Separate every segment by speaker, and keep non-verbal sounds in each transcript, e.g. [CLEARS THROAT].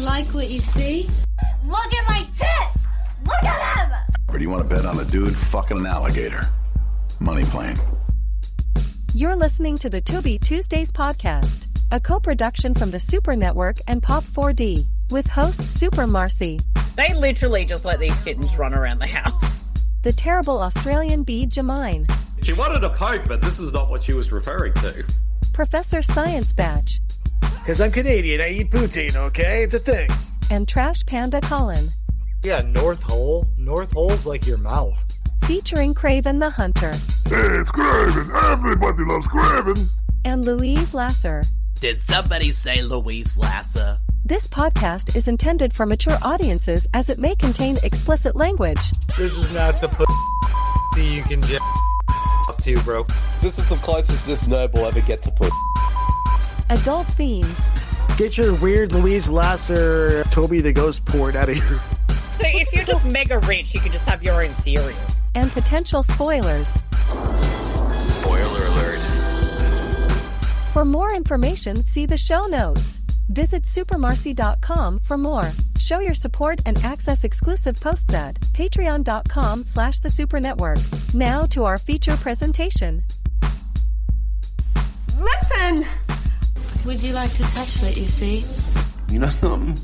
Speaker 1: like what you see?
Speaker 2: Look at my tits! Look at them!
Speaker 3: Or do you want to bet on a dude fucking an alligator? Money plane.
Speaker 4: You're listening to the To Be Tuesdays podcast, a co production from the Super Network and Pop 4D, with host Super Marcy.
Speaker 5: They literally just let these kittens run around the house. [LAUGHS]
Speaker 4: The terrible Australian bee Jamine,
Speaker 6: She wanted a poke, but this is not what she was referring to.
Speaker 4: Professor Science Batch,
Speaker 7: Because I'm Canadian, I eat poutine, okay? It's a thing.
Speaker 4: and Trash Panda Colin,
Speaker 8: Yeah, North Hole. North Hole's like your mouth.
Speaker 4: featuring Craven the Hunter
Speaker 3: Hey, it's Craven. Everybody loves Craven.
Speaker 4: and Louise Lasser.
Speaker 9: Did somebody say Louise Lasser?
Speaker 4: This podcast is intended for mature audiences as it may contain explicit language.
Speaker 8: This is not the pussy you can [LAUGHS] jack off to, bro.
Speaker 10: This is the closest this nerd will ever get to put.
Speaker 4: adult themes,
Speaker 7: Get your weird Louise Lasser, Toby the Ghost port out of here. [LAUGHS]
Speaker 5: So if you're just mega rich, you can just have your own cereal.
Speaker 4: and potential spoilers.
Speaker 3: Spoiler alert.
Speaker 4: For more information, see the show notes. Visit supermarcy.com for more. Show your support and access exclusive posts at patreon.com slash the super network. Now to our feature presentation.
Speaker 2: Listen!
Speaker 1: Would you like to touch what you see?
Speaker 10: You know [LAUGHS] something?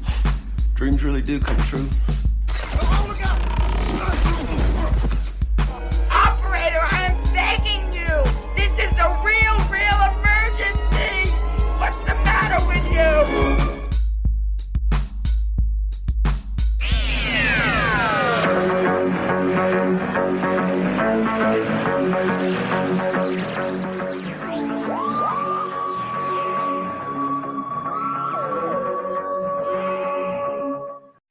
Speaker 10: Dreams really do come true.
Speaker 2: Operator, I'm begging you! This is a real, [LAUGHS] real emergency! What's the matter with you?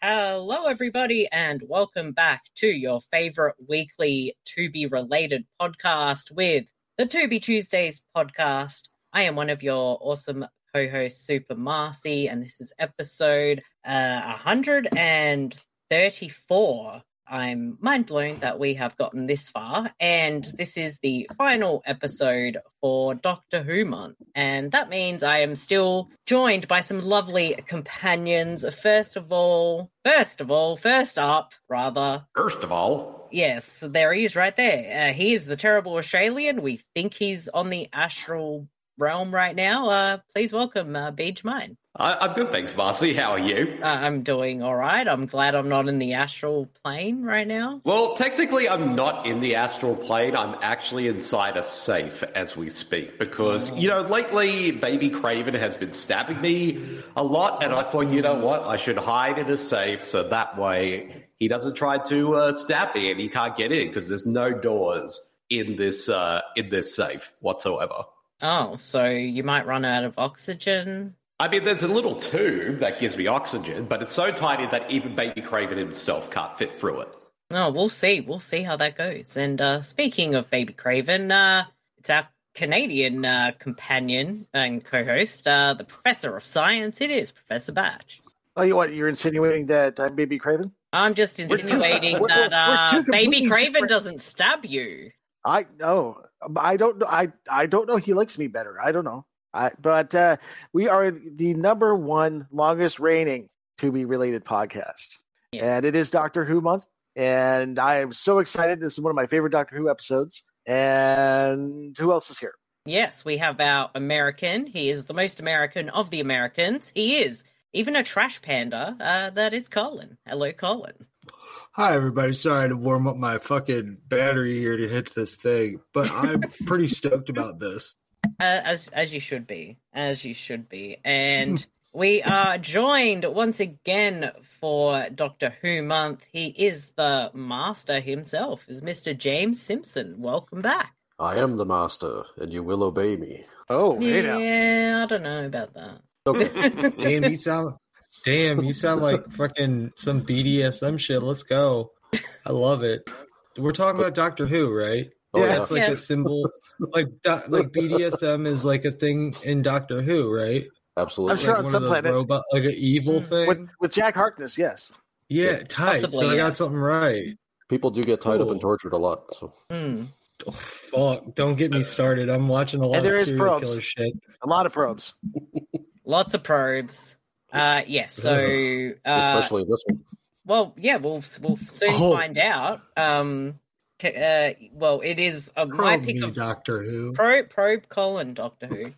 Speaker 5: Hello, everybody, and welcome back to your favorite weekly To Be Related podcast with the To Be Tuesdays podcast. I am one of your awesome co hosts, Super Marcy, and this is episode uh, 134. I'm mind blown that we have gotten this far, and this is the final episode for Doctor Who Month. And that means I am still joined by some lovely companions. First of all, first of all, first up, rather,
Speaker 6: First of all,
Speaker 5: Yes, there he is right there. Uh, he is the terrible Australian. We think he's on the astral realm right now. Uh, please welcome uh, Beach Mine.
Speaker 6: I- I'm good, thanks, Marcy. How are you?
Speaker 5: Uh, I'm doing all right. I'm glad I'm not in the astral plane right now.
Speaker 6: Well, technically, I'm not in the astral plane. I'm actually inside a safe as we speak because, you know, lately, baby Craven has been stabbing me a lot, and I thought, you know what? I should hide in a safe so that way he doesn't try to uh, stab me and he can't get in because there's no doors in this uh, in this safe whatsoever.
Speaker 5: Oh, so you might run out of oxygen.
Speaker 6: I mean, there's a little tube that gives me oxygen, but it's so tiny that even Baby Craven himself can't fit through it.
Speaker 5: Oh, we'll see. We'll see how that goes. And uh, speaking of Baby Craven, uh, it's our Canadian uh, companion and co-host, uh, the Professor of Science. It is Professor Batch.
Speaker 7: Oh, you what? You're insinuating that I'm Baby Craven?
Speaker 5: I'm just insinuating
Speaker 7: we're-
Speaker 5: that
Speaker 7: we're
Speaker 5: uh,
Speaker 7: two
Speaker 5: Baby
Speaker 7: completely
Speaker 5: Craven
Speaker 7: different-
Speaker 5: doesn't stab you.
Speaker 7: I no, I don't know. I I don't know. He likes me better. I don't know. I but uh, we are the number one longest reigning to be related podcast,
Speaker 5: Yeah.
Speaker 7: and it is Doctor Who month, and I am so excited. This is one of my favorite Doctor Who episodes. And who else is here?
Speaker 5: Yes, we have our American. He is the most American of the Americans. He is even a trash panda. Uh, that is Colin. Hello, Colin.
Speaker 8: Hi, everybody. Sorry to warm up my fucking battery here to hit this thing, but I'm [LAUGHS] pretty stoked about this.
Speaker 5: Uh, as as you should be, as you should be, and [LAUGHS] we are joined once again for Doctor Who month. He is the master himself. Is Mister James Simpson? Welcome back.
Speaker 10: I am the master, and you will obey me.
Speaker 7: Oh, hey now.
Speaker 5: Yeah, I don't know about that. [LAUGHS]
Speaker 8: Damn, you sound. Damn, you sound like fucking some BDSM shit. Let's go. I love it. We're talking about Doctor Who, right?
Speaker 10: Oh,
Speaker 8: That's like a
Speaker 5: Yes.
Speaker 8: symbol. Like do- like BDSM is like a thing in Doctor Who, right?
Speaker 10: Absolutely.
Speaker 7: I'm sure
Speaker 8: like
Speaker 7: on
Speaker 8: one
Speaker 7: some
Speaker 8: of those
Speaker 7: planet. Mm.
Speaker 8: robot, like an evil thing.
Speaker 7: With with Jack Harkness, yes.
Speaker 8: yeah, tight.
Speaker 5: Possibly,
Speaker 8: so I
Speaker 5: yeah.
Speaker 8: got something right.
Speaker 10: People do get tied up
Speaker 8: Cool.
Speaker 10: and tortured a lot. So
Speaker 7: Uh,
Speaker 8: [LAUGHS]
Speaker 5: Hmm.
Speaker 8: Oh, fuck! Don't get me started. I'm watching a lot
Speaker 7: there
Speaker 8: of
Speaker 7: is
Speaker 8: serial
Speaker 7: probes.
Speaker 8: killer shit.
Speaker 7: A lot of probes.
Speaker 5: Lots of probes. Uh, yes. So, uh,
Speaker 6: especially this one.
Speaker 5: well, yeah, we'll we'll soon
Speaker 7: Oh.
Speaker 5: find out. Um, ca- uh, well, it is uh, my
Speaker 8: Probe
Speaker 5: pick
Speaker 8: me,
Speaker 5: of
Speaker 8: Doctor Who.
Speaker 5: probe probe colon Doctor Who.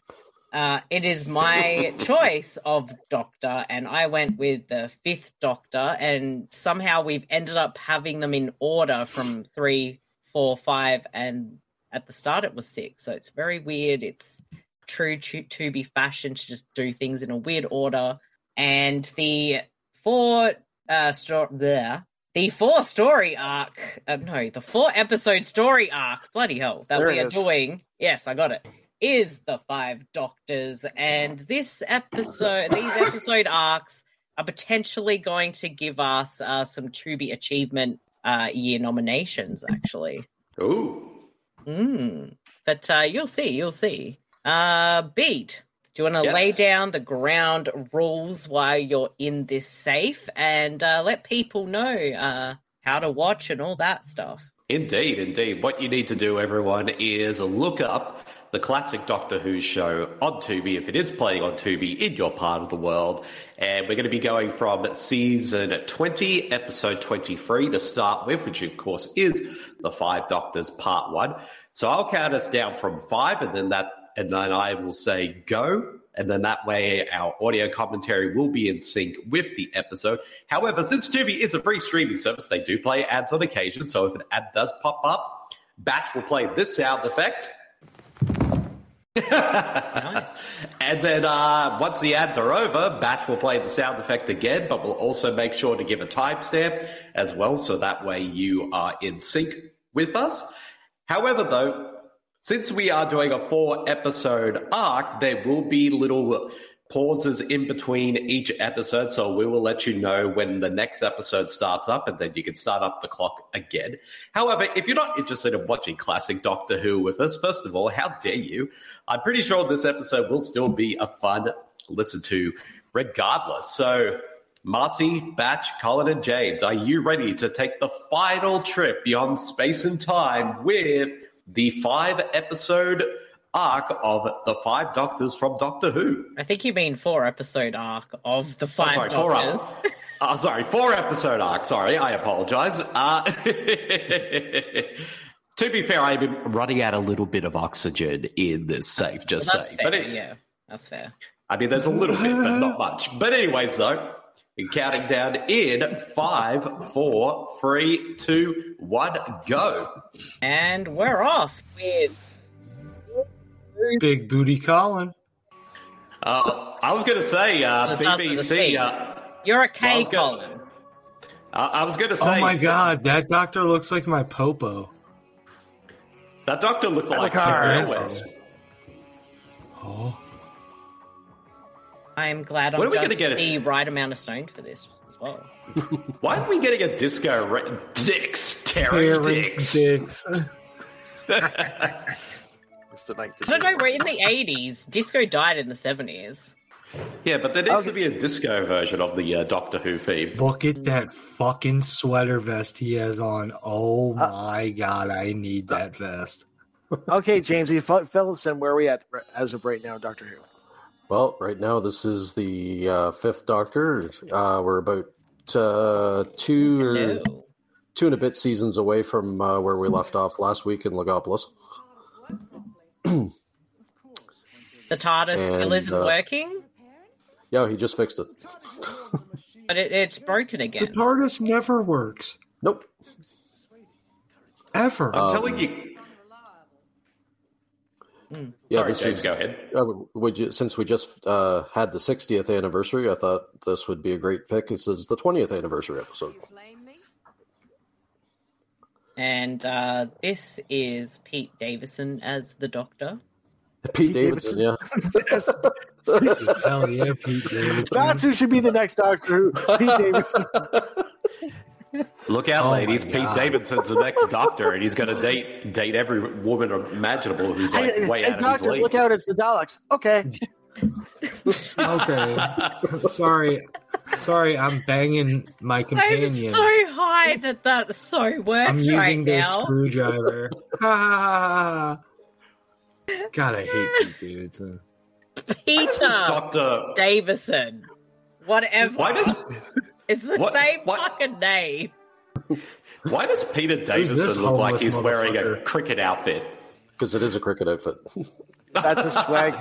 Speaker 5: Uh, it is my choice of Doctor, and I went with the fifth Doctor, and somehow we've ended up having them in order from three, four, five, and at the start it was six. So it's very weird. It's true to, to be fashion to just do things in a weird order. And the four uh, sto- bleh, the four story arc, uh, no, the four episode story arc, bloody hell, that
Speaker 7: There
Speaker 5: we
Speaker 7: it
Speaker 5: are
Speaker 7: is.
Speaker 5: doing. Yes, I got it. Is the five doctors, and this episode, these episode arcs are potentially going to give us uh, some to be achievement uh, year nominations, actually.
Speaker 6: Ooh.
Speaker 5: Mm. But uh, you'll see, you'll see. Uh, Beat, do you want to
Speaker 6: Yes.
Speaker 5: lay down the ground rules while you're in this safe and uh, let people know uh, how to watch and all that stuff?
Speaker 6: Indeed, indeed. What you need to do, everyone, is look up the classic Doctor Who show on Tubi, if it is playing on Tubi in your part of the world. And we're going to be going from season 20, episode 23 to start with, which of course is The Five Doctors Part 1. So I'll count us down from five and then that, and then I will say go. And then that way our audio commentary will be in sync with the episode. However, since Tubi is a free streaming service, they do play ads on occasion. So if an ad does pop up, Batch will play this sound effect. And then uh, once the ads are over, Batch will play the sound effect again, but we'll also make sure to give a timestamp as well, so that way you are in sync with us. However, though, since we are doing a four episode arc, there will be little pauses in between each episode. So we will let you know when the next episode starts up and then you can start up the clock again. However, if you're not interested in watching classic Doctor Who with us, first of all, how dare you? I'm pretty sure this episode will still be a fun listen to regardless. So, Marcy, Batch, Colin, and James, are you ready to take the final trip beyond space and time with the five episode arc of the five doctors from Doctor Who?
Speaker 5: I think you mean four episode arc of the
Speaker 6: Oh,
Speaker 5: five
Speaker 6: sorry, four
Speaker 5: doctors.
Speaker 6: arc. [LAUGHS] Oh, sorry, four episode arc. Sorry, I apologize. Uh, [LAUGHS] to be fair, I've been running out a little bit of oxygen in this safe, just
Speaker 5: That's
Speaker 6: saying.
Speaker 5: fair.
Speaker 6: But it,
Speaker 5: yeah, that's fair.
Speaker 6: I mean, there's a little bit, but
Speaker 8: [LAUGHS]
Speaker 6: not much. But anyways, though, we're counting down in five, four, three, two, one, go.
Speaker 5: And we're off with
Speaker 8: Big booty Colin.
Speaker 6: Uh, I was going to say uh,
Speaker 5: The Sons of the
Speaker 6: BBC.
Speaker 5: Sea.
Speaker 6: Uh,
Speaker 5: you're a K
Speaker 6: Well, I was gonna-
Speaker 5: column.
Speaker 6: I, I was going to say
Speaker 8: Oh my god, that doctor looks like my popo.
Speaker 6: that doctor looked like
Speaker 7: Alucard.
Speaker 6: Nick Lewis.
Speaker 8: Oh,
Speaker 5: I am glad
Speaker 6: When
Speaker 5: I'm
Speaker 6: are we gonna
Speaker 5: just
Speaker 6: get it?
Speaker 5: the right amount of stoned for this as well.
Speaker 6: Why are we getting a disco? Ra-
Speaker 5: [LAUGHS]
Speaker 6: dicks, Terry dicks.
Speaker 8: parents' dicks.
Speaker 7: It's the night
Speaker 5: I don't know. We're in the '80s. Disco died in the '70s.
Speaker 6: Yeah, but there needs to be a disco version of the uh, Doctor Who theme.
Speaker 8: Look at that fucking sweater vest he has on. Oh
Speaker 11: Uh,
Speaker 8: my god, I need that vest.
Speaker 7: Okay, James, you fill fill us in. Where are we at r- as of right now, Doctor Who?
Speaker 11: Well, right now this is the uh, fifth Doctor. Uh, we're about uh, two or
Speaker 5: No.
Speaker 11: two and a bit seasons away from uh, where we left off last week in Legopolis.
Speaker 5: The TARDIS still
Speaker 11: And,
Speaker 5: isn't
Speaker 11: uh,
Speaker 5: working,
Speaker 11: [CLEARS THROAT] Yeah, he just fixed it.
Speaker 5: but it, it's broken
Speaker 8: The
Speaker 5: again.
Speaker 8: TARDIS never works.
Speaker 11: Nope.
Speaker 8: Ever.
Speaker 11: Um,
Speaker 6: I'm telling you.
Speaker 5: Hmm.
Speaker 11: Yeah,
Speaker 6: Sorry,
Speaker 11: this
Speaker 6: James,
Speaker 11: is.
Speaker 6: go ahead.
Speaker 11: Uh, would you, since we just uh, had the 60th anniversary, I thought this would be a great pick. This is the 20th anniversary episode.
Speaker 5: And uh, this is Pete Davison as
Speaker 6: [LAUGHS]
Speaker 5: the Doctor.
Speaker 11: Pete, Davidson,
Speaker 7: [LAUGHS]
Speaker 8: Hell yeah, Pete Davidson.
Speaker 7: That's who should be the next Doctor Who.
Speaker 8: [LAUGHS]
Speaker 7: Pete Davidson.
Speaker 6: Look out,
Speaker 8: Oh my
Speaker 6: ladies! Pete
Speaker 8: God.
Speaker 6: Davidson's the next Doctor, and he's going to date date every woman imaginable who's like
Speaker 7: Hey,
Speaker 6: way out
Speaker 7: hey,
Speaker 6: of his
Speaker 7: doctor,
Speaker 6: league.
Speaker 7: look out! It's the Daleks. Okay,
Speaker 11: [LAUGHS]
Speaker 8: okay. sorry. Sorry, I'm banging my
Speaker 5: I'm
Speaker 8: companion.
Speaker 5: so high that that so works
Speaker 8: I'm using
Speaker 5: right
Speaker 8: the
Speaker 6: [LAUGHS]
Speaker 5: now.
Speaker 8: screwdriver. God,
Speaker 1: [LAUGHS]
Speaker 8: I hate Pete Davidson.
Speaker 6: This
Speaker 5: Peter
Speaker 6: Doctor
Speaker 5: Davison. Whatever.
Speaker 6: Why does
Speaker 5: It's the
Speaker 6: What-
Speaker 5: same
Speaker 6: what-
Speaker 5: fucking name.
Speaker 6: why does Peter
Speaker 11: this
Speaker 6: Davison look like
Speaker 11: homeless
Speaker 6: he's wearing a
Speaker 11: motherfucker?
Speaker 6: cricket outfit?
Speaker 11: Because it is a cricket outfit. [LAUGHS]
Speaker 7: That's a swag.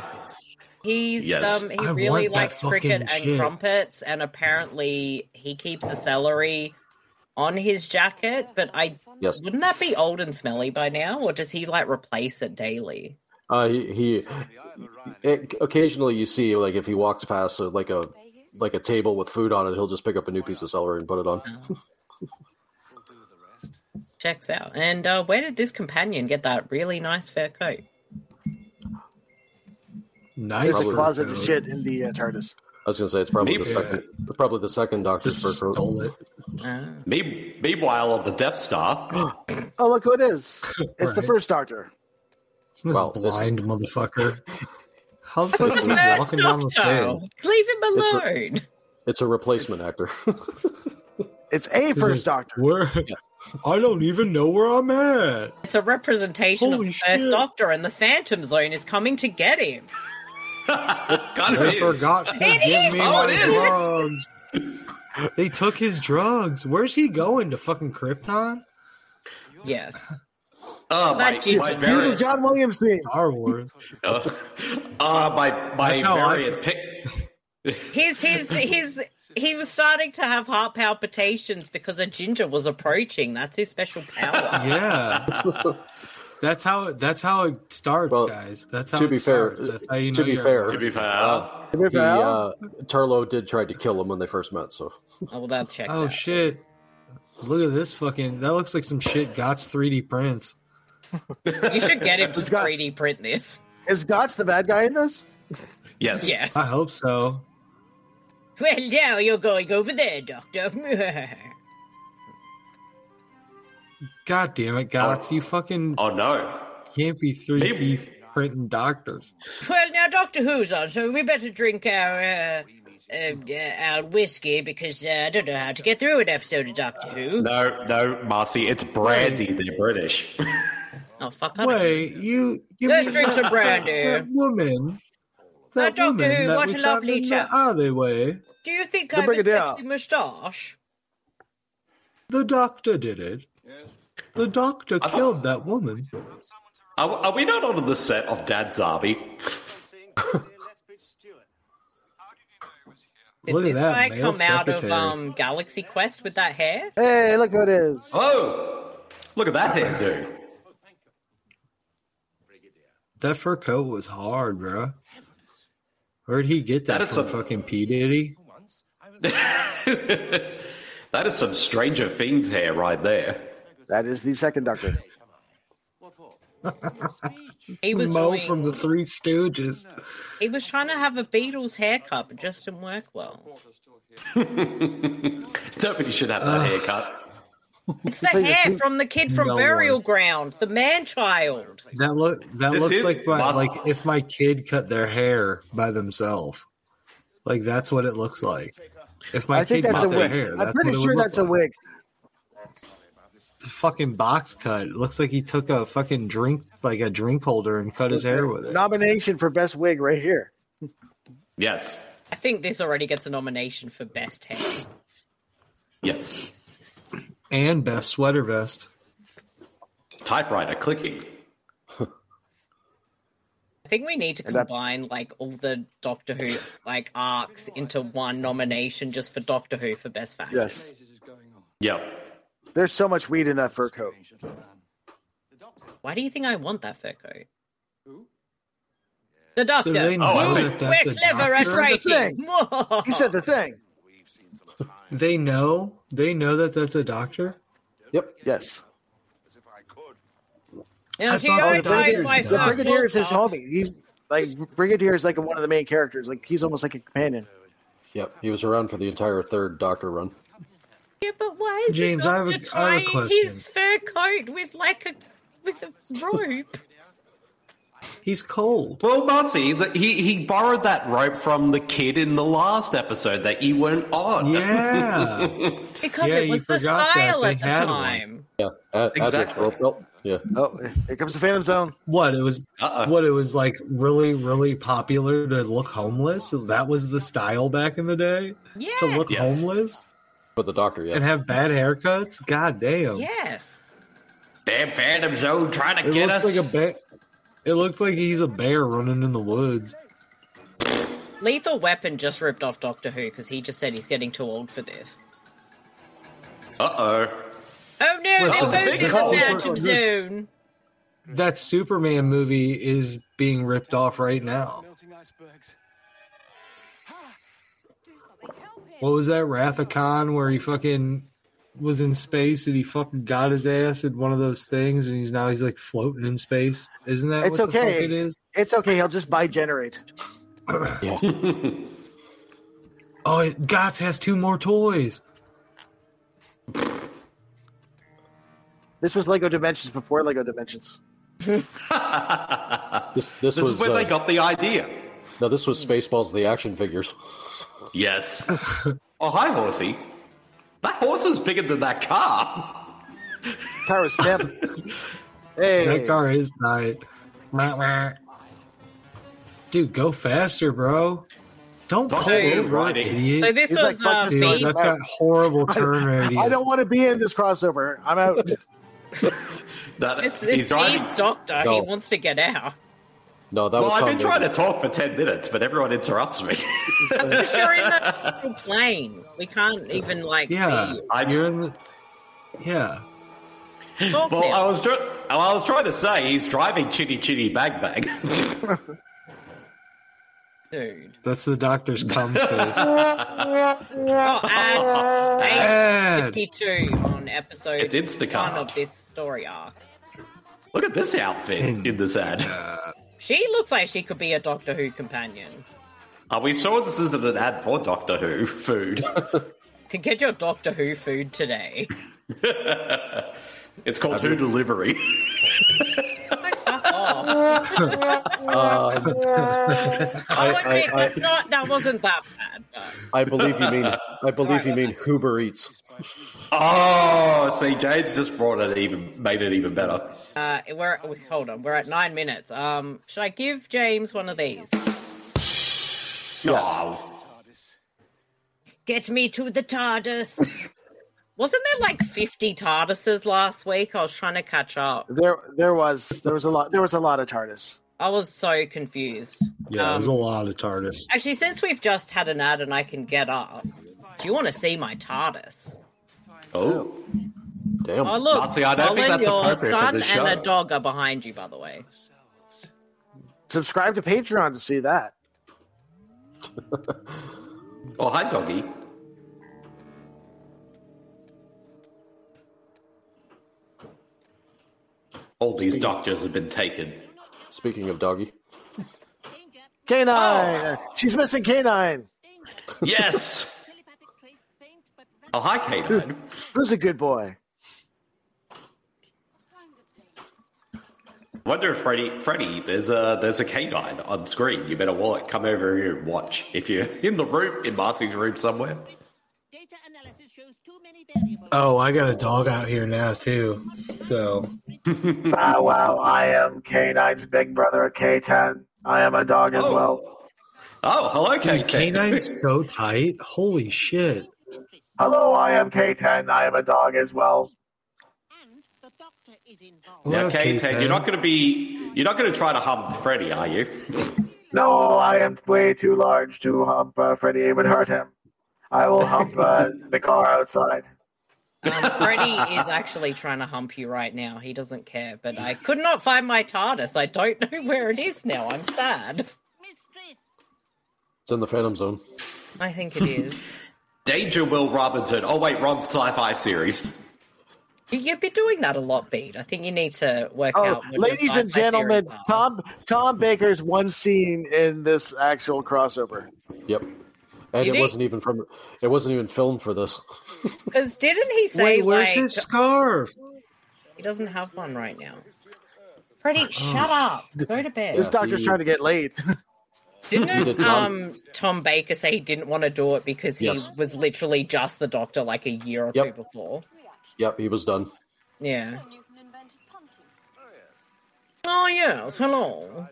Speaker 5: He's
Speaker 6: Yes.
Speaker 5: um he
Speaker 11: I
Speaker 5: really
Speaker 11: want that
Speaker 5: likes cricket
Speaker 11: fucking
Speaker 5: and
Speaker 11: shit.
Speaker 5: crumpets, and apparently he keeps a celery on his jacket. But I
Speaker 11: Yes.
Speaker 5: wouldn't that be old and smelly by now, or does he like replace it daily?
Speaker 11: Uh, he, he it, occasionally you see like if he walks past uh, like a like a table with food on it, he'll just pick up a new piece of celery and put it on. [LAUGHS]
Speaker 5: Checks out. And uh, where did this companion get that really nice fur coat?
Speaker 8: Nice.
Speaker 7: There's a closet of shit in the uh, TARDIS.
Speaker 11: I was gonna say it's probably the
Speaker 6: Maybe-
Speaker 11: second, probably the second Doctor's fur coat.
Speaker 8: Stole it.
Speaker 5: Ah.
Speaker 6: Me- meanwhile, on the Death Star,
Speaker 7: Oh, look who it
Speaker 8: [LAUGHS]
Speaker 7: is! It's the
Speaker 8: Right.
Speaker 7: first Doctor.
Speaker 8: He was
Speaker 11: Well,
Speaker 8: a
Speaker 11: this-
Speaker 8: blind motherfucker. How the [LAUGHS] fuck is he
Speaker 5: First
Speaker 8: walking down the
Speaker 5: Doctor!
Speaker 8: stairs?
Speaker 5: Leave him
Speaker 11: It's a-
Speaker 5: alone.
Speaker 11: It's a replacement actor. [LAUGHS]
Speaker 7: It's a
Speaker 8: He's
Speaker 7: first
Speaker 8: like,
Speaker 7: Doctor.
Speaker 8: Where? I don't even know where I'm at.
Speaker 5: It's a representation
Speaker 8: Holy
Speaker 5: of the First
Speaker 8: shit.
Speaker 5: Doctor, and the Phantom Zone is coming to get him.
Speaker 6: kind of
Speaker 8: They
Speaker 6: is.
Speaker 8: forgot to
Speaker 5: It
Speaker 8: give
Speaker 5: is.
Speaker 8: me
Speaker 5: Oh,
Speaker 8: my
Speaker 5: it is.
Speaker 8: drugs. They took his drugs. Where's he going to fucking Krypton?
Speaker 5: Yes.
Speaker 8: [LAUGHS]
Speaker 6: Oh, my,
Speaker 5: That dude-
Speaker 6: my
Speaker 5: Do
Speaker 7: Do
Speaker 6: very-
Speaker 7: the John Williams theme.
Speaker 8: Star Wars.
Speaker 6: [LAUGHS] Uh, uh, my my
Speaker 8: That's how I
Speaker 6: variant pick.
Speaker 5: His
Speaker 8: [CLEARS THROAT]
Speaker 5: his his he was starting to have heart palpitations because a ginger was approaching. That's his special
Speaker 8: [LAUGHS]
Speaker 5: power.
Speaker 8: Yeah. That's how that's how it starts,
Speaker 11: Well,
Speaker 8: guys. That's how
Speaker 11: to
Speaker 8: it
Speaker 11: be fair,
Speaker 8: starts. that's how you know
Speaker 11: to be
Speaker 8: you're-
Speaker 11: fair,
Speaker 6: To be fair,
Speaker 11: he, uh, Tarlo did try to kill him when they first met. So
Speaker 5: oh, well, that checks
Speaker 8: Oh
Speaker 5: out.
Speaker 8: shit. Look at this fucking that looks like some shit Gots 3D prints.
Speaker 5: You should get him to
Speaker 7: It's got-
Speaker 5: 3D print this.
Speaker 7: Is Gotch the bad guy in this?
Speaker 6: yes,
Speaker 5: Yes.
Speaker 8: I hope so.
Speaker 5: Well, now you're going over there, Doctor. [LAUGHS]
Speaker 8: God damn it, Gots, you fucking
Speaker 6: Oh no,
Speaker 8: can't be 3D printing doctors.
Speaker 5: well, now Doctor Who's on, so we better drink our uh, uh, uh, our whiskey because uh, I don't know how to get through an episode of Doctor Who.
Speaker 6: no, no, Marcy, it's brandy. They're British. [LAUGHS]
Speaker 5: Oh fuck! I don't-
Speaker 8: Wait, you you
Speaker 5: Let's
Speaker 8: mean
Speaker 5: drink
Speaker 8: that-
Speaker 5: some brandy.
Speaker 8: That woman.
Speaker 5: That Doctor
Speaker 8: woman
Speaker 5: Who,
Speaker 8: that
Speaker 5: what
Speaker 8: we
Speaker 5: a
Speaker 8: found
Speaker 5: lovely
Speaker 8: in
Speaker 5: chap.
Speaker 8: The alleyway.
Speaker 5: Do you think
Speaker 7: The
Speaker 5: I have a
Speaker 7: Brigadier.
Speaker 5: sexy moustache?
Speaker 8: The doctor did it. The doctor
Speaker 6: thought-
Speaker 8: killed that woman.
Speaker 6: Are, are we not on the set of Dad Zabi?
Speaker 5: Did
Speaker 8: Look at
Speaker 5: this guy
Speaker 8: that, male
Speaker 5: come out of
Speaker 8: secretary.
Speaker 5: um, Galaxy Quest with that hair?
Speaker 7: Hey, look who it is!
Speaker 6: Oh, look at that hairdo.
Speaker 8: That fur coat was hard, bro. Where'd he get that,
Speaker 6: That is
Speaker 8: from?
Speaker 6: a-
Speaker 8: Fucking P Diddy.
Speaker 6: [LAUGHS] That is some Stranger Things hair right there. [LAUGHS]
Speaker 7: That is the second Doctor.
Speaker 5: He was
Speaker 8: Mo
Speaker 5: doing-
Speaker 8: [LAUGHS] from the Three Stooges.
Speaker 5: he was trying to have a Beatles haircut, but just didn't work
Speaker 8: [LAUGHS]
Speaker 5: well.
Speaker 6: Nobody should have that haircut.
Speaker 5: It's the hair from the kid from
Speaker 8: No
Speaker 5: Burial
Speaker 8: one.
Speaker 5: Ground, the man child.
Speaker 8: That look. That
Speaker 6: This
Speaker 8: looks
Speaker 6: is
Speaker 8: like my,
Speaker 6: Bas-
Speaker 8: like if my kid cut their hair by themselves. Like that's what it looks like. If my
Speaker 7: I think
Speaker 8: kid
Speaker 7: that's a
Speaker 8: cut their
Speaker 7: wig.
Speaker 8: hair,
Speaker 7: I'm
Speaker 8: that's
Speaker 7: pretty
Speaker 8: what it would
Speaker 7: sure
Speaker 8: look
Speaker 7: that's a
Speaker 8: like.
Speaker 7: wig.
Speaker 8: It's a fucking box cut. It looks like he took a fucking drink, like a drink holder, and cut his hair with it.
Speaker 7: Nomination for best wig right here.
Speaker 6: Yes,
Speaker 5: I think this already gets a nomination for best hair.
Speaker 6: yes.
Speaker 8: And best sweater vest.
Speaker 6: Typewriter clicking.
Speaker 5: I think we need to
Speaker 7: that-
Speaker 5: combine like all the Doctor Who like arcs into one nomination just for Doctor Who for best fashion.
Speaker 7: Yes,
Speaker 6: Yep.
Speaker 7: there's so much weed in that fur coat.
Speaker 5: Why do you think I want that fur coat? The Doctor.
Speaker 8: they know
Speaker 5: Oh,
Speaker 8: that that's
Speaker 5: we're
Speaker 8: the
Speaker 5: clever at
Speaker 8: Doctor?
Speaker 7: He said
Speaker 5: writing.
Speaker 7: He said the thing.
Speaker 8: They know. They know that that's a doctor.
Speaker 11: yep,
Speaker 7: Yes,
Speaker 5: Now,
Speaker 8: I
Speaker 5: do
Speaker 8: thought
Speaker 5: you
Speaker 8: the
Speaker 5: know
Speaker 8: Brigadier-
Speaker 5: my
Speaker 8: the
Speaker 7: the
Speaker 5: fur
Speaker 7: Brigadier is his
Speaker 5: coat?
Speaker 7: homie. He's like Brigadier is like one of the main characters. Like he's almost like a companion.
Speaker 11: yep. He was around for the entire third Doctor run.
Speaker 5: Yeah, but why is
Speaker 8: James,
Speaker 5: the
Speaker 8: I have a-
Speaker 5: doctor
Speaker 8: I have a
Speaker 5: tying
Speaker 8: question.
Speaker 5: his fur coat with like a with a rope?
Speaker 8: He's cold.
Speaker 6: Well, Marcy, the, he, he borrowed that rope from the kid in the last episode that you weren't on.
Speaker 8: Yeah.
Speaker 6: [LAUGHS]
Speaker 5: Because
Speaker 8: Yeah,
Speaker 5: it
Speaker 8: you
Speaker 5: was the
Speaker 8: forgot that
Speaker 5: style
Speaker 8: they
Speaker 5: at the
Speaker 8: had
Speaker 5: time.
Speaker 11: Yeah, a- Adric's
Speaker 6: Exactly.
Speaker 11: rope belt. Yeah.
Speaker 7: Oh, here comes the Phantom Zone.
Speaker 8: What it was?
Speaker 6: Uh-uh.
Speaker 8: What it was like? Really, really popular to look homeless. That was the style back in the day.
Speaker 5: Yeah.
Speaker 8: To look homeless
Speaker 11: But the doctor, yeah.
Speaker 8: and have bad haircuts. God damn.
Speaker 5: Yes.
Speaker 6: Damn Phantom Zone trying to
Speaker 8: It
Speaker 6: get
Speaker 8: looks
Speaker 6: us.
Speaker 8: like a bear. It looks like he's a bear running in the woods.
Speaker 5: Lethal Weapon just ripped off Doctor Who because he just said he's getting too old for this.
Speaker 6: Uh oh.
Speaker 5: Oh no,
Speaker 8: Listen,
Speaker 5: they're both
Speaker 8: they
Speaker 5: in
Speaker 8: call-
Speaker 5: the Phantom Zone.
Speaker 8: That Superman movie is being ripped off right now. What was that Wrath of Khan where he fucking was in space and he fucking got his ass in one of those things and he's now he's like floating in space? Isn't that
Speaker 7: It's
Speaker 8: what the
Speaker 7: okay.
Speaker 8: fuck it is?
Speaker 7: It's okay. He'll just buy generate.
Speaker 8: Oh, it, Gotz has two more toys.
Speaker 7: This was Lego Dimensions before Lego Dimensions.
Speaker 11: This this,
Speaker 6: This
Speaker 11: was
Speaker 6: is when
Speaker 11: uh,
Speaker 6: they got the idea.
Speaker 11: no, this was Spaceballs, the action figures.
Speaker 6: Yes. oh, hi, horsey. That horse is bigger than that
Speaker 11: [LAUGHS]
Speaker 6: car.
Speaker 7: Car was pimp. hey,
Speaker 8: That car is tight. Wah, wah. Dude, go faster, bro. Don't
Speaker 6: Don't
Speaker 8: pull
Speaker 6: do
Speaker 8: over,
Speaker 6: riding.
Speaker 8: idiot.
Speaker 5: So this
Speaker 7: He's like,
Speaker 5: was
Speaker 7: fuck
Speaker 5: uh,
Speaker 7: this
Speaker 8: Dude,
Speaker 5: B.
Speaker 7: guy.
Speaker 8: that's got horrible turn radius.
Speaker 7: [LAUGHS] I don't want to be in this crossover. I'm
Speaker 8: [LAUGHS]
Speaker 7: out.
Speaker 6: That,
Speaker 5: It's, it's
Speaker 6: he's riding-
Speaker 5: Bede's doctor.
Speaker 11: No.
Speaker 5: He wants to get out.
Speaker 11: No, that
Speaker 6: Well,
Speaker 11: was.
Speaker 6: I've
Speaker 11: Tom
Speaker 6: been trying to
Speaker 11: Baker.
Speaker 6: talk for 10 minutes, but everyone interrupts
Speaker 5: [LAUGHS]
Speaker 6: me.
Speaker 5: That's because you're in the plane. We can't even like
Speaker 8: Yeah,
Speaker 5: see you.
Speaker 6: I'm-
Speaker 8: you're in the. Yeah,
Speaker 5: Talk
Speaker 6: well,
Speaker 5: now.
Speaker 6: I was, try- well, I was trying to say he's driving Chitty Chitty Bag [LAUGHS] Bag.
Speaker 5: dude.
Speaker 8: that's the
Speaker 7: [LAUGHS]
Speaker 8: doctor's cum face.
Speaker 5: Oh, ad
Speaker 8: Ad.
Speaker 5: 52 on episode
Speaker 6: It's Instacart.
Speaker 5: one of this story arc.
Speaker 6: Look at this outfit in this ad.
Speaker 5: She looks like she could be a Doctor Who companion.
Speaker 6: Are we sure this isn't an ad for Doctor Who food? [LAUGHS]
Speaker 5: Can get your Doctor Who food today.
Speaker 6: It's called Who Delivery. [LAUGHS]
Speaker 5: Fuck off.
Speaker 11: Oh. [LAUGHS]
Speaker 5: [LAUGHS] I, would
Speaker 11: Um, I- I-
Speaker 5: admit, Oh. that's not, that wasn't that bad. though.
Speaker 11: I believe you mean. I
Speaker 6: [LAUGHS]
Speaker 11: believe you mean Huber Eats.
Speaker 6: oh, see, Jade's just brought it even, made it even better.
Speaker 5: Uh, we're, hold on, we're at nine minutes. Um, should I give James one of these?
Speaker 6: Oh,
Speaker 5: Get me to the TARDIS. Wasn't there like 50 TARDISes last week? I was trying to catch up.
Speaker 7: There, there was there was a lot there was a lot of TARDIS.
Speaker 5: I was so confused.
Speaker 8: Yeah, there's a
Speaker 5: Um,
Speaker 8: lot of TARDIS.
Speaker 5: Actually, since we've just had an ad and I can get up, do you want to see my TARDIS?
Speaker 6: oh.
Speaker 11: Damn.
Speaker 5: Oh, look.
Speaker 6: Marcy, I don't think
Speaker 5: Colin,
Speaker 6: that's
Speaker 5: your
Speaker 6: appropriate for
Speaker 5: son
Speaker 6: this show.
Speaker 5: and a dog are behind you, by the way.
Speaker 7: Subscribe to Patreon to see that.
Speaker 8: [LAUGHS]
Speaker 6: oh hi, doggy. All these doctors have been taken.
Speaker 11: Speaking of doggy,
Speaker 7: Canine.
Speaker 5: Oh.
Speaker 7: She's missing canine.
Speaker 6: Yes. oh hi, canine.
Speaker 7: Who's a good boy?
Speaker 6: Wonder if Freddy, Freddy, there's a there's a canine on screen. You better wallet, come over here and watch. If you're [LAUGHS] in the room, in Marcy's room somewhere.
Speaker 12: Data analysis shows too many variables.
Speaker 8: Oh, I got a dog out here now too. So
Speaker 7: Wow, wow. I am canine's big brother, K10. I am a dog as
Speaker 6: Oh.
Speaker 7: well.
Speaker 6: Oh, hello, canine.
Speaker 8: canine's so tight. Holy shit!
Speaker 7: Hello, I am K10. I am a dog as well.
Speaker 12: And the doctor is involved.
Speaker 6: Yeah,
Speaker 8: What up,
Speaker 6: K Tag,
Speaker 8: K-Tag?
Speaker 6: you're not going to be, you're not going to try to hum Freddy, are you?
Speaker 7: No, I am way too large to hump uh, Freddy. It would hurt him. I will hump
Speaker 6: [LAUGHS]
Speaker 7: uh, the car outside.
Speaker 5: Um, Freddy is actually trying to hump you right now. He doesn't care, but I could not find my TARDIS. I don't [LAUGHS] know where it is now. I'm sad.
Speaker 12: Mistress,
Speaker 11: it's in the Phantom Zone.
Speaker 5: I think it is.
Speaker 6: Danger, Will Robinson. Oh wait, wrong sci-fi series.
Speaker 5: You- You've been doing that a lot, Bede. I think you need to work
Speaker 7: Oh,
Speaker 5: out. what your
Speaker 7: ladies and
Speaker 5: sci-fi
Speaker 7: gentlemen,
Speaker 5: series are.
Speaker 7: Tom Tom Baker's one scene in this actual crossover.
Speaker 11: Yep. And
Speaker 5: Did
Speaker 11: it
Speaker 5: he?
Speaker 11: wasn't even from. It wasn't even filmed for this.
Speaker 5: Because didn't he say
Speaker 8: Wait, where's
Speaker 5: like,
Speaker 8: his scarf?
Speaker 5: He doesn't have one right now. Freddy, shut up. Go to
Speaker 7: This
Speaker 5: bed.
Speaker 7: doctor's
Speaker 11: he-
Speaker 7: trying to get laid.
Speaker 5: Didn't
Speaker 11: did not.
Speaker 5: um, Tom Baker say he didn't want to do it because he
Speaker 11: Yes.
Speaker 5: was literally just the doctor like a year or
Speaker 11: Yep.
Speaker 5: two before?
Speaker 11: Yep, he was done.
Speaker 5: Yeah.
Speaker 12: Newton invented punting.
Speaker 5: Oh yes, hello.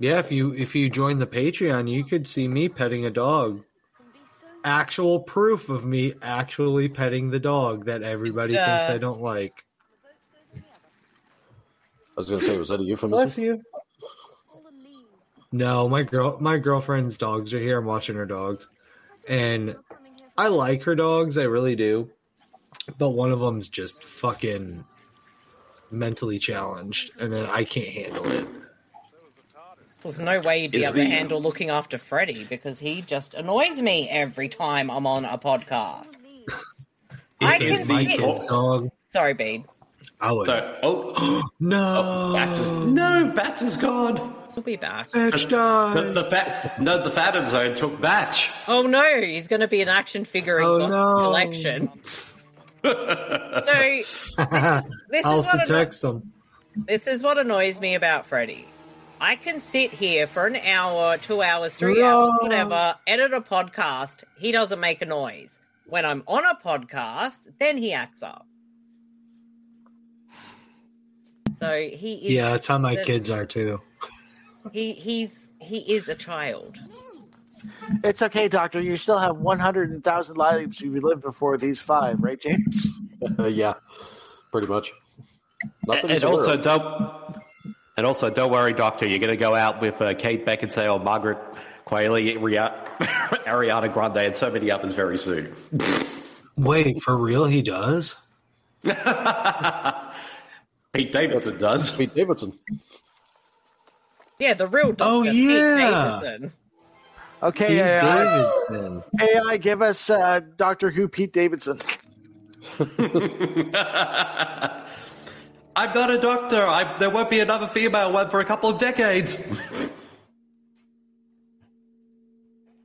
Speaker 8: Yeah, if you if you join the Patreon, you could see me petting a dog. Actual proof of me actually petting the dog that everybody
Speaker 5: Duh.
Speaker 8: thinks I don't like.
Speaker 11: I was gonna say, was that a euphemism?
Speaker 8: you. No, my girl, my girlfriend's dogs are here. I'm watching her dogs, and I like her dogs. I really do, but one of them's just fucking mentally challenged, and then I can't handle it.
Speaker 5: There's no way you'd be
Speaker 8: Is
Speaker 5: able
Speaker 8: the-
Speaker 5: to handle looking after Freddy because he just annoys me every time I'm on a podcast. I
Speaker 8: It's
Speaker 5: can
Speaker 8: my
Speaker 5: see it.
Speaker 8: kid's dog.
Speaker 5: Sorry, Bede.
Speaker 8: I'll
Speaker 6: so, oh
Speaker 8: no,
Speaker 6: Bat is, no, Bat is gone.
Speaker 5: He'll be back.
Speaker 6: The, the fat, no, the Phantom Zone took Batch.
Speaker 5: Oh no, he's going to be an action figure in
Speaker 6: Oh,
Speaker 5: God's
Speaker 6: no.
Speaker 5: collection. Um, [LAUGHS]
Speaker 8: [LAUGHS]
Speaker 5: so this
Speaker 8: I'll
Speaker 5: is
Speaker 8: have to
Speaker 5: what I-
Speaker 8: text them.
Speaker 5: This is what annoys me about Freddy. I can sit here for an hour, two hours, three
Speaker 8: No.
Speaker 5: hours, whatever, edit a podcast. He doesn't make a noise. When I'm on a podcast, then he acts up. So he is.
Speaker 8: Yeah, that's how my kids are too.
Speaker 5: He he's he is a child.
Speaker 7: It's okay, Doctor. You still have 100,000 lives you lived before these five, right, James?
Speaker 11: [LAUGHS] yeah, pretty much. Not that
Speaker 6: And,
Speaker 11: he's
Speaker 6: and also
Speaker 11: aware of.
Speaker 6: don't. And also don't worry, Doctor. You're going to go out with uh, Kate Beckinsale, Margaret Qualley, Ria- [LAUGHS] Ariana Grande, and so many others very soon. [LAUGHS]
Speaker 8: Wait, for real? He does?
Speaker 6: Pete Davidson does.
Speaker 11: Pete Davidson.
Speaker 5: Yeah, the real doctor.
Speaker 7: Oh, yeah.
Speaker 5: Pete Davidson. [LAUGHS]
Speaker 7: Okay,
Speaker 8: Pete
Speaker 7: AI,
Speaker 8: Davidson.
Speaker 7: AI, give us uh, Doctor Who Pete Davidson.
Speaker 6: I'm not a doctor. I, there won't be another female one for a couple of decades. [LAUGHS]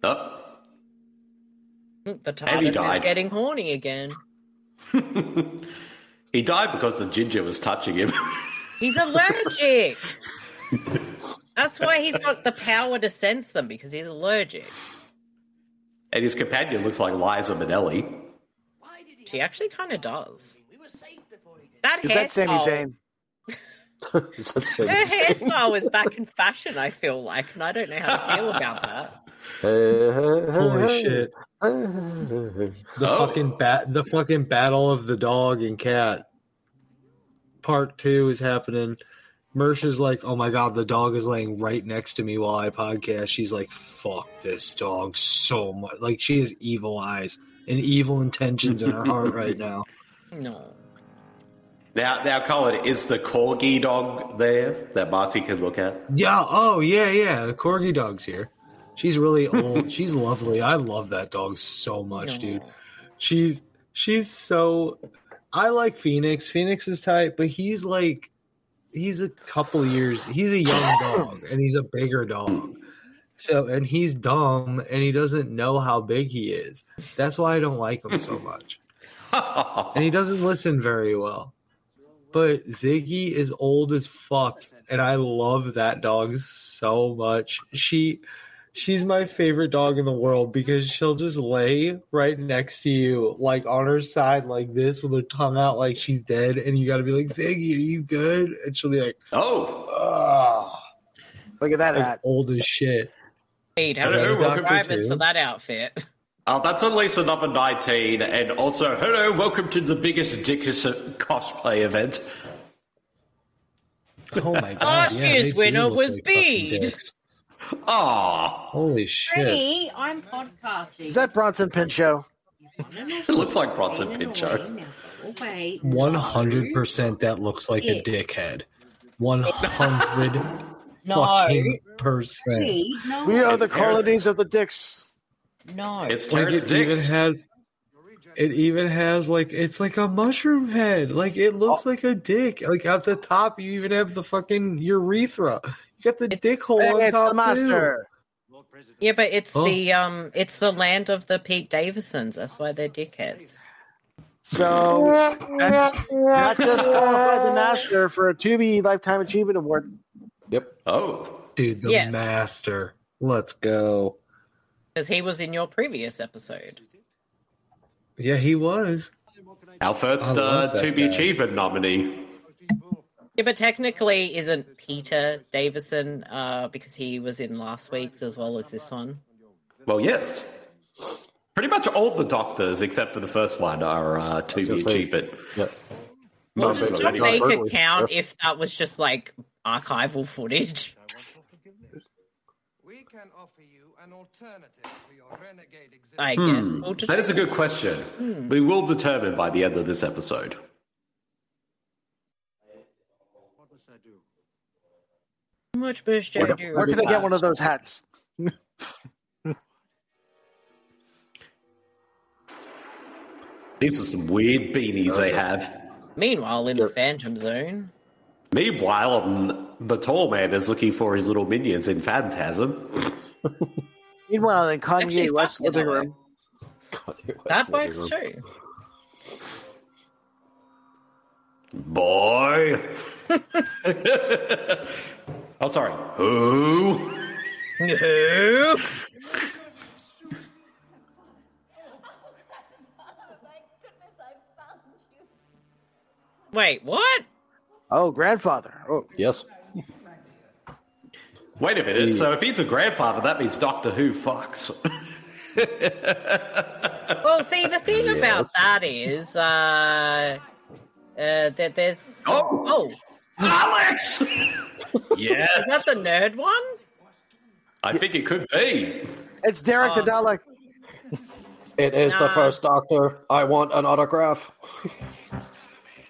Speaker 6: oh,
Speaker 5: The
Speaker 6: And he
Speaker 5: TARDIS is
Speaker 6: died.
Speaker 5: getting horny again.
Speaker 6: he died because the ginger was touching him. [LAUGHS]
Speaker 5: He's allergic. That's why he's got the power to sense them because he's allergic.
Speaker 6: and his companion looks like Liza Minnelli.
Speaker 5: She actually kind of does. That
Speaker 7: Is that Sami
Speaker 5: hairstyle-
Speaker 7: Zayn?
Speaker 8: [LAUGHS]
Speaker 11: Is that
Speaker 5: Her
Speaker 11: Sami
Speaker 5: [LAUGHS]
Speaker 11: Zayn?
Speaker 5: hairstyle is back in fashion. I feel like, and I don't know how to feel about that.
Speaker 8: Holy
Speaker 11: Holy
Speaker 8: shit. [LAUGHS] The fucking bat the fucking battle of the dog and cat. Part two is happening. Mersh is like, oh my god, the dog is laying right next to me while I podcast. She's like, fuck this dog so much. Like she has evil eyes and evil intentions in her heart right now.
Speaker 5: No,
Speaker 6: Now, now, Colin, is the corgi dog there that Marty can look at?
Speaker 8: Yeah, oh yeah, yeah. The corgi dog's here. She's really old. she's lovely. I love that dog so much, dude. She's she's so I like Phoenix. Phoenix is tight, but he's like he's a couple years he's a young dog and he's a bigger dog. So and he's dumb and he doesn't know how big he is. That's why I don't like him so much. and he doesn't listen very well. But Ziggy is old as fuck, and I love that dog so much. She she's my favorite dog in the world because she'll just lay right next to you, like on her side like this with her tongue out like she's dead, and you gotta be like, Ziggy, are you good? And she'll be like,
Speaker 6: Oh,
Speaker 7: Look at that
Speaker 8: like,
Speaker 7: hat.
Speaker 8: old as shit.
Speaker 5: Wait, how many
Speaker 6: Hello, welcome
Speaker 5: subscribers
Speaker 6: to-
Speaker 5: for that outfit?
Speaker 6: Uh, that's at least another 19. And also, hello, welcome to the biggest, dickest uh, cosplay event.
Speaker 8: Oh my god.
Speaker 5: Last
Speaker 8: yeah, they
Speaker 5: year's
Speaker 8: do
Speaker 5: winner
Speaker 8: look
Speaker 5: was
Speaker 8: like fucking
Speaker 5: Bede.
Speaker 8: dicks.
Speaker 6: Aw,
Speaker 8: Holy shit.
Speaker 5: I'm podcasting.
Speaker 7: Is that
Speaker 11: [LAUGHS]
Speaker 7: Bronson Pinchot?
Speaker 6: it looks like Bronson Pinchot.
Speaker 5: Wait,
Speaker 8: One hundred percent. That looks like a dickhead. One hundred
Speaker 5: No.
Speaker 8: fucking percent.
Speaker 5: no,
Speaker 7: We are
Speaker 6: It's
Speaker 7: the colonies of the dicks.
Speaker 5: no.
Speaker 6: It's
Speaker 8: Like
Speaker 6: Terrence
Speaker 8: it even
Speaker 6: Dix.
Speaker 8: has. It even has like it's like a mushroom head. Like it looks like a dick. Like at the top, you even have the fucking urethra. You got the dick hole
Speaker 7: And
Speaker 8: on
Speaker 7: it's
Speaker 8: top
Speaker 7: the master.
Speaker 5: Yeah, but it's
Speaker 8: Oh.
Speaker 5: the um, it's the land of the Pete Davisons. That's why they're dickheads.
Speaker 7: So that's not just qualified the master for a 2B Lifetime Achievement Award.
Speaker 11: Yep.
Speaker 6: Oh,
Speaker 8: too, dude. The
Speaker 5: Yes.
Speaker 8: master. Let's go.
Speaker 5: Because he was in your previous episode.
Speaker 8: Yeah, he was.
Speaker 6: our first
Speaker 8: I love
Speaker 6: uh,
Speaker 8: that
Speaker 6: 2B
Speaker 8: guy.
Speaker 6: Achievement nominee.
Speaker 5: Yeah, but technically, isn't Peter Davison uh, because he was in last week's as well as this one?
Speaker 6: Well, yes. Pretty much all the doctors, except for the first one, are uh, two years cheaper.
Speaker 11: Yep.
Speaker 5: Well, does Tom Baker count if that was just like archival footage? I guess.
Speaker 6: Hmm.
Speaker 5: We'll just-
Speaker 6: That is a good question.
Speaker 5: Hmm.
Speaker 6: We will determine by the end of this episode.
Speaker 5: Much best I
Speaker 7: Where,
Speaker 5: do.
Speaker 7: where can I get one of those hats?
Speaker 6: These are some weird beanies they have.
Speaker 5: Meanwhile, in the uh, Phantom Zone,
Speaker 6: Meanwhile, um, the tall man is looking for his little minions in Phantasm.
Speaker 7: Meanwhile, in
Speaker 5: Actually,
Speaker 7: Kanye
Speaker 5: fuck
Speaker 7: West's
Speaker 5: it,
Speaker 7: living
Speaker 5: I like-
Speaker 7: room.
Speaker 5: that works too.
Speaker 6: Boy. [LAUGHS] oh, sorry. Who?
Speaker 5: No. Wait, what?
Speaker 7: Oh, grandfather. Oh,
Speaker 11: yes.
Speaker 6: Wait a minute. So if he's a grandfather, that means Doctor Who fucks. [LAUGHS]
Speaker 5: Well, see, the thing
Speaker 6: Yeah,
Speaker 5: about that is uh, uh, that there's oh,
Speaker 6: Alex.
Speaker 5: is that
Speaker 6: yes,
Speaker 5: the nerd one?
Speaker 6: I think it could be.
Speaker 7: It's Derek the Dalek.
Speaker 11: It is the
Speaker 5: Um, Nah.
Speaker 11: first Doctor. I want an autograph.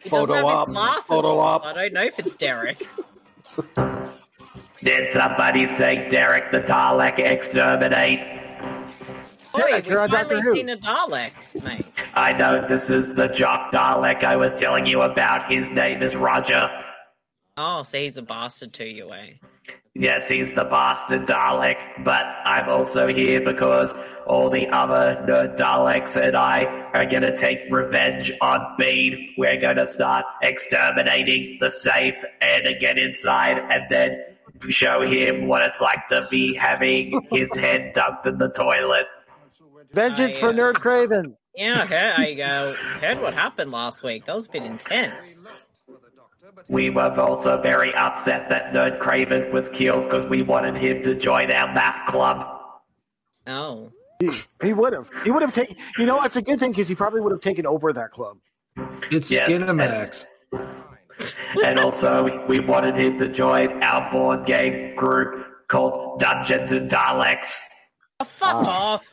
Speaker 5: He
Speaker 11: Photo
Speaker 5: doesn't have
Speaker 11: op.
Speaker 5: his glasses
Speaker 11: Photo
Speaker 5: on,
Speaker 11: op.
Speaker 5: so I don't know if it's Derek.
Speaker 9: [LAUGHS] Did somebody say Derek the Dalek exterminate?
Speaker 5: Boy,
Speaker 7: you're on
Speaker 5: we've
Speaker 7: Doctor
Speaker 5: finally
Speaker 7: Who.
Speaker 5: seen a Dalek, mate.
Speaker 9: I know this is the jock Dalek I was telling you about. His name is Roger.
Speaker 5: Oh, so he's a bastard to you, eh?
Speaker 9: Yes, he's the bastard Dalek, but I'm also here because all the other nerd Daleks and I are gonna take revenge on Bean. We're gonna start exterminating the safe and get inside and then show him what it's like to be having his head dunked in the toilet.
Speaker 7: Vengeance
Speaker 5: uh,
Speaker 7: for Nerd Craven.
Speaker 5: Yeah, okay, I uh, heard what happened last week. That was a bit intense.
Speaker 9: We were also very upset that Nerd Craven was killed because we wanted him to join our math club.
Speaker 5: Oh.
Speaker 7: He, he would have. He would have taken. You know, it's a good thing because he probably would have taken over that club.
Speaker 8: It's
Speaker 9: Yes,
Speaker 8: Skinamax.
Speaker 9: and also we wanted him to join our board game group called Dungeons and Daleks.
Speaker 5: Oh, fuck
Speaker 13: Ah.
Speaker 5: off.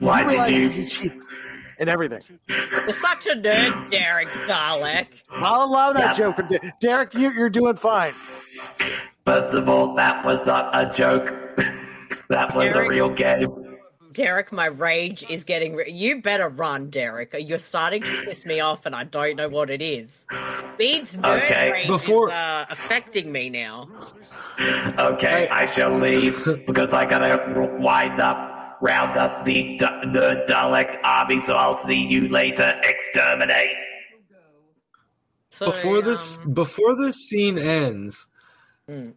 Speaker 9: Why
Speaker 7: Realize
Speaker 9: did
Speaker 7: he
Speaker 9: you?
Speaker 7: cheats and everything.
Speaker 5: You're such a nerd, Derek Dalek.
Speaker 7: I'll allow that
Speaker 9: Yeah.
Speaker 7: joke from De- Derek. You, you're doing fine.
Speaker 9: First of all, that was not a joke. [LAUGHS] that was a
Speaker 5: Eric.
Speaker 9: real game.
Speaker 5: Derek, my rage is getting. Re- you better run, Derek. You're starting to piss me off, and I don't know what it is. Bede's nerd
Speaker 9: Okay.
Speaker 5: rage
Speaker 8: Before-
Speaker 5: is uh, affecting me now.
Speaker 9: Okay, I shall leave because I gotta wind up, round up the D- the Dalek army. So I'll see you later. Exterminate.
Speaker 5: So,
Speaker 8: before this
Speaker 5: um,
Speaker 8: before this scene ends
Speaker 7: hmm.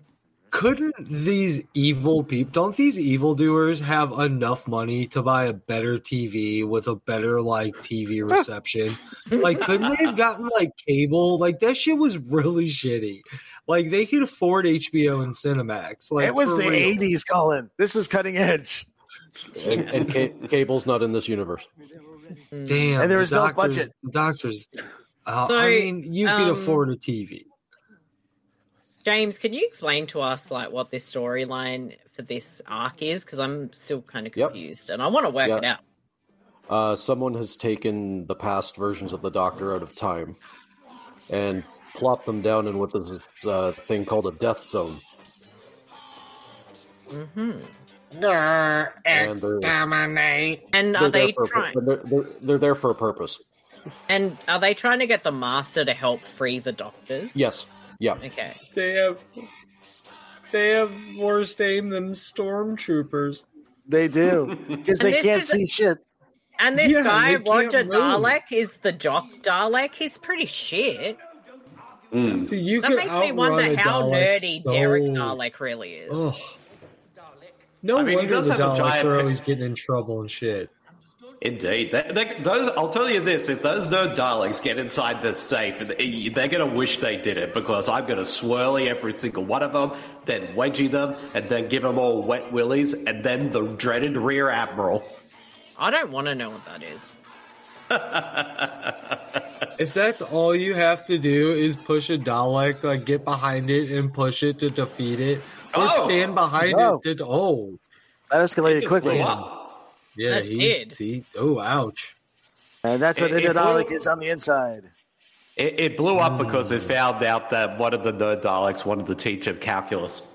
Speaker 8: couldn't these evil people don't these evildoers have enough money to buy a better tv with a better like
Speaker 7: [LAUGHS]
Speaker 8: tv reception like couldn't they have gotten like cable like that shit was really shitty like they could afford hbo and cinemax like
Speaker 7: it was
Speaker 8: for
Speaker 7: the
Speaker 8: real.
Speaker 7: '80s, Colin. This was cutting edge,
Speaker 11: And, and ca- Cable's not in this universe.
Speaker 8: Hmm. damn
Speaker 7: and there
Speaker 8: the
Speaker 7: was no
Speaker 8: doctors-
Speaker 7: budget.
Speaker 8: the doctors uh,
Speaker 5: So,
Speaker 8: i mean you
Speaker 5: um,
Speaker 8: could afford a tv
Speaker 5: James, can you explain to us like what this storyline for this arc is? Because I'm still kind of
Speaker 11: Yep.
Speaker 5: confused, and I want to work
Speaker 11: Yeah.
Speaker 5: it out.
Speaker 11: Uh, someone has taken the past versions of the Doctor out of time and plopped them down in what is this uh, thing called a death zone.
Speaker 5: Mm-hmm.
Speaker 11: And they're-
Speaker 5: And are they
Speaker 11: there for a pur-
Speaker 5: trying?
Speaker 11: they're, they're, they're there for a purpose.
Speaker 5: And are they trying to get the master to help free the doctors?
Speaker 11: Yes. Yeah.
Speaker 5: Okay.
Speaker 8: They have they have worse aim than stormtroopers.
Speaker 6: [LAUGHS]
Speaker 7: They do because
Speaker 5: And
Speaker 7: they
Speaker 5: this
Speaker 7: can't
Speaker 5: is-
Speaker 7: see shit.
Speaker 5: And this
Speaker 8: Yeah,
Speaker 5: guy,
Speaker 8: they can't
Speaker 5: Roger
Speaker 8: move.
Speaker 5: Dalek, is the jock Dalek. He's pretty shit.
Speaker 8: Dude, you
Speaker 5: That
Speaker 8: could
Speaker 5: makes me
Speaker 8: outrun
Speaker 5: wonder
Speaker 8: a
Speaker 5: how
Speaker 8: Dalek
Speaker 5: nerdy
Speaker 8: so-
Speaker 5: Derek Dalek really is.
Speaker 8: Ugh. No
Speaker 6: I mean, he
Speaker 8: wonder
Speaker 6: does
Speaker 8: the
Speaker 6: have a
Speaker 8: Daleks
Speaker 6: giant
Speaker 8: are
Speaker 6: head.
Speaker 8: always getting in trouble and shit.
Speaker 6: Indeed, they, they, those. I'll tell you this: if those nerd Daleks get inside this safe, they're going to wish they did it because I'm going to swirly every single one of them, then wedgie them, and then give them all wet willies, and then the dreaded rear admiral.
Speaker 5: I don't want to know what that is.
Speaker 8: if that's all you have to do is push a Dalek, like get behind it and push it to defeat it, or
Speaker 7: Oh!
Speaker 8: stand behind
Speaker 7: No.
Speaker 8: it to oh,
Speaker 7: That escalated quickly.
Speaker 8: yeah,
Speaker 7: That
Speaker 8: he's,
Speaker 7: did.
Speaker 8: he, oh, ouch.
Speaker 7: And that's what
Speaker 6: It- it
Speaker 7: the Dalek
Speaker 6: blew-
Speaker 7: is on the inside.
Speaker 6: It, it blew up because it found out that one of the nerd Daleks wanted to teach him calculus.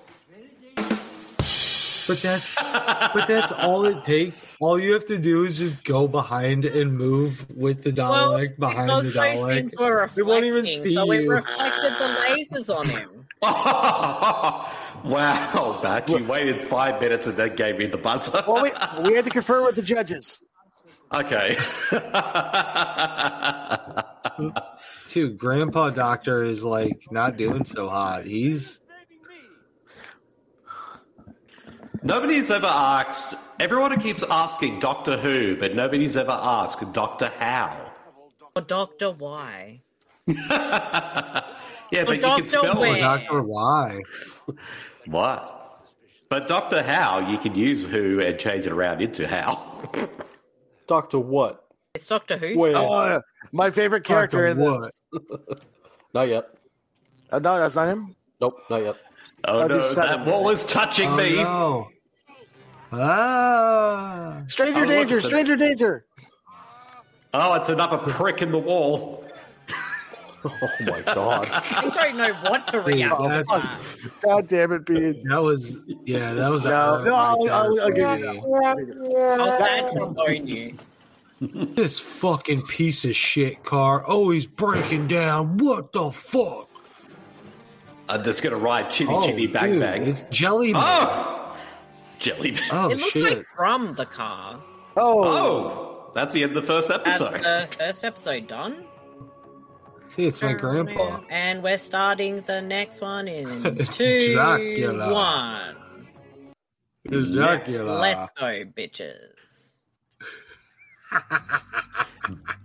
Speaker 8: But that's but that's all it takes. All you have to do is just go behind and move with the Dalek behind
Speaker 5: Those
Speaker 8: the Dalek.
Speaker 5: things were
Speaker 8: They
Speaker 5: reflecting,
Speaker 8: won't even see
Speaker 5: so it
Speaker 8: you.
Speaker 5: reflected the lasers on him.
Speaker 6: [LAUGHS] Wow, Matt, you waited five minutes and then gave me the buzzer.
Speaker 7: Well,
Speaker 6: [LAUGHS]
Speaker 7: we, we had to confer with the judges.
Speaker 6: okay.
Speaker 8: Dude, Grandpa Doctor is like not doing so hot. He's
Speaker 6: Nobody's ever asked. Everyone keeps asking Doctor Who, but nobody's ever asked Doctor How.
Speaker 5: Or Doctor Why.
Speaker 6: Yeah,
Speaker 5: Or
Speaker 6: but you
Speaker 5: Doctor
Speaker 6: can spell
Speaker 5: Where.
Speaker 8: Doctor Why.
Speaker 6: [LAUGHS] What? But Doctor How, you can use Who and change it around into How.
Speaker 11: Doctor what?
Speaker 5: It's Doctor Who.
Speaker 11: Where?
Speaker 7: Oh, my favorite character in this.
Speaker 11: [LAUGHS] Not yet.
Speaker 7: Oh, no, that's not him.
Speaker 11: Nope, not yet.
Speaker 6: Oh
Speaker 7: I
Speaker 6: no,
Speaker 7: just said
Speaker 6: that
Speaker 7: it.
Speaker 6: wall is touching
Speaker 8: Oh,
Speaker 6: me.
Speaker 8: no. Ah.
Speaker 6: Oh,
Speaker 7: Stranger
Speaker 6: look,
Speaker 7: danger,
Speaker 6: it's a-
Speaker 7: stranger danger.
Speaker 6: Oh, it's another prick in the wall. [LAUGHS]
Speaker 11: Oh my god.
Speaker 5: I don't know what to
Speaker 8: Dude,
Speaker 5: react to. Oh
Speaker 8: that's-
Speaker 5: that.
Speaker 7: God damn it, Bean.
Speaker 8: That was yeah, that was a
Speaker 7: No,
Speaker 8: hurt
Speaker 7: no,
Speaker 8: right
Speaker 7: I'll,
Speaker 8: there
Speaker 7: I'll, I'll
Speaker 8: for
Speaker 7: give you
Speaker 8: me.
Speaker 7: that one. I'll give you that one.
Speaker 5: How sad to bone you.
Speaker 8: [LAUGHS] This fucking piece of shit car always breaking down. What the fuck?
Speaker 6: I'm just Uh, gonna ride Chitty Chitty Bang
Speaker 8: Oh, dude,
Speaker 6: Bang.
Speaker 8: It's Jelly Man. Oh,
Speaker 6: Oh, jelly. bean.
Speaker 5: It looks
Speaker 8: shit.
Speaker 5: like from the car.
Speaker 7: Oh,
Speaker 6: Oh, that's the end of the first
Speaker 5: That's
Speaker 6: episode.
Speaker 5: the [LAUGHS] first episode done.
Speaker 8: See, it's my grandpa.
Speaker 5: And we're starting the next one in
Speaker 8: It's
Speaker 5: two,
Speaker 8: Dracula.
Speaker 5: one.
Speaker 8: It's Dracula.
Speaker 5: Let's go, bitches.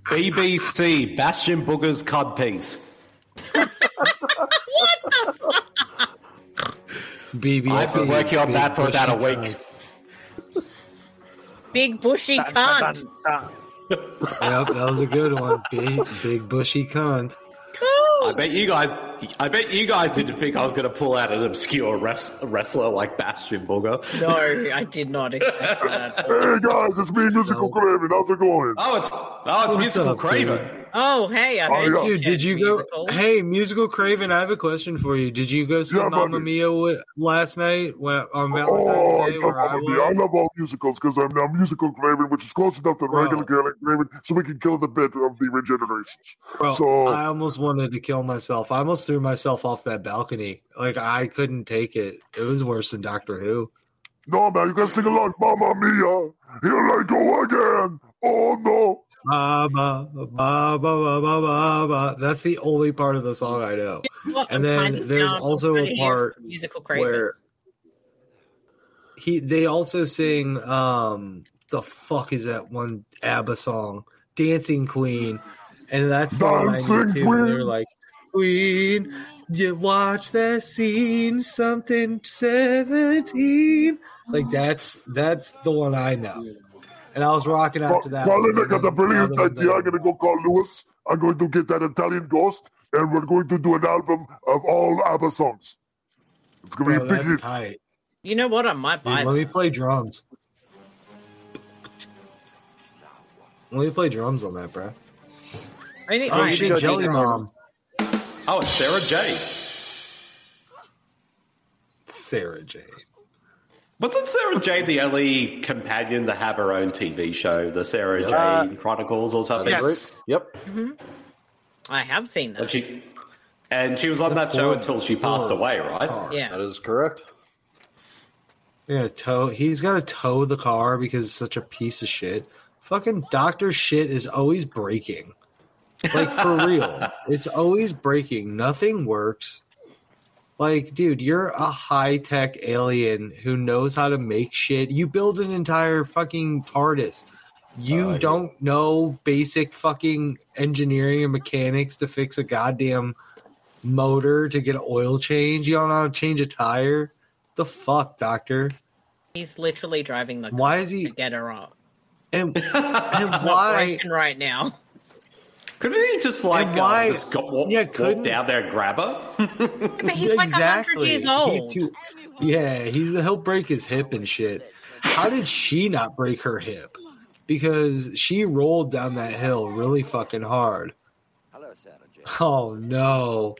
Speaker 6: BBC Bastion Booger's cod piece.
Speaker 8: BBC.
Speaker 6: I've been working on that for
Speaker 8: Big
Speaker 6: about a
Speaker 8: Bushy
Speaker 6: week.
Speaker 5: Big bushy cunt.
Speaker 8: Cunt. Yep, that was a good one. Big, big bushy cunt.
Speaker 6: I bet you guys. I bet you guys didn't think I was going to pull out an obscure res- wrestler like Bastion Booger.
Speaker 5: No, I
Speaker 6: [LAUGHS]
Speaker 5: did not expect that. at all.
Speaker 14: Hey guys, it's me, Musical Craven. How's it going?
Speaker 6: Oh, it's oh, it's
Speaker 8: What's
Speaker 6: musical
Speaker 8: up,
Speaker 6: Craven.
Speaker 5: Oh, hey, I
Speaker 14: Oh,
Speaker 5: heard
Speaker 14: yeah.
Speaker 8: Dude, did you
Speaker 5: musical.
Speaker 8: go? Hey, musical Craven, I have a question for you. Did you go see
Speaker 14: Yeah,
Speaker 8: Mamma
Speaker 14: buddy.
Speaker 8: Mia with, last night when, on Valentine's
Speaker 14: Oh, I
Speaker 8: Day?
Speaker 14: love
Speaker 8: where I
Speaker 14: Mamma Mia. I
Speaker 8: was?
Speaker 14: love all musicals because I'm now Musical Craven, which is close enough to
Speaker 8: Bro.
Speaker 14: regular Garlic Craven, so we can kill the bit of the regenerations.
Speaker 8: Bro,
Speaker 14: so
Speaker 8: I almost wanted to kill myself. I almost threw myself off that balcony. Like I couldn't take it. It was worse than Doctor Who.
Speaker 14: no, man, you guys sing along. Mamma Mia, here I go again. Oh no.
Speaker 8: Ba, ba, ba, ba, ba, ba, ba, ba. That's the only part of the song I know.
Speaker 5: What,
Speaker 8: And
Speaker 5: I'm
Speaker 8: then
Speaker 5: finding
Speaker 8: there's
Speaker 5: out
Speaker 8: also
Speaker 5: what
Speaker 8: a
Speaker 5: it is,
Speaker 8: part
Speaker 5: musical Craven.
Speaker 8: Where he they also sing um the fuck is that one ABBA song? Dancing Queen. And that's the line
Speaker 14: Dancing
Speaker 8: too. where They're
Speaker 14: Queen.
Speaker 8: like Queen, you watch that scene, something seventeen. Like that's that's the one I know. And I was rocking out to that.
Speaker 14: Colin,
Speaker 8: one.
Speaker 14: I got a brilliant
Speaker 8: The other
Speaker 14: idea. I'm
Speaker 8: ones I
Speaker 14: going to go call Lewis. I'm going to get that Italian ghost, and we're going to do an album of all ABBA songs. It's going to
Speaker 8: Bro,
Speaker 14: be a big
Speaker 8: that's
Speaker 14: hit.
Speaker 8: tight.
Speaker 5: You know what? I might
Speaker 8: Dude,
Speaker 5: buy
Speaker 8: let
Speaker 5: that.
Speaker 8: me play drums. Let me play drums on that, bro.
Speaker 5: I think
Speaker 8: Oh,
Speaker 5: I
Speaker 8: you
Speaker 5: should
Speaker 8: did Jelly
Speaker 5: do
Speaker 8: Mom.
Speaker 6: Oh, it's Sarah J.
Speaker 8: Sarah Jane.
Speaker 6: Wasn't Sarah J the only companion to have her own TV show, the Sarah J
Speaker 7: Uh,
Speaker 6: Chronicles or something?
Speaker 7: Yes.
Speaker 11: Right? Yep.
Speaker 5: I have seen
Speaker 6: And
Speaker 5: that.
Speaker 6: she, and she was on that show
Speaker 8: Ford-
Speaker 6: until she passed
Speaker 8: Ford
Speaker 6: away, right?
Speaker 8: car.
Speaker 11: That
Speaker 5: Yeah.
Speaker 11: is correct.
Speaker 8: Yeah, tow. He's got to tow the car because it's such a piece of shit. Fucking doctor shit is always breaking. Like for real, it's always breaking. Nothing works. Like, dude, you're a high tech alien who knows how to make shit. You build an entire fucking TARDIS. You
Speaker 11: Uh,
Speaker 8: don't know basic fucking engineering and mechanics to fix a goddamn motor to get an oil change. You don't know how to change a tire. The fuck, doctor?
Speaker 5: He's literally driving the car
Speaker 8: Why is he?
Speaker 5: to get her up.
Speaker 6: [LAUGHS]
Speaker 8: And,
Speaker 5: And
Speaker 8: why-
Speaker 5: right now.
Speaker 6: Couldn't he just like
Speaker 8: And why-
Speaker 6: uh, just go, walk,
Speaker 8: yeah,
Speaker 6: walk
Speaker 8: couldn't-
Speaker 6: down there and grab her?
Speaker 5: But he's like like hundred
Speaker 8: exactly.
Speaker 5: years
Speaker 8: He's
Speaker 5: old.
Speaker 8: too, yeah, he's he'll break his hip and shit. How did she not break her hip? Because she rolled down that hill really fucking hard.
Speaker 15: Hello, Sarah Jane.
Speaker 8: Oh no.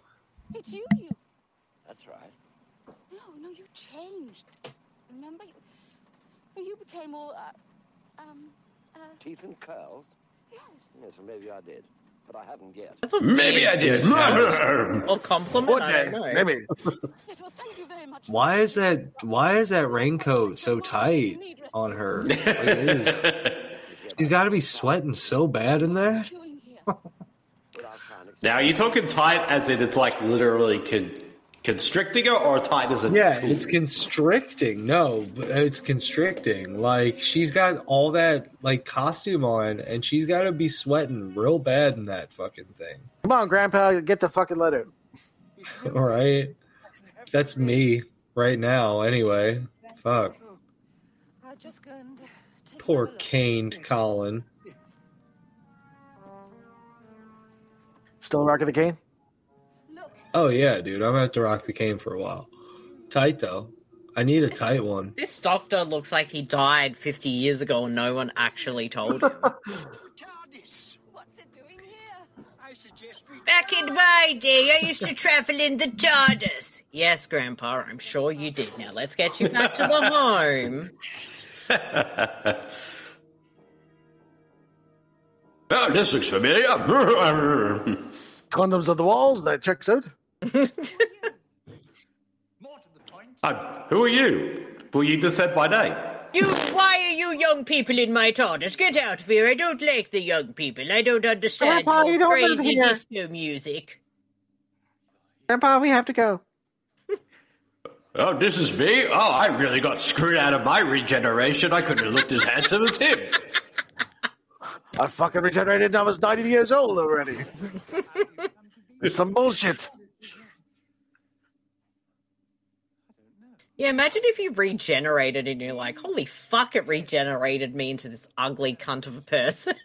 Speaker 16: It's you, you.
Speaker 15: That's right.
Speaker 16: No, no, you changed. Remember, you, well, you became all. Uh, um, uh,
Speaker 15: Teeth and curls?
Speaker 16: yes.
Speaker 15: Yes, well, maybe I did. But I haven't yet.
Speaker 5: That's a
Speaker 6: Maybe
Speaker 5: weird-
Speaker 6: I did.
Speaker 5: [LAUGHS] Or compliment. I don't know.
Speaker 7: Maybe.
Speaker 16: Yes, well, thank you very much.
Speaker 8: Why is that? Why is that raincoat so tight on her? Like, it
Speaker 16: [LAUGHS]
Speaker 8: is. She's got to be sweating so bad in there.
Speaker 6: Now, are you talking tight as in it's like literally con- constricting her, or tight as in
Speaker 8: Yeah, it's constricting. No, but it's constricting. Like she's got all that like costume on, and she's got to be sweating real bad in that fucking thing.
Speaker 7: Come on, Grandpa, get the fucking letter.
Speaker 8: All right, that's me right now. Anyway, fuck.
Speaker 16: I'll just go
Speaker 13: [LAUGHS]
Speaker 16: and.
Speaker 8: Poor caned Colin.
Speaker 7: Still rocking
Speaker 6: [LAUGHS]
Speaker 7: the cane?
Speaker 8: Oh yeah, dude, I'm gonna have to rock the cane for a while. Tight though. I need a tight one.
Speaker 5: This doctor looks like he died 50 years ago and no one actually
Speaker 6: [LAUGHS]
Speaker 5: told him. Back in my day, I used to travel in the TARDIS. Yes, Grandpa, I'm sure you did. Now let's get you back to the
Speaker 6: [LAUGHS]
Speaker 5: home.
Speaker 6: Oh, this looks familiar.
Speaker 7: Condoms on the walls, that checks
Speaker 8: [LAUGHS]
Speaker 7: out.
Speaker 6: I'm, "Uh, who are you? Well, you just said my name.
Speaker 5: You, why are you young people in my TARDIS? Get out of here. I don't like the young people. I don't understand
Speaker 7: Grandpa,
Speaker 5: your
Speaker 7: you don't live
Speaker 5: crazy
Speaker 7: here.
Speaker 5: disco music.
Speaker 7: Grandpa, we have to go.
Speaker 6: Oh, this is me? Oh, I really got screwed out of my regeneration. I couldn't have looked as handsome as him.
Speaker 7: I fucking regenerated and I was 90 years old
Speaker 8: [LAUGHS]
Speaker 7: already. It's some bullshit.
Speaker 5: Yeah, imagine if you regenerated and you're like, holy fuck, it regenerated me into this ugly cunt of a person. [LAUGHS]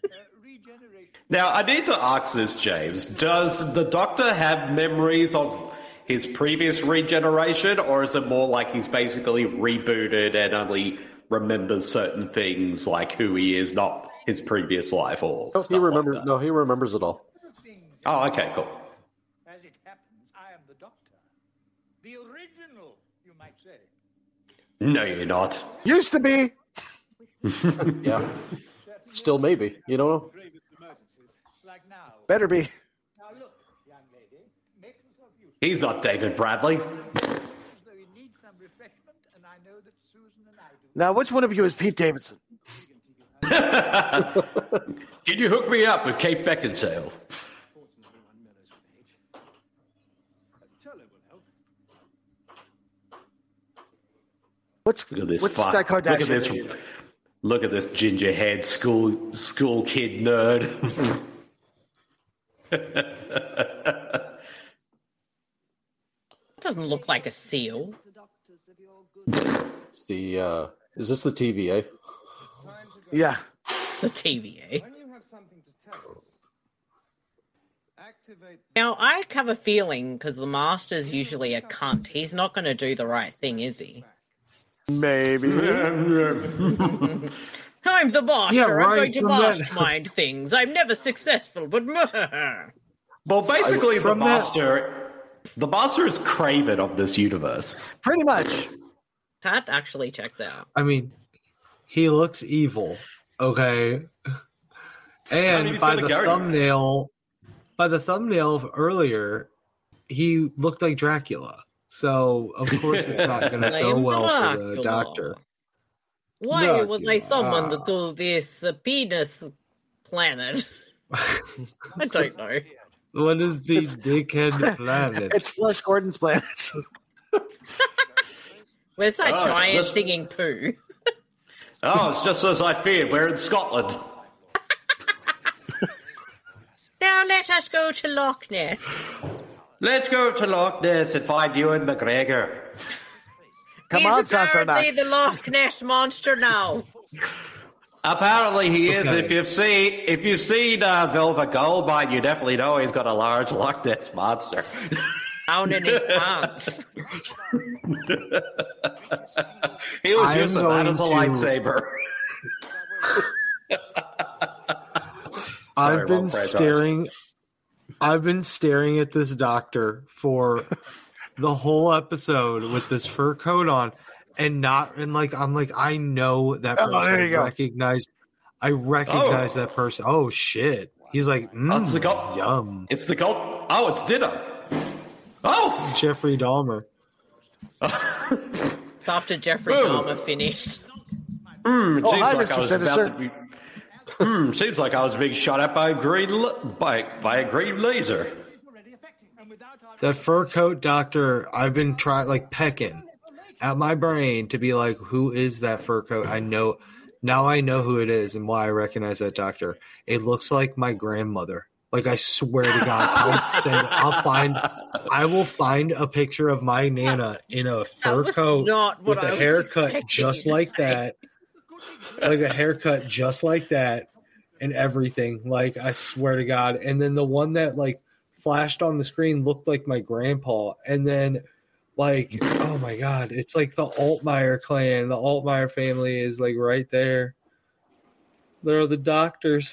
Speaker 6: Now, I need to ask this, James. Does the doctor have memories of his previous regeneration, or is it more like he's basically rebooted and only remembers certain things, like who he is, not his previous life? Or
Speaker 11: No, he remembers. no, he remembers it all.
Speaker 6: oh, okay, cool.
Speaker 17: As it happens, I am the doctor. The original, you might say.
Speaker 6: No, you're not.
Speaker 7: Used
Speaker 6: [LAUGHS]
Speaker 7: to be.
Speaker 11: [LAUGHS] yeah. Still, maybe you don't know.
Speaker 7: Better be.
Speaker 6: He's not David Bradley.
Speaker 7: Now, which one of you is Pete Davidson?
Speaker 6: [LAUGHS] Can you hook me up with Kate Beckinsale?
Speaker 7: What's
Speaker 6: look at this?
Speaker 7: what's
Speaker 6: fuck-
Speaker 7: that
Speaker 6: Look at
Speaker 7: Kardashian
Speaker 6: this.
Speaker 7: lady?
Speaker 6: Look at this ginger head school school kid nerd. [LAUGHS]
Speaker 5: doesn't look like a seal.
Speaker 11: It's the uh, is this the eh? TVA?
Speaker 7: Yeah,
Speaker 5: it's a TVA. Now I have a feeling because the master's usually a cunt. He's not going to do the right thing, is he?
Speaker 6: [LAUGHS]
Speaker 7: Maybe.
Speaker 5: I'm the master.
Speaker 7: Yeah,
Speaker 5: I'm
Speaker 7: right,
Speaker 5: going to
Speaker 7: from that-
Speaker 5: mastermind things. I'm never successful, but [LAUGHS]
Speaker 6: well, basically, the
Speaker 5: From that-
Speaker 6: master, the master is Craven of this universe.
Speaker 7: Pretty much.
Speaker 5: that actually checks out.
Speaker 8: I mean, he looks evil. Okay.
Speaker 5: he's
Speaker 8: And by
Speaker 5: gonna
Speaker 8: the
Speaker 5: go anywhere.
Speaker 8: thumbnail, by the thumbnail of earlier, he looked like Dracula. So of course it's
Speaker 5: [LAUGHS]
Speaker 8: not going to
Speaker 5: I
Speaker 8: go
Speaker 5: am
Speaker 8: well for the
Speaker 5: Dracula.
Speaker 8: doctor.
Speaker 5: Why
Speaker 8: Look,
Speaker 5: was I summoned
Speaker 6: Ah.
Speaker 5: to this uh, penis
Speaker 6: [LAUGHS]
Speaker 5: planet? I don't know.
Speaker 8: [LAUGHS] What is the
Speaker 5: [LAUGHS]
Speaker 8: dickhead planet?
Speaker 7: It's Flesh Gordon's planet.
Speaker 5: Where's that
Speaker 6: Oh, it's
Speaker 5: giant
Speaker 6: [LAUGHS] just-
Speaker 5: singing poo?
Speaker 6: Oh, it's just as I feared. We're in Scotland.
Speaker 5: Now let us go to Loch Ness.
Speaker 6: Let's go to Loch Ness and find Ewan McGregor.
Speaker 5: [LAUGHS] He's apparently the Loch Ness monster now.
Speaker 6: Apparently he is. If you've seen if you've seen uh, Velvet Goldmine, you definitely know he's got a large Loch Ness monster.
Speaker 5: Down in his pants.
Speaker 6: he was
Speaker 8: I'm
Speaker 6: using that
Speaker 8: going
Speaker 6: as a
Speaker 8: to-
Speaker 6: lightsaber. Sorry,
Speaker 8: I've
Speaker 6: wrong
Speaker 8: been
Speaker 6: franchise.
Speaker 8: staring. I've been staring at this doctor
Speaker 6: [LAUGHS]
Speaker 8: for the whole episode with this fur coat on, and not and like I'm like I know that
Speaker 7: Oh,
Speaker 8: person.
Speaker 7: there you
Speaker 8: I
Speaker 7: go.
Speaker 8: recognize. I recognize that person. Oh shit! He's like, mm,
Speaker 6: Oh, it's the gold.
Speaker 8: Yum.
Speaker 6: It's the gold. Oh, it's dinner. Oh,
Speaker 8: Jeffrey Dahmer.
Speaker 5: It's after Jeffrey
Speaker 6: Boom.
Speaker 5: Dahmer
Speaker 6: [LAUGHS]
Speaker 5: finished.
Speaker 6: Mm,
Speaker 5: Oh,
Speaker 6: seems
Speaker 5: hi,
Speaker 6: like
Speaker 5: Mr.
Speaker 6: I was
Speaker 5: Sinister.
Speaker 6: about to be. Hmm, seems like I was being shot at by a green l- by by a green laser.
Speaker 8: That fur coat doctor, I've been trying, like, pecking at my brain to be like, who is that fur coat? I know, now I know who it is and why I recognize that doctor. It looks like my grandmother. Like, I swear to God, I'll send, I'll find, I will find a picture of my Nana in a fur
Speaker 5: was
Speaker 8: coat
Speaker 5: not what
Speaker 8: with
Speaker 5: I
Speaker 8: a
Speaker 5: was
Speaker 8: haircut
Speaker 5: expecting
Speaker 8: just
Speaker 5: you to
Speaker 8: like
Speaker 5: say.
Speaker 8: that. Like, a haircut just like that and everything. Like I swear to God. And then the one that like flashed on the screen looked like my grandpa. And then like oh my God, it's like the Altmeyer clan. The Altmeyer family is like right there. They're the doctors.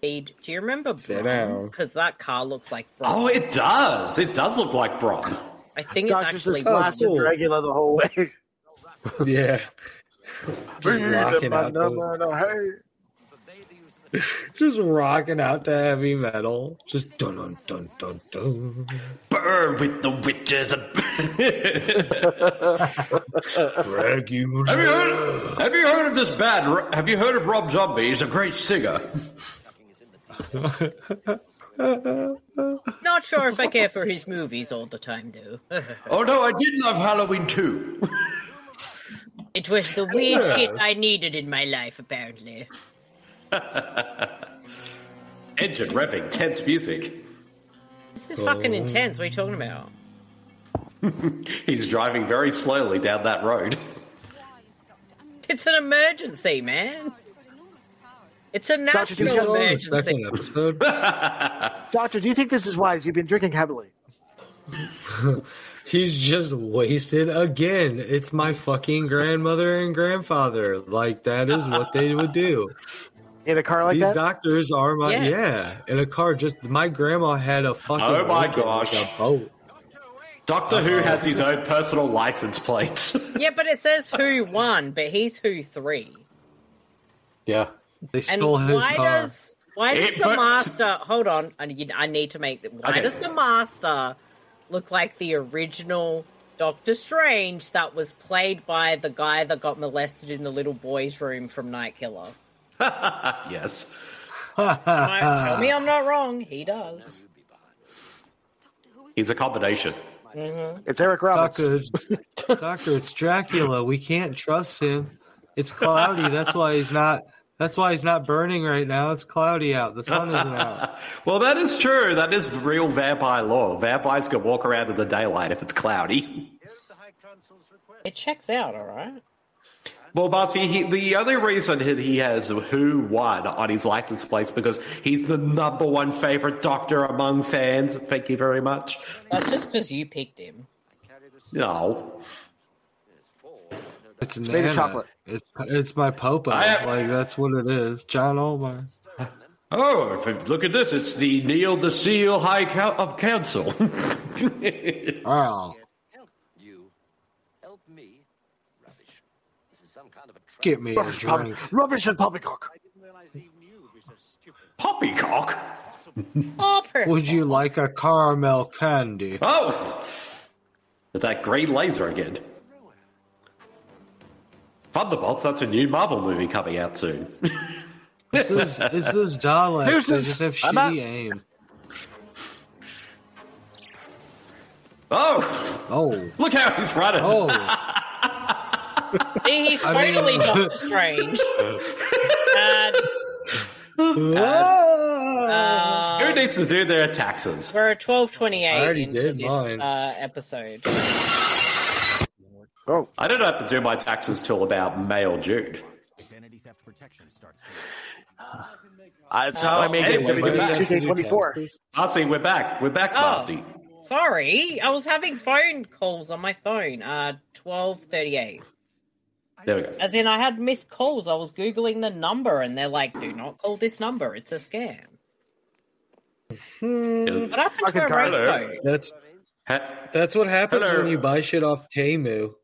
Speaker 5: Bede, do you remember
Speaker 8: Sit
Speaker 5: Brom?
Speaker 8: down.
Speaker 5: Because that car looks like Brom.
Speaker 6: Oh, it does. It does look like Brom.
Speaker 5: I think
Speaker 7: [LAUGHS]
Speaker 5: it's
Speaker 7: Doctor
Speaker 5: actually
Speaker 7: just
Speaker 5: Brom.
Speaker 7: blasted Dracula the whole way.
Speaker 8: Yeah. Just rocking,
Speaker 7: My
Speaker 8: out to,
Speaker 7: number, no, hey.
Speaker 8: just rocking out to heavy metal. Just dun dun dun dun dun.
Speaker 6: Burn with the witches. [LAUGHS]
Speaker 8: Drag you.
Speaker 6: Have you heard? Have you heard of this band? Have you heard of Rob Zombie? He's a great singer. [LAUGHS]
Speaker 5: Not sure if I care for his movies all the time, though. [LAUGHS]
Speaker 6: Oh no, I did love Halloween
Speaker 7: [LAUGHS]
Speaker 6: too.
Speaker 5: it was the weird
Speaker 6: Yes.
Speaker 5: shit I needed in my life, apparently.
Speaker 6: Engine revving, tense music.
Speaker 5: This is
Speaker 8: Oh.
Speaker 5: fucking intense. What are you talking about?
Speaker 6: He's driving very slowly down that road. [LAUGHS]
Speaker 5: It's an emergency, man. It's a
Speaker 7: Doctor, do
Speaker 5: national
Speaker 7: you still own the
Speaker 5: emergency.
Speaker 7: [LAUGHS]
Speaker 8: episode.
Speaker 7: Doctor, do you think this is wise? You've been drinking heavily.
Speaker 8: He's just wasted again. It's my fucking grandmother and grandfather. Like that is what they would do.
Speaker 7: In a car like
Speaker 8: These
Speaker 7: that?
Speaker 8: doctors are my
Speaker 7: Yeah.
Speaker 8: yeah. In a car, just my grandma had a fucking
Speaker 6: Oh my
Speaker 8: Lincoln with
Speaker 6: gosh.
Speaker 8: a boat.
Speaker 6: Doctor Who has his own personal license plate. [LAUGHS]
Speaker 5: Yeah, but it says who won, but he's who three.
Speaker 11: Yeah.
Speaker 8: They
Speaker 5: And
Speaker 8: stole his
Speaker 5: why
Speaker 8: car.
Speaker 5: does why does
Speaker 8: It-
Speaker 5: the
Speaker 8: but-
Speaker 5: master? Hold on, I need, I need to make. the- Why
Speaker 8: Okay.
Speaker 5: does the master look like the original Doctor Strange that was played by the guy that got molested in the little boys' room from Night
Speaker 8: [LAUGHS]
Speaker 5: Killer?
Speaker 6: [LAUGHS] yes.
Speaker 5: Don't
Speaker 6: Uh,
Speaker 5: Tell me I'm not wrong. He does.
Speaker 6: He's a combination.
Speaker 5: Mhm.
Speaker 7: It's Eric
Speaker 8: Doctor, it's- doctor, it's Dracula. We can't trust him. It's cloudy. That's why he's not. That's why he's not burning right now. It's cloudy out. The sun isn't out.
Speaker 6: well, that is true. That is real vampire law. Vampires can walk around in the daylight if it's cloudy.
Speaker 5: It checks out, all right.
Speaker 6: Well, Marcy, he, the only reason he he has Who Won on his license plate is because he's the number one favorite doctor among fans. Thank you very much.
Speaker 5: That's just because you picked him.
Speaker 6: No.
Speaker 8: It's,
Speaker 6: made of
Speaker 8: Nana.
Speaker 6: chocolate.
Speaker 8: It's, it's my popa. like that's what it is. John Omar.
Speaker 6: Oh, if- look at this. It's the Neil DeSeal High Coun of Council.
Speaker 8: Oh,
Speaker 15: Help me. Rubbish. This is some kind of a trap.
Speaker 8: get me a
Speaker 7: Rubbish,
Speaker 8: drink.
Speaker 7: pop, rubbish and poppycock.
Speaker 6: Poppycock?
Speaker 8: Would you like a caramel candy?
Speaker 6: Oh! [LAUGHS] With that green laser again. Thunderbolt's such a new Marvel movie coming out soon. [LAUGHS]
Speaker 8: This is this is Daleks. They
Speaker 6: Deuces,
Speaker 8: just have
Speaker 6: I'm
Speaker 8: shitty
Speaker 6: out.
Speaker 8: aim.
Speaker 6: Oh!
Speaker 8: Oh.
Speaker 6: Look how he's running.
Speaker 8: Oh.
Speaker 5: See, [LAUGHS] he's
Speaker 6: I mean-
Speaker 5: totally
Speaker 6: [LAUGHS]
Speaker 5: Doctor Strange. And,
Speaker 8: Whoa!
Speaker 5: uh,
Speaker 6: needs to do their taxes.
Speaker 5: We're at twelve twenty
Speaker 6: I
Speaker 5: eight
Speaker 6: already
Speaker 5: into
Speaker 6: did
Speaker 5: this
Speaker 6: mine.
Speaker 5: uh, episode.
Speaker 7: Oh.
Speaker 6: I don't have to do my taxes till about May or June.
Speaker 7: That's how I make it.
Speaker 6: Anyway,
Speaker 7: 2K24.
Speaker 6: Oh, Marcy, we're back. We're back,
Speaker 5: Oh.
Speaker 6: Marcy.
Speaker 5: Sorry, I was having phone calls on my phone. Uh, twelve thirty eight.
Speaker 6: There we go.
Speaker 5: As in, I had missed calls. I was googling the number, and they're like, "Do not call this number. It's a scam." Hmm, But I prefer radio.
Speaker 8: That's that's what happens when you buy shit
Speaker 11: [LAUGHS]
Speaker 8: off Temu.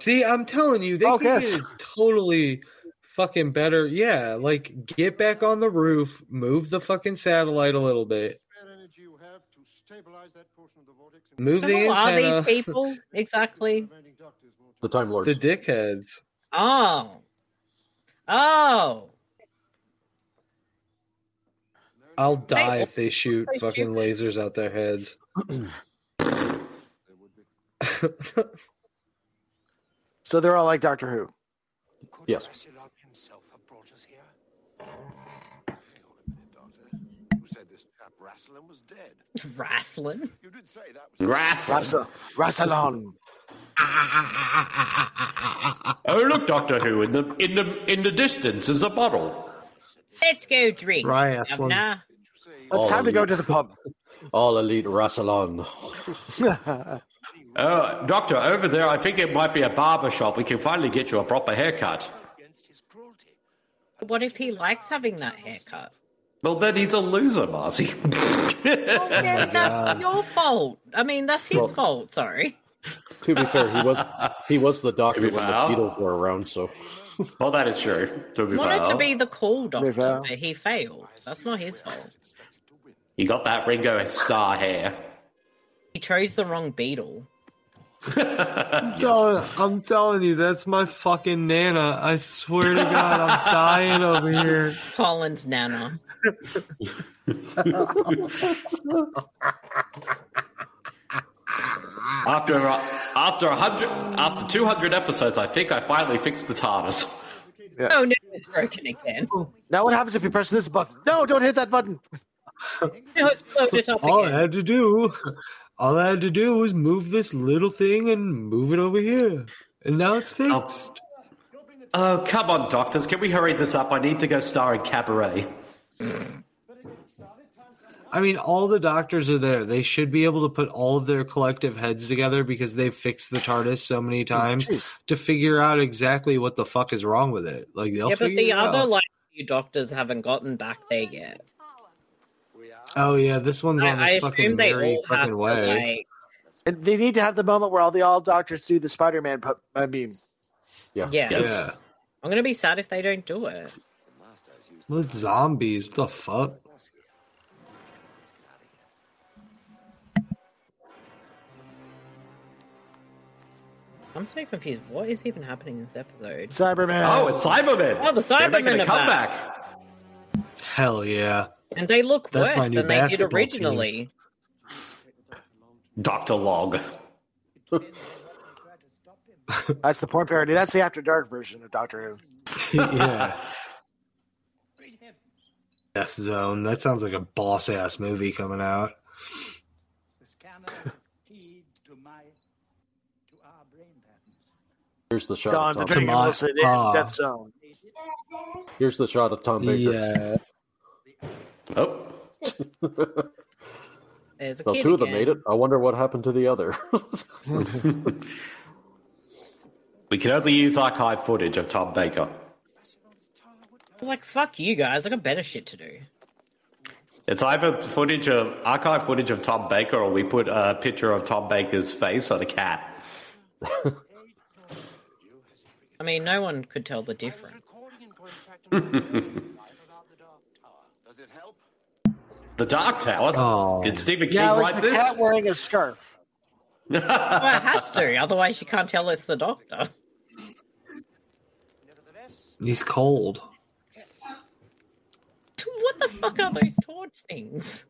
Speaker 8: See, I'm telling you, they could
Speaker 7: Focus.
Speaker 8: get it totally fucking better. Yeah, like get back on the roof, move the fucking satellite a little bit. Move the
Speaker 5: Who are
Speaker 8: antenna.
Speaker 5: these
Speaker 6: [LAUGHS]
Speaker 5: people exactly?
Speaker 11: The Time Lords.
Speaker 8: The dickheads.
Speaker 5: Oh, oh.
Speaker 8: I'll die if they shoot
Speaker 5: They
Speaker 8: fucking
Speaker 5: shoot-
Speaker 8: lasers out their heads.
Speaker 7: So they're all like Doctor Who.
Speaker 11: Yes.
Speaker 15: Who said this chap Rassilon was dead?
Speaker 5: Rasslin.
Speaker 15: You did say that was
Speaker 7: Rassilon.
Speaker 5: [LAUGHS]
Speaker 7: Rassilon.
Speaker 6: Oh look, Doctor Who in the in the in the distance is a bottle.
Speaker 5: Let's go drink.
Speaker 11: Rasslin.
Speaker 5: governor.
Speaker 7: It's time to go to the pub.
Speaker 11: All elite Rassilon.
Speaker 6: Oh, Doctor, over there, I think it might be a barber shop. We can finally get you a proper haircut.
Speaker 5: Oh, What if he likes having that haircut?
Speaker 6: Well, then he's a loser, Marcy. [LAUGHS]
Speaker 5: Well, then
Speaker 11: God.
Speaker 5: that's your fault. I mean, that's his
Speaker 11: Well-
Speaker 5: fault. Sorry.
Speaker 11: To be fair, he was he was the doctor when the
Speaker 6: fair.
Speaker 11: Beatles were around, so
Speaker 6: well, that is true. To be
Speaker 5: Wanted
Speaker 6: fair.
Speaker 5: to be the cool doctor,
Speaker 6: River.
Speaker 5: but he failed. That's not his fault.
Speaker 6: He got that Ringo Star hair.
Speaker 5: He chose the wrong beetle.
Speaker 8: I'm, telling, I'm telling you, that's my fucking nana. I swear to God, I'm dying over here.
Speaker 5: Colin's nana.
Speaker 6: After uh, after a hundred after two hundred episodes, I think I finally fixed the TARDIS.
Speaker 5: Oh no, it's broken again.
Speaker 7: Now what happens if you press this button? No, don't hit that button.
Speaker 5: No, it's blown it up
Speaker 8: All I
Speaker 5: again.
Speaker 8: had to do, all I had to do was move this little thing and move it over here, and now it's fixed.
Speaker 6: Oh come on, doctors! Can we hurry this up? I need to go star in Cabaret.
Speaker 8: I mean, all the doctors are there. They should be able to put all of their collective heads together because they've fixed the TARDIS so many times to figure out exactly what the fuck is wrong with it. Like they'll
Speaker 5: Yeah, but
Speaker 8: figure
Speaker 5: the
Speaker 8: it out.
Speaker 5: other like few doctors haven't gotten back there yet.
Speaker 8: oh yeah, this one's on
Speaker 5: I, I
Speaker 8: this fucking
Speaker 5: assume they
Speaker 8: merry
Speaker 5: all have
Speaker 8: fucking
Speaker 5: to
Speaker 8: way.
Speaker 5: like.
Speaker 7: And they need to have the moment where all the all doctors do the Spider-Man pu- uh, beam.
Speaker 11: Yeah.
Speaker 5: Yeah. I'm gonna be sad if they don't do it.
Speaker 8: With zombies, the fuck?
Speaker 5: I'm so confused. What is even happening in this episode?
Speaker 7: Cyberman.
Speaker 6: Oh, it's Cybermen.
Speaker 5: Oh, the
Speaker 6: They're making
Speaker 5: Cybermen
Speaker 6: a
Speaker 5: are back.
Speaker 6: comeback.
Speaker 8: Hell yeah.
Speaker 5: And they look
Speaker 8: That's my
Speaker 5: worse
Speaker 8: new
Speaker 5: than they did
Speaker 8: basketball team.
Speaker 5: originally.
Speaker 6: Doctor Log.
Speaker 7: That's the porn parody. That's the After Dark version of Doctor Who.
Speaker 8: yeah. [LAUGHS] Death Zone. That sounds like a boss ass movie coming out.
Speaker 11: here's the shot.
Speaker 7: Don, the
Speaker 11: of
Speaker 7: Dragon
Speaker 11: Tom.
Speaker 7: Wilson in
Speaker 8: Ah.
Speaker 7: Death Zone.
Speaker 11: Here's the shot of Tom Baker.
Speaker 8: Yeah.
Speaker 6: Oh.
Speaker 5: [LAUGHS] There's a
Speaker 11: Well,
Speaker 5: kid
Speaker 11: two of them
Speaker 5: again.
Speaker 11: made it. I wonder what happened to the other. [LAUGHS]
Speaker 6: We can only use archive footage of Tom Baker.
Speaker 5: Like fuck you guys. I got better shit to do.
Speaker 6: It's either footage of archive footage of Tom Baker, or we put a picture of Tom Baker's face on a cat. [LAUGHS]
Speaker 5: I mean, no one could tell the difference.
Speaker 6: The Dark Tower.
Speaker 8: Oh.
Speaker 6: Did Stephen King
Speaker 7: Yeah, it was
Speaker 6: write
Speaker 7: the
Speaker 6: this?
Speaker 7: cat wearing a scarf.
Speaker 5: well, it has to. Otherwise, you can't tell it's the doctor. [LAUGHS]
Speaker 8: He's cold.
Speaker 5: What the fuck are those torch things?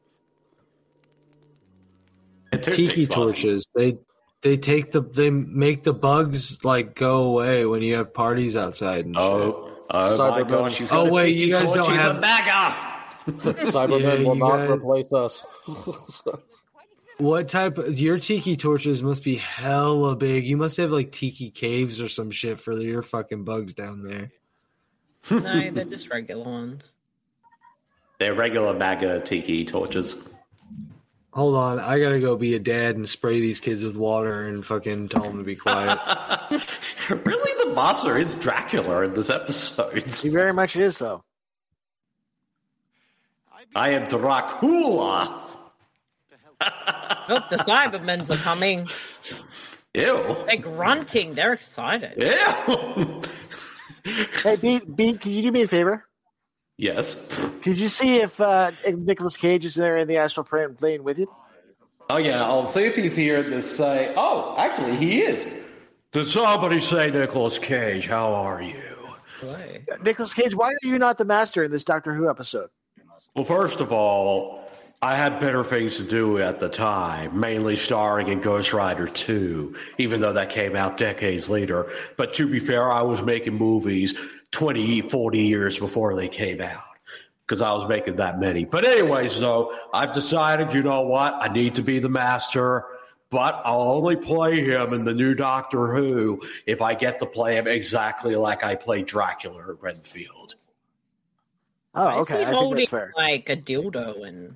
Speaker 8: Tiki torches. They they take the they make the bugs like go away when you have parties outside and
Speaker 6: Oh, Oh my
Speaker 11: Cybermen-
Speaker 6: gosh, she's
Speaker 11: Oh,
Speaker 6: got a
Speaker 11: wait,
Speaker 6: tiki
Speaker 11: you guys
Speaker 6: torch,
Speaker 11: don't
Speaker 6: she's a
Speaker 8: [LAUGHS]
Speaker 11: have-
Speaker 6: bagger.
Speaker 11: Cybermen
Speaker 8: Yeah,
Speaker 11: will
Speaker 8: you
Speaker 11: not
Speaker 8: guys-
Speaker 11: replace us. [LAUGHS]
Speaker 8: What type of your tiki torches must be hella big? You must have like tiki caves or some shit for your fucking bugs down there.
Speaker 5: No, they're just regular ones.
Speaker 6: They're regular MAGA tiki torches.
Speaker 8: Hold on, I gotta go be a dad and spray these kids with water and fucking tell them to be quiet.
Speaker 6: [LAUGHS] really, the master is Dracula in this episode. He
Speaker 7: very much is, though.
Speaker 6: I am Dracula.
Speaker 5: Look, the Cybermen's are coming.
Speaker 6: Ew.
Speaker 5: They're grunting. They're excited.
Speaker 6: Ew.
Speaker 7: hey, Beat, Beat, can you do me a favor?
Speaker 6: Yes.
Speaker 7: Could you see if uh, Nicholas Cage is there in the astral plane playing with you?
Speaker 6: Oh yeah, I'll see if he's here at this say. Oh, actually, he is. Did somebody say Nicholas Cage? How are you?
Speaker 7: Nicholas Uh, Cage, why are you not the master in this Doctor Who episode?
Speaker 6: Well, first of all, I had better things to do at the time, mainly starring in Ghost Rider 2, even though that came out decades later. But to be fair, I was making movies 20, 40 years before they came out because I was making that many. But, anyways, though, I've decided, you know what? I need to be the master, but I'll only play him in the new Doctor Who if I get to play him exactly like I played Dracula at Renfield.
Speaker 5: Why
Speaker 7: Oh,
Speaker 5: is he
Speaker 7: okay. I think
Speaker 5: holding,
Speaker 7: that's fair.
Speaker 5: Like a dildo and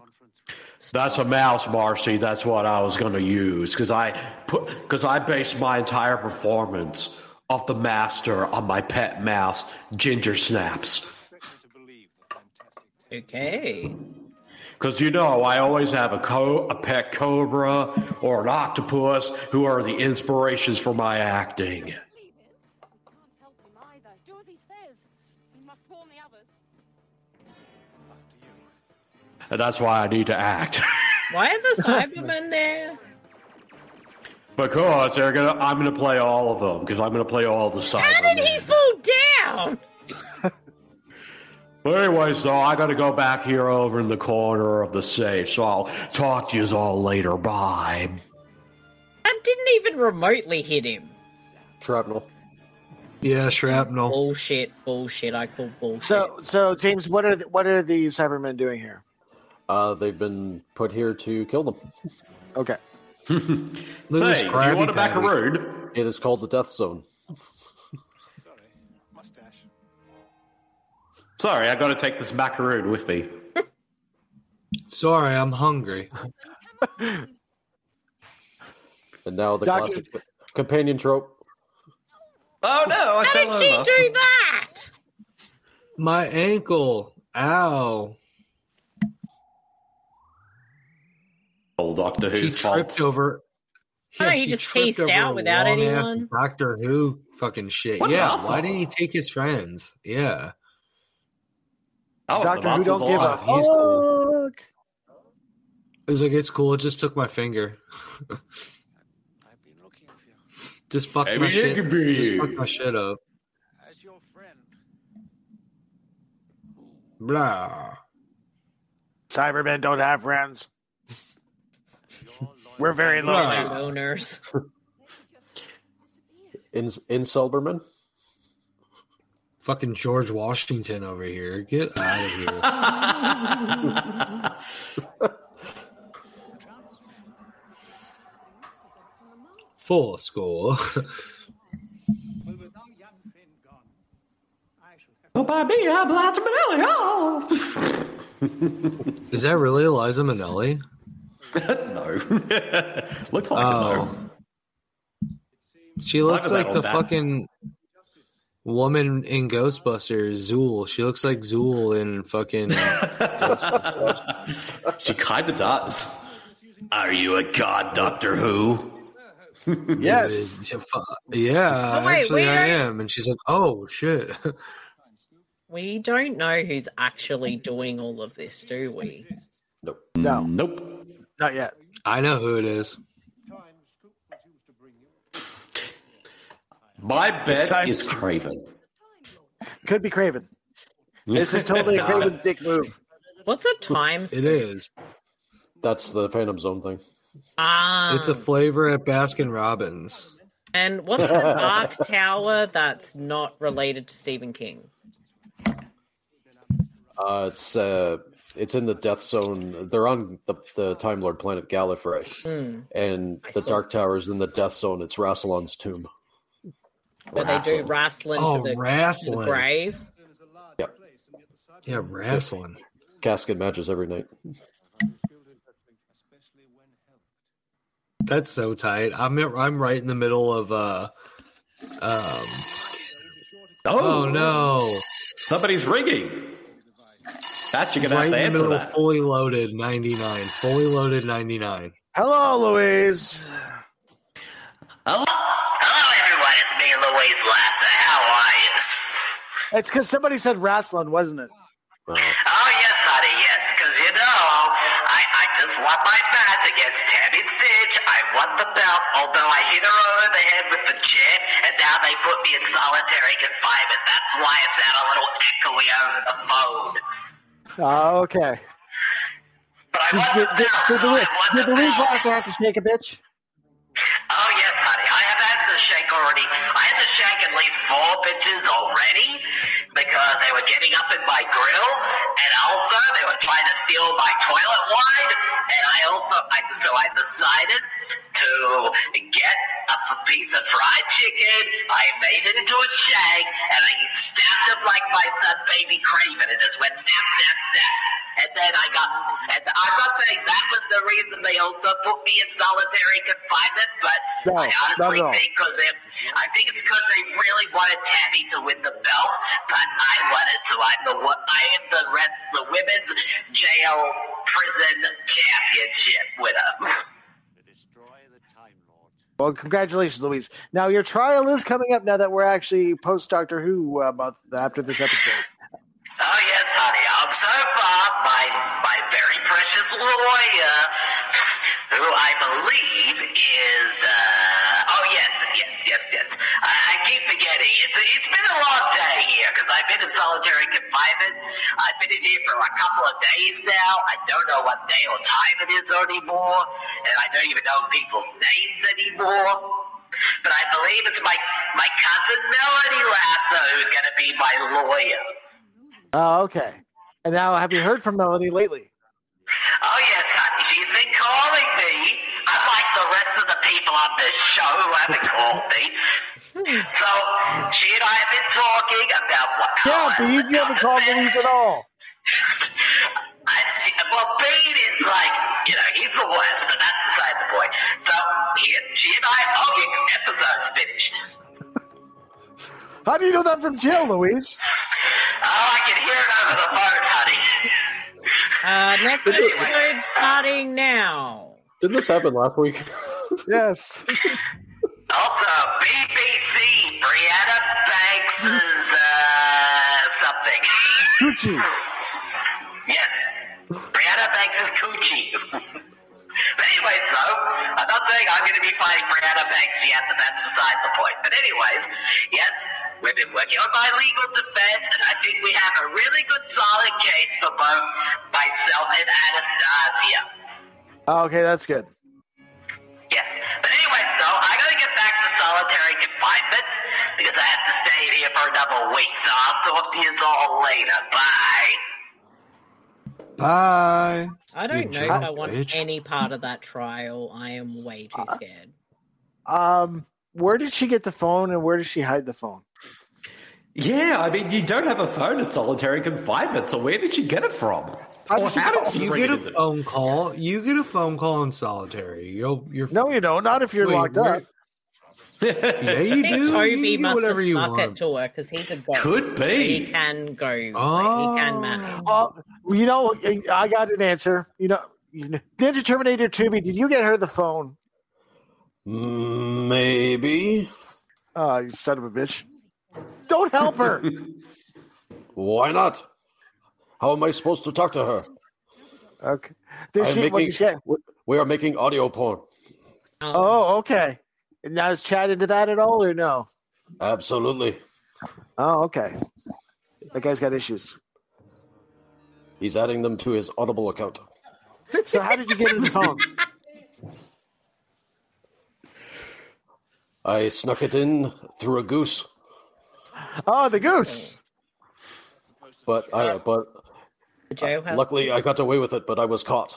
Speaker 6: That's a mouse, Marcy. That's what I was going to use because I put because I based my entire performance of the master on my pet mouse, Ginger Snaps.
Speaker 5: okay.
Speaker 6: Because you know, I always have a co a pet cobra or an octopus who are the inspirations for my acting.
Speaker 16: Either. Do as he says. We must warn the others.
Speaker 6: And that's why I need to act
Speaker 5: Why are the Cybermen there?
Speaker 6: because they're gonna. I'm gonna play all of them because I'm gonna play all the Cybermen.
Speaker 5: How did he fall down?
Speaker 6: But anyway, so I gotta go back here over in the corner of the safe, so I'll talk to you all later. Bye.
Speaker 5: That didn't even remotely hit him.
Speaker 11: Shrapnel.
Speaker 8: Yeah, shrapnel.
Speaker 5: Bullshit, bullshit. I call bullshit.
Speaker 7: So, so James, what are the, what are the Cybermen doing here?
Speaker 11: Uh, they've been put here to kill them.
Speaker 7: Okay.
Speaker 6: Say, this do you Krabby want a Patty. macaroon?
Speaker 11: It is called the Death Zone.
Speaker 6: Sorry, I gotta take this macaroon with me.
Speaker 8: [LAUGHS] Sorry, I'm hungry.
Speaker 11: And now the
Speaker 8: Doctor-
Speaker 11: classic companion trope.
Speaker 6: Oh no! I
Speaker 5: How did she do that?
Speaker 8: My ankle. Ow.
Speaker 6: Old Doctor Who's
Speaker 8: she
Speaker 6: fault.
Speaker 8: tripped over.
Speaker 5: Oh, he
Speaker 8: she
Speaker 5: just
Speaker 8: tripped
Speaker 5: paced
Speaker 8: over
Speaker 5: out
Speaker 8: a
Speaker 5: without
Speaker 8: long-ass
Speaker 5: anyone?
Speaker 8: Doctor Who fucking shit.
Speaker 5: What an
Speaker 8: yeah,
Speaker 5: asshole.
Speaker 8: why didn't he take his friends? Yeah.
Speaker 6: Oh,
Speaker 7: Doctor Who don't give a
Speaker 8: He's cool.
Speaker 7: fuck.
Speaker 8: It was like it's cool. It just took my finger. [LAUGHS] just fucked
Speaker 6: Maybe
Speaker 8: my
Speaker 6: it
Speaker 8: shit.
Speaker 6: could be
Speaker 8: Just
Speaker 6: you.
Speaker 8: fucked my shit up.
Speaker 6: [LAUGHS]
Speaker 8: Blah.
Speaker 7: Cybermen don't have friends. We're very lonely.
Speaker 5: Loners.
Speaker 11: In in Selberman.
Speaker 8: Fucking George Washington over here. Get out of here. [LAUGHS] Four score.
Speaker 6: Oh, by me, I blast him Oh.
Speaker 8: [LAUGHS] Is that really Eliza Minnelli?
Speaker 6: [LAUGHS] no. [LAUGHS] Looks like a no.
Speaker 8: Oh. She looks
Speaker 6: Why would
Speaker 8: like
Speaker 6: that
Speaker 8: the
Speaker 6: old bat-
Speaker 8: fucking woman in Ghostbusters, Zool. She looks like Zool in fucking. uh,
Speaker 6: She kind of does. Are you a god, Doctor Who?
Speaker 8: [LAUGHS]
Speaker 7: Yes.
Speaker 8: yeah,
Speaker 5: Oh, wait,
Speaker 8: actually,
Speaker 5: we
Speaker 8: I
Speaker 5: are-
Speaker 8: am. And she's like, oh, shit. [LAUGHS]
Speaker 5: We don't know who's actually doing all of this, do we?
Speaker 7: No.
Speaker 6: Nope.
Speaker 7: Not yet.
Speaker 8: I know who it is.
Speaker 6: My bet is Craven.
Speaker 7: Could be Craven. This is totally a Craven dick move.
Speaker 5: What's a time? sp-
Speaker 8: is.
Speaker 11: That's the Phantom Zone thing.
Speaker 5: Ah,
Speaker 8: It's a flavor at Baskin Robbins.
Speaker 5: and what's the Dark Tower that's not related to Stephen King?
Speaker 11: Uh, it's uh, it's in the Death Zone. They're on the, the Time Lord planet Gallifrey,
Speaker 5: Hmm.
Speaker 11: and
Speaker 5: I
Speaker 11: the
Speaker 5: saw
Speaker 11: Dark Tower is in the Death Zone. It's Rassilon's tomb.
Speaker 5: But they do wrestling
Speaker 11: Oh,
Speaker 5: to the, to the
Speaker 11: wrestling.
Speaker 5: grave.
Speaker 11: Yep.
Speaker 8: Yeah, wrestling.
Speaker 11: Casket matches every night.
Speaker 8: That's so tight. I'm I'm right in the middle of uh um
Speaker 6: Oh.
Speaker 8: Oh, no.
Speaker 6: Somebody's rigging. That you're gonna have to
Speaker 8: right in the
Speaker 6: answer
Speaker 8: middle
Speaker 6: that.
Speaker 8: of fully loaded 99. Fully loaded 99.
Speaker 7: Hello, Louise.
Speaker 6: Hello.
Speaker 18: Hello, everyone. It's me, Louise Lasser. How are you?
Speaker 7: It's because somebody said wrestling, wasn't it?
Speaker 18: Oh, yes, honey, yes. Because, you know, I, I just won my match against Tammy Sitch. I won the belt, although I hit her over the head with the chair, and now they put me in solitary confinement. That's why it sounded a little echoey over the phone.
Speaker 7: Oh, okay. Did, did, did, did the, did the Louise Lasser have to shake a bitch?
Speaker 18: Oh, yes, honey. I have had to shake already. I had to shake at least four bitches already because they were getting up in my grill, and also they were trying to steal my toilet wine. And I also, I, so I decided to get a f- piece of fried chicken. I made it into a shake, and I stabbed him like my son, Baby Craven. It just went snap, snap, snap. And then I got, and I'm not saying that was the reason they also put me in solitary confinement, but
Speaker 7: No,
Speaker 18: I
Speaker 7: not at
Speaker 18: honestly
Speaker 7: all.
Speaker 18: think because I think it's because they really wanted Tammy to win the belt, but I wanted to. I'm the wo- I am the rest the women's jail prison championship winner.
Speaker 7: Well, congratulations, Louise. Now your trial is coming up. Now that we're actually post Doctor Who uh, month after this episode.
Speaker 18: Oh yes, honey. I'm so far my my very precious lawyer, [LAUGHS] who I believe is. Uh, oh yes, yes, yes, yes. I, I keep forgetting. It's it's been a long day here because I've been in solitary confinement. I've been in here for a couple of days now. I don't know what day or time it is anymore, and I don't even know people's names anymore. But I believe it's my my cousin Melody Lasso who's going to be my lawyer.
Speaker 7: Oh, okay. And now, have you heard from Melody lately?
Speaker 18: Oh yes, honey, she's been calling me. Unlike the rest of the people on this show who haven't called me. So she and I have been talking about what
Speaker 7: [LAUGHS] Yeah, but you, you haven't called Louise at all.
Speaker 18: I, she, well, Bane is like, you know, he's the worst, but that's beside the point. So he, she and I, oh, your episode's finished.
Speaker 7: How do you know that from jail, Louise?
Speaker 18: Oh, I can hear it over the phone, honey.
Speaker 5: Uh, next episode starting now.
Speaker 11: Did this happen last week? [LAUGHS]
Speaker 7: yes.
Speaker 18: Also, BBC Brianna Banks is uh, something. [LAUGHS]
Speaker 7: Gucci.
Speaker 18: Yes, Brianna Banks is coochie. [LAUGHS] but anyways, though, I'm not saying I'm going to be fighting Brianna Banks yet, but that's beside the point. But anyways, yes, we've been working on my legal defense, and I think we have a really good, solid case for both myself and Anastasia.
Speaker 7: Oh, okay, that's good.
Speaker 18: Yes. But anyways, though, I gotta get back to solitary confinement because I have to stay in here for another week. So I'll talk to you all later. Bye.
Speaker 8: Bye.
Speaker 5: I don't
Speaker 8: You
Speaker 5: know if I
Speaker 8: drunk
Speaker 5: want
Speaker 8: bitch.
Speaker 5: any part of that trial. I am way too
Speaker 7: Uh,
Speaker 5: scared.
Speaker 7: Um, where did she get the phone, and where did she hide the phone?
Speaker 6: Yeah, I mean, you don't have a phone in solitary confinement, so where did you get it from? Or how did you
Speaker 8: You
Speaker 6: bring
Speaker 8: get a
Speaker 6: it?
Speaker 8: phone call. You get a phone call in solitary. You'll, you're
Speaker 7: no, you don't. Not if you're locked up.
Speaker 8: [LAUGHS] Yeah, you
Speaker 5: I think
Speaker 8: do.
Speaker 5: Toby
Speaker 8: you do
Speaker 5: must
Speaker 8: whatever
Speaker 5: have
Speaker 8: you
Speaker 5: snuck
Speaker 8: want.
Speaker 5: it to her because he's a ghost.
Speaker 6: Could be.
Speaker 5: He can go.
Speaker 8: Oh.
Speaker 5: He can manage.
Speaker 7: Oh, you know, I got an answer. You know, you know- Ninja Terminator Tubi. Did you get her the phone?
Speaker 11: Maybe.
Speaker 7: Oh, you son of a bitch! Don't help her.
Speaker 11: Why not? How am I supposed to talk to her?
Speaker 7: okay. Did
Speaker 11: I'm
Speaker 7: she? what
Speaker 11: making-
Speaker 7: did she?
Speaker 11: We are making audio porn.
Speaker 7: Oh, okay. And now is Chad into that at all, or no?
Speaker 11: Absolutely.
Speaker 7: Oh, okay. That guy's got issues.
Speaker 11: He's adding them to his Audible account.
Speaker 7: So, how did you get her the phone?
Speaker 11: I snuck it in through a goose,
Speaker 7: Oh, the goose.
Speaker 11: but I but
Speaker 5: the jailhouse.
Speaker 11: Luckily, I got away with it, but I was caught.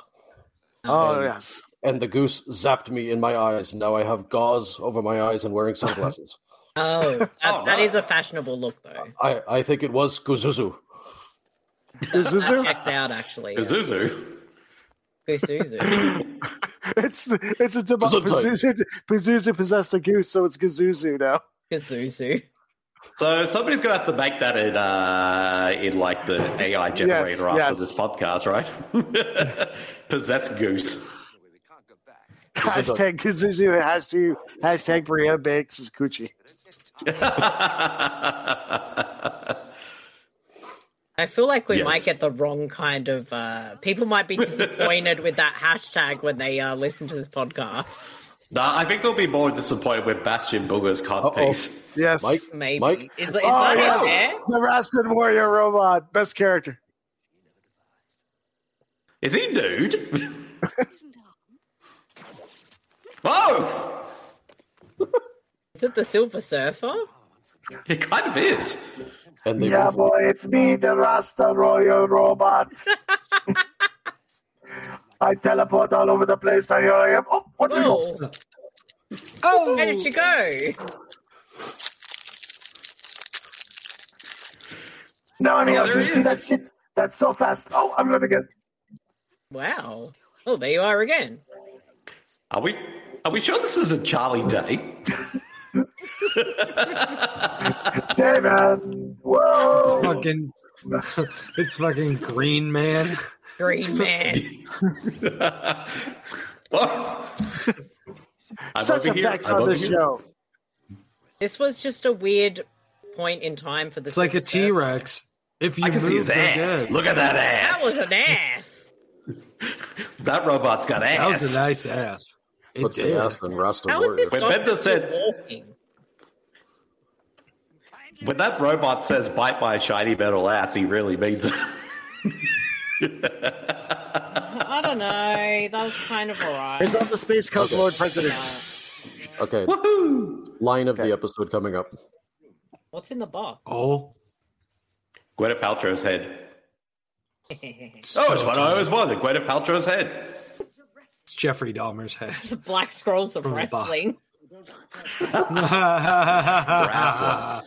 Speaker 7: Oh,
Speaker 11: And-
Speaker 7: yes.
Speaker 11: And the goose zapped me in my eyes. Now I have gauze over my eyes and wearing sunglasses.
Speaker 8: [LAUGHS]
Speaker 5: Oh, that, that is a fashionable look, though.
Speaker 11: I, I think it was Guzuzu.
Speaker 5: That checks out, actually.
Speaker 7: [LAUGHS]
Speaker 5: yeah. Guzuzu.
Speaker 7: [LAUGHS] It's it's a demo-
Speaker 6: Gazuzu.
Speaker 7: Pazuzu, Pazuzu possessed a goose, so it's Gazuzu now.
Speaker 5: Gazuzu.
Speaker 6: So somebody's gonna have to make that in uh, in like the AI generator after
Speaker 7: yes.
Speaker 6: this podcast, right? [LAUGHS] Possess goose.
Speaker 7: Hashtag Gazuzu hashtag hashtag Brianna Banks is coochie.
Speaker 5: I feel like we
Speaker 7: Yes.
Speaker 5: might get the wrong kind of uh, people. Might be disappointed with that hashtag when they uh, listen to this podcast.
Speaker 6: Nah, I think they'll be more disappointed with Bastion Booger's cod piece.
Speaker 7: Yes, Mike,
Speaker 5: maybe.
Speaker 6: Mike?
Speaker 5: Is, is
Speaker 7: Oh,
Speaker 5: that
Speaker 7: yes.
Speaker 5: out there?
Speaker 7: The Rastan Warrior Robot, best character.
Speaker 6: Is he nude? [LAUGHS] oh,
Speaker 5: Is it the Silver Surfer?
Speaker 6: it kind of is.
Speaker 11: And
Speaker 5: they Yeah, both- boy,
Speaker 7: it's me, the Rasta Royal Robot. I teleport all over the place. I, I am. Oh, what do you
Speaker 5: Whoa.
Speaker 7: Oh,
Speaker 5: where did you go?
Speaker 7: No, I mean,
Speaker 5: Oh,
Speaker 7: I
Speaker 5: there
Speaker 7: you
Speaker 5: it
Speaker 7: see
Speaker 5: is.
Speaker 7: that shit. That's so fast. Oh, I'm gonna get.
Speaker 5: Wow. Oh, there you are again.
Speaker 6: Are we are we sure this is a Charlie Day?
Speaker 7: Hey, man. Whoa.
Speaker 8: Fucking, it's fucking [LAUGHS] Green Man.
Speaker 5: Green Man.
Speaker 7: [LAUGHS]
Speaker 6: I'm
Speaker 7: Such
Speaker 6: over here,
Speaker 7: effects
Speaker 6: I'm
Speaker 7: on
Speaker 6: over
Speaker 7: this
Speaker 6: here.
Speaker 7: show.
Speaker 5: This was just a weird point in time for the.
Speaker 8: [LAUGHS] It's like a T Rex. If you
Speaker 6: I can see
Speaker 8: move
Speaker 6: his
Speaker 8: they're
Speaker 6: ass.
Speaker 8: dead.
Speaker 6: Look at that ass.
Speaker 5: That was an ass.
Speaker 6: That robot's got ass.
Speaker 8: That was a nice ass. It
Speaker 11: Puts
Speaker 8: did.
Speaker 11: the ass in Rasta
Speaker 5: How is
Speaker 11: Warrior.
Speaker 5: this
Speaker 6: When
Speaker 5: dog
Speaker 6: Bender
Speaker 5: still
Speaker 6: said-
Speaker 5: walking?
Speaker 6: When that robot says "bite my shiny metal ass," he really means it. [LAUGHS] Oh,
Speaker 5: I don't know. That was kind of alright.
Speaker 7: Here's all the Space Coast
Speaker 11: Okay.
Speaker 7: Lord President.
Speaker 11: Okay. Line of the episode coming up.
Speaker 5: What's in the box?
Speaker 8: Oh.
Speaker 6: Gwyneth Paltrow's
Speaker 5: [LAUGHS]
Speaker 6: head. Oh, it's what I always wanted. Gwyneth Paltrow's head.
Speaker 8: It's Jeffrey Dahmer's head. [LAUGHS]
Speaker 5: Black scrolls of
Speaker 8: From the box.
Speaker 5: wrestling.
Speaker 8: [LAUGHS]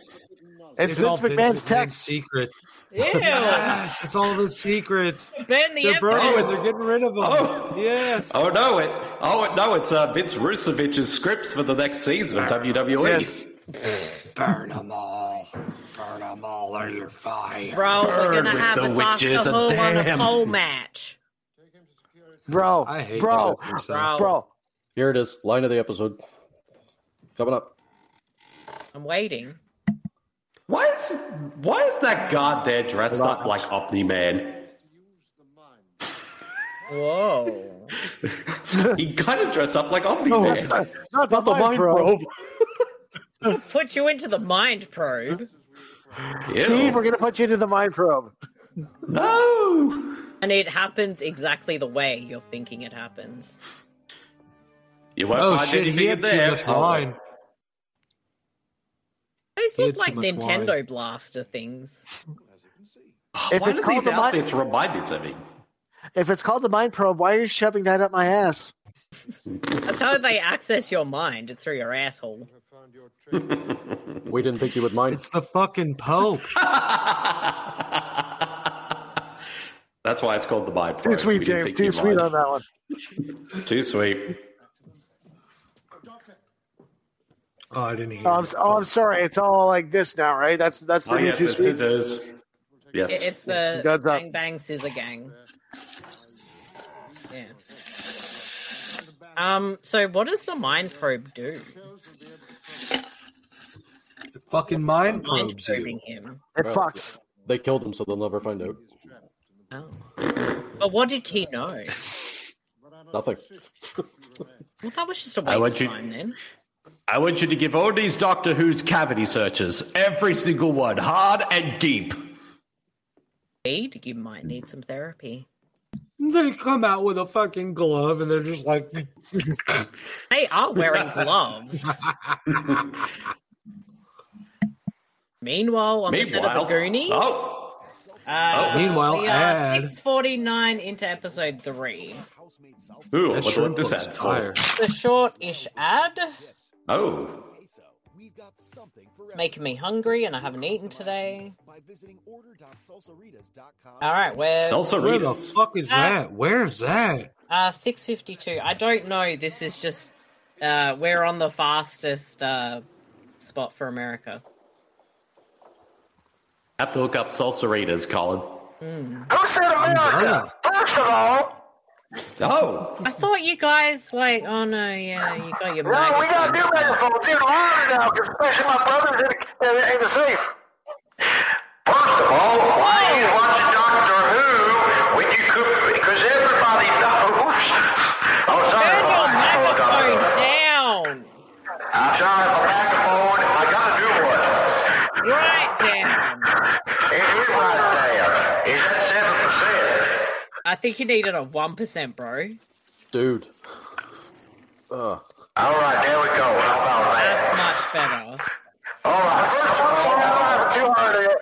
Speaker 7: It's
Speaker 8: all
Speaker 7: Vince McMahon's text.
Speaker 8: secret.
Speaker 5: Yeah.
Speaker 8: Yes, it's all
Speaker 5: [LAUGHS]
Speaker 8: the secrets.
Speaker 5: Burn the
Speaker 8: They're burning
Speaker 5: emperor.
Speaker 8: it. They're getting rid of them.
Speaker 6: Oh.
Speaker 8: Yes.
Speaker 6: Oh no! It. Oh it- no! It's uh, Vince Rusevich's scripts for the next season of E. WWE.
Speaker 7: Yes.
Speaker 8: [LAUGHS] Burn them all. Burn them all or you're fired.
Speaker 5: Bro, we're
Speaker 6: Burn
Speaker 5: gonna
Speaker 6: with
Speaker 5: have
Speaker 6: the
Speaker 5: a Doctor
Speaker 6: witches, a
Speaker 5: Who on a
Speaker 6: damn.
Speaker 5: pole match.
Speaker 7: Bro,
Speaker 8: I hate
Speaker 7: bro,
Speaker 8: that episode.
Speaker 5: Bro,
Speaker 7: bro.
Speaker 11: Here it is. Line of the episode coming up.
Speaker 5: I'm waiting.
Speaker 6: Why is Why is that guard there dressed up like Omni Man? [LAUGHS]
Speaker 5: Whoa.
Speaker 6: He kind of dressed up like Omni
Speaker 11: Oh,
Speaker 7: No,
Speaker 6: Man.
Speaker 7: not, not the mind probe.
Speaker 5: Put you into the mind probe.
Speaker 7: Steve, we're
Speaker 6: Ew.
Speaker 7: gonna put you into the mind probe.
Speaker 6: No.
Speaker 5: And it happens exactly the way you're thinking it happens.
Speaker 6: You won't
Speaker 8: Oh
Speaker 6: find
Speaker 8: shit,
Speaker 6: anything
Speaker 8: he
Speaker 6: in
Speaker 8: had too
Speaker 6: there.
Speaker 8: much wine.
Speaker 5: These
Speaker 8: He
Speaker 5: look
Speaker 8: had too
Speaker 5: like
Speaker 8: much
Speaker 5: Nintendo
Speaker 8: wine.
Speaker 5: Blaster things.
Speaker 7: If
Speaker 6: Why
Speaker 7: it's
Speaker 6: do
Speaker 7: called
Speaker 6: these
Speaker 7: the mi-
Speaker 6: outfits remind me of me?
Speaker 7: If it's called the mind probe, why are you shoving that up my ass?
Speaker 5: That's how they access your mind. It's through your asshole.
Speaker 11: We didn't think you would mind.
Speaker 8: It's the fucking Pope.
Speaker 6: That's why it's called the Mind
Speaker 7: Too
Speaker 6: Probe.
Speaker 7: sweet,
Speaker 6: We didn't
Speaker 7: James.
Speaker 6: think you
Speaker 7: Too sweet
Speaker 6: mind.
Speaker 7: on that one.
Speaker 6: Too sweet.
Speaker 8: Oh, I didn't hear.
Speaker 7: Oh, I'm,
Speaker 8: it.
Speaker 7: oh, I'm sorry. It's all like this now, right? That's that's the
Speaker 6: Oh,
Speaker 7: new
Speaker 6: yes,
Speaker 7: too
Speaker 6: it's
Speaker 7: sweet.
Speaker 6: scissors. Yes.
Speaker 5: It- It's the
Speaker 8: uh,
Speaker 7: Guns up.
Speaker 5: Bang Bang Scissor Gang. Yeah. Um. So, what does the mind probe do?
Speaker 8: The fucking mind
Speaker 5: Mind
Speaker 8: probes you.
Speaker 5: probing him.
Speaker 7: It fucks.
Speaker 11: They killed him, so they'll never find out.
Speaker 5: Oh. But what did he know?
Speaker 11: Nothing.
Speaker 5: Well, that was just a
Speaker 6: I
Speaker 5: waste
Speaker 6: want
Speaker 5: of
Speaker 6: you-
Speaker 5: time then.
Speaker 6: I want you to give all these Doctor Who's cavity searches, every single one, hard and deep.
Speaker 5: Wade, you might need some therapy.
Speaker 8: They come out with a fucking glove and they're just like,
Speaker 5: They are
Speaker 8: [LAUGHS]
Speaker 5: wearing gloves. Meanwhile, on the set of the Goonies,
Speaker 6: oh,
Speaker 5: Uh,
Speaker 8: Oh. Meanwhile,
Speaker 5: we are
Speaker 8: add-
Speaker 5: six forty nine into episode three.
Speaker 6: Ooh,
Speaker 8: That
Speaker 6: I wonder
Speaker 8: shrimp
Speaker 6: what this
Speaker 8: looks
Speaker 6: ad's
Speaker 8: fire.
Speaker 6: for.
Speaker 5: The short-ish ad.
Speaker 6: Oh,
Speaker 5: It's making me hungry, and I haven't eaten today. All right, where
Speaker 8: Where the fuck is that? Where's that?
Speaker 5: Uh, six fifty-two. I don't know. This is just uh, we're on the fastest uh, spot for America.
Speaker 6: have to look up salsaritas, Colin.
Speaker 2: Who said America? First of all,
Speaker 6: Oh,
Speaker 5: I thought you guys like. Oh no, yeah, you got your.
Speaker 2: no, we got new
Speaker 5: magazines.
Speaker 2: megaphones. Even louder now, 'cause especially my brothers in, in, in the safe. First of all, why do you watch Doctor Who when you could? Because everybody knows. I'm sorry for my microphone.
Speaker 5: down.
Speaker 2: I'm sorry for my microphone. I got a new one.
Speaker 5: Right down.
Speaker 2: It is right there. Is that seven percent?
Speaker 5: I think you needed a one percent, bro.
Speaker 11: Dude. Ugh.
Speaker 2: All right, there we go. How about that?
Speaker 5: Much better.
Speaker 2: All right. First one, so now I have two hundred.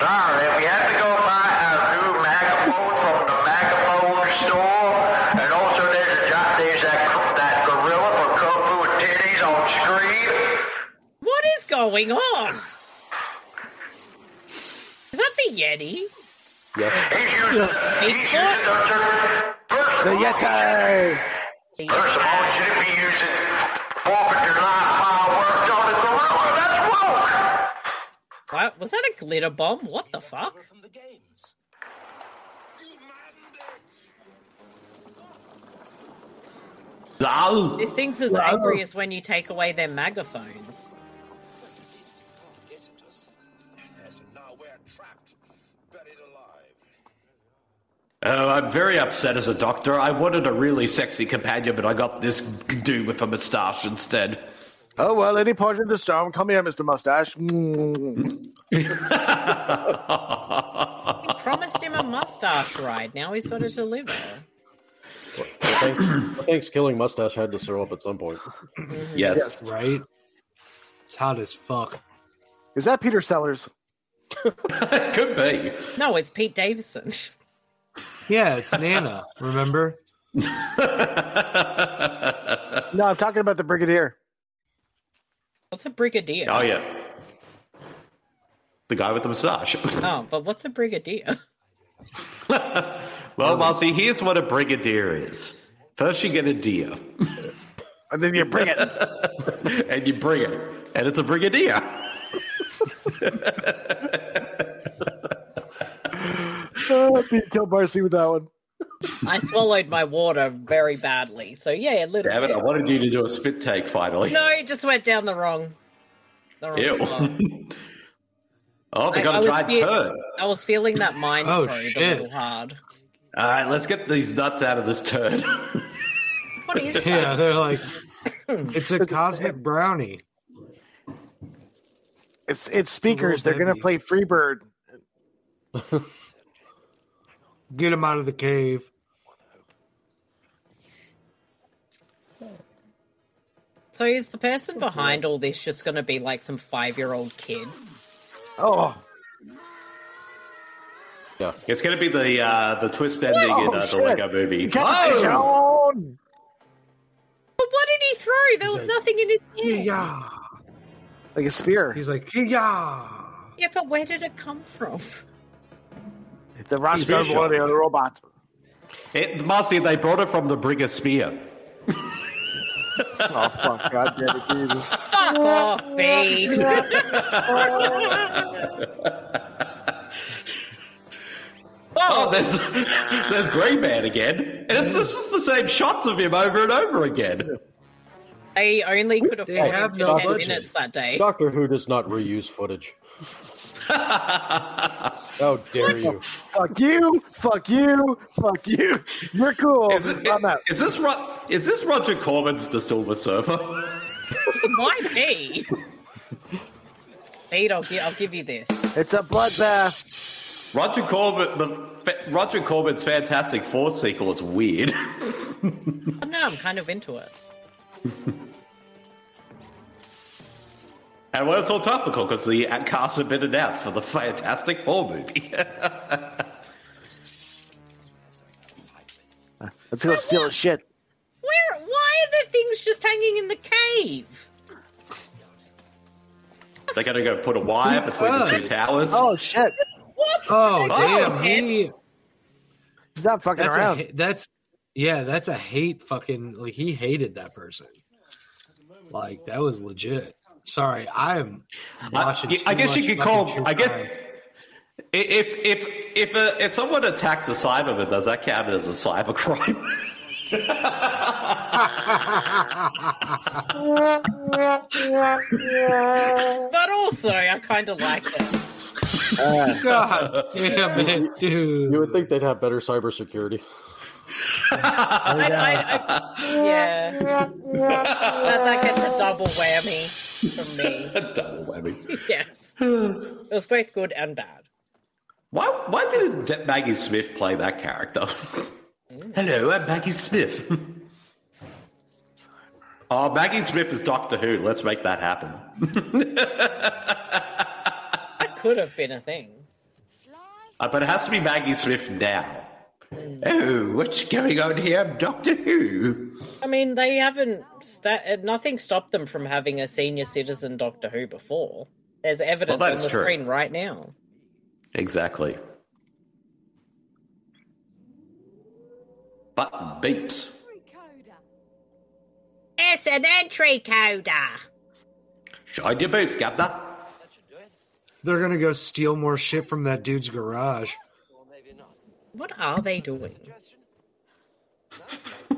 Speaker 2: Sorry, if you have to go buy a new megaphone from the megaphone store, and also there's a jo- there's that that gorilla for kung fu titties on screen.
Speaker 5: What is going on? Is that the Yeti?
Speaker 2: He's using the, he's using the, first
Speaker 7: The Yeti!
Speaker 2: First of all, you shouldn't be using Fourth of July fireworks on a gorilla. That's woke.
Speaker 5: What was that? A glitter bomb? What the fuck?
Speaker 6: Ow.
Speaker 5: This thing's as
Speaker 6: Wow.
Speaker 5: angry as when you take away their MAGA phones.
Speaker 6: Oh, I'm very upset as a doctor. I wanted a really sexy companion, but I got this dude with a mustache instead. [LAUGHS]
Speaker 7: Oh well, any part of the storm. Come here, Mister Mustache. Mm.
Speaker 5: Promised him a mustache ride. Now he's got to deliver.
Speaker 11: Thanks, thanks killing mustache had to show up at some point.
Speaker 6: Mm-hmm. Yes.
Speaker 8: Right? It's hot as fuck.
Speaker 7: Is that Peter Sellers?
Speaker 6: [LAUGHS] Could be.
Speaker 5: No, it's Pete Davison.
Speaker 8: Yeah, it's Nana, remember?
Speaker 7: No, I'm talking about the [LAUGHS] Brigadier.
Speaker 5: [LAUGHS] What's a brigadier?
Speaker 6: Oh, yeah. The guy with the [LAUGHS] mustache.
Speaker 5: Oh, but what's a brigadier? [LAUGHS]
Speaker 6: well, Marcy, here's what a brigadier is. First, you get a deer,
Speaker 7: [LAUGHS] And then you bring it.
Speaker 6: [LAUGHS] and you bring it, and it's a brigadier.
Speaker 7: oh, Pete killed Marcy with that one.
Speaker 5: I swallowed my water very badly. So yeah, a little
Speaker 6: Damn it,
Speaker 5: bit.
Speaker 6: I wanted you to do a spit take finally.
Speaker 5: No, it just went down the wrong. The wrong
Speaker 6: Ew.
Speaker 5: spot.
Speaker 6: [LAUGHS] oh, they
Speaker 5: I-
Speaker 6: got
Speaker 5: I
Speaker 6: a
Speaker 5: was
Speaker 6: dried
Speaker 5: feel-
Speaker 6: turd.
Speaker 5: I was feeling
Speaker 6: [LAUGHS]
Speaker 5: that mind
Speaker 6: Oh,
Speaker 5: probe a
Speaker 6: shit.
Speaker 5: little hard.
Speaker 6: All right, let's get these nuts out of this turd.
Speaker 5: What is that?
Speaker 8: [LAUGHS] Yeah, they're like, it's a cosmic brownie.
Speaker 7: It's it's speakers.
Speaker 8: Little
Speaker 7: They're gonna play
Speaker 8: baby.
Speaker 7: Freebird.
Speaker 8: [LAUGHS] Get him out of the cave.
Speaker 5: So is the person behind all this just going to be like some five-year-old kid?
Speaker 7: Oh,
Speaker 11: Yeah.
Speaker 6: It's going to be the uh, the twist ending in uh, the
Speaker 7: shit.
Speaker 6: Lego movie.
Speaker 7: Get the fish
Speaker 6: Oh!
Speaker 7: on!
Speaker 5: But what did he throw? There was nothing in his hand. Yeah.
Speaker 7: like a spear.
Speaker 8: He's like, yeah.
Speaker 5: but where did it come from?
Speaker 7: The rock's
Speaker 6: Spear
Speaker 7: done one of the other robots.
Speaker 6: It, Marcy, they brought it from the Brigger Spear.
Speaker 7: [LAUGHS] Oh fuck! God damn it, Jesus.
Speaker 5: Fuck off, B. [LAUGHS]
Speaker 6: Oh, there's
Speaker 7: [LAUGHS]
Speaker 6: there's Grey Man again, and it's this is the same shots of him over and over again.
Speaker 5: They only could afford him
Speaker 8: have
Speaker 5: for
Speaker 8: no
Speaker 5: ten
Speaker 8: budget.
Speaker 5: minutes that day. [LAUGHS]
Speaker 11: Doctor Who does not reuse footage. How dare you?
Speaker 7: Fuck you! Fuck you! Fuck you! You're cool.
Speaker 6: Is, it,
Speaker 7: I'm out.
Speaker 6: is this Ro- is this Roger Corman's The Silver Surfer?
Speaker 5: It might be. Pete, I'll, gi- I'll give you this.
Speaker 7: It's a bloodbath.
Speaker 6: Roger Corman, the fa- Roger Corman's Fantastic Four sequel is weird. [LAUGHS]
Speaker 5: Oh, no, I'm kind of into it.
Speaker 6: And well, it's all topical because the cast have been announced for the Fantastic Four movie. [LAUGHS]
Speaker 7: Let's go steal his shit.
Speaker 5: Where? Why are the things just hanging in the cave?
Speaker 6: They're going to go put a wire between the two towers.
Speaker 7: Oh shit!
Speaker 5: What?
Speaker 8: Oh damn! He,
Speaker 7: He's not fucking
Speaker 8: that's a,
Speaker 7: around.
Speaker 8: ha- that's yeah. That's a hate. Fucking like he hated that person. Like that was legit. Sorry, I'm watching.
Speaker 6: I,
Speaker 8: too
Speaker 6: I guess you
Speaker 8: much
Speaker 6: could
Speaker 8: fucking
Speaker 6: call.
Speaker 8: true
Speaker 6: I guess
Speaker 8: crime.
Speaker 6: if if if uh, if someone attacks a Cyberman, does that count as a cybercrime? [LAUGHS]
Speaker 5: [LAUGHS] But also, I kind of like it.
Speaker 8: [LAUGHS] God damn it, dude.
Speaker 11: You would think they'd have better cybersecurity.
Speaker 5: [LAUGHS] I, I, I, yeah. that, that gets a double whammy [LAUGHS] from me.
Speaker 6: Double whammy.
Speaker 8: [SIGHS]
Speaker 5: Yes. It was both good and bad.
Speaker 6: Why why didn't De- Maggie Smith play that character? [LAUGHS] Hello, I'm Maggie Smith. [LAUGHS] oh, Maggie Smith is Doctor Who. Let's make that happen.
Speaker 5: That could have been a thing.
Speaker 6: Uh, but it has to be Maggie Smith now. Oh, what's going on here? I'm Doctor Who.
Speaker 5: I mean, they haven't. Sta- uh, nothing stopped them from having a senior citizen Doctor Who before. There's evidence
Speaker 6: Well,
Speaker 5: on
Speaker 6: that's
Speaker 5: the
Speaker 6: true.
Speaker 5: screen right now.
Speaker 6: Exactly. Button beeps.
Speaker 5: It's an entry coder.
Speaker 6: Shine your boots, Gabna.
Speaker 8: They're gonna go steal more shit from that dude's garage.
Speaker 5: What are they doing?
Speaker 6: [LAUGHS]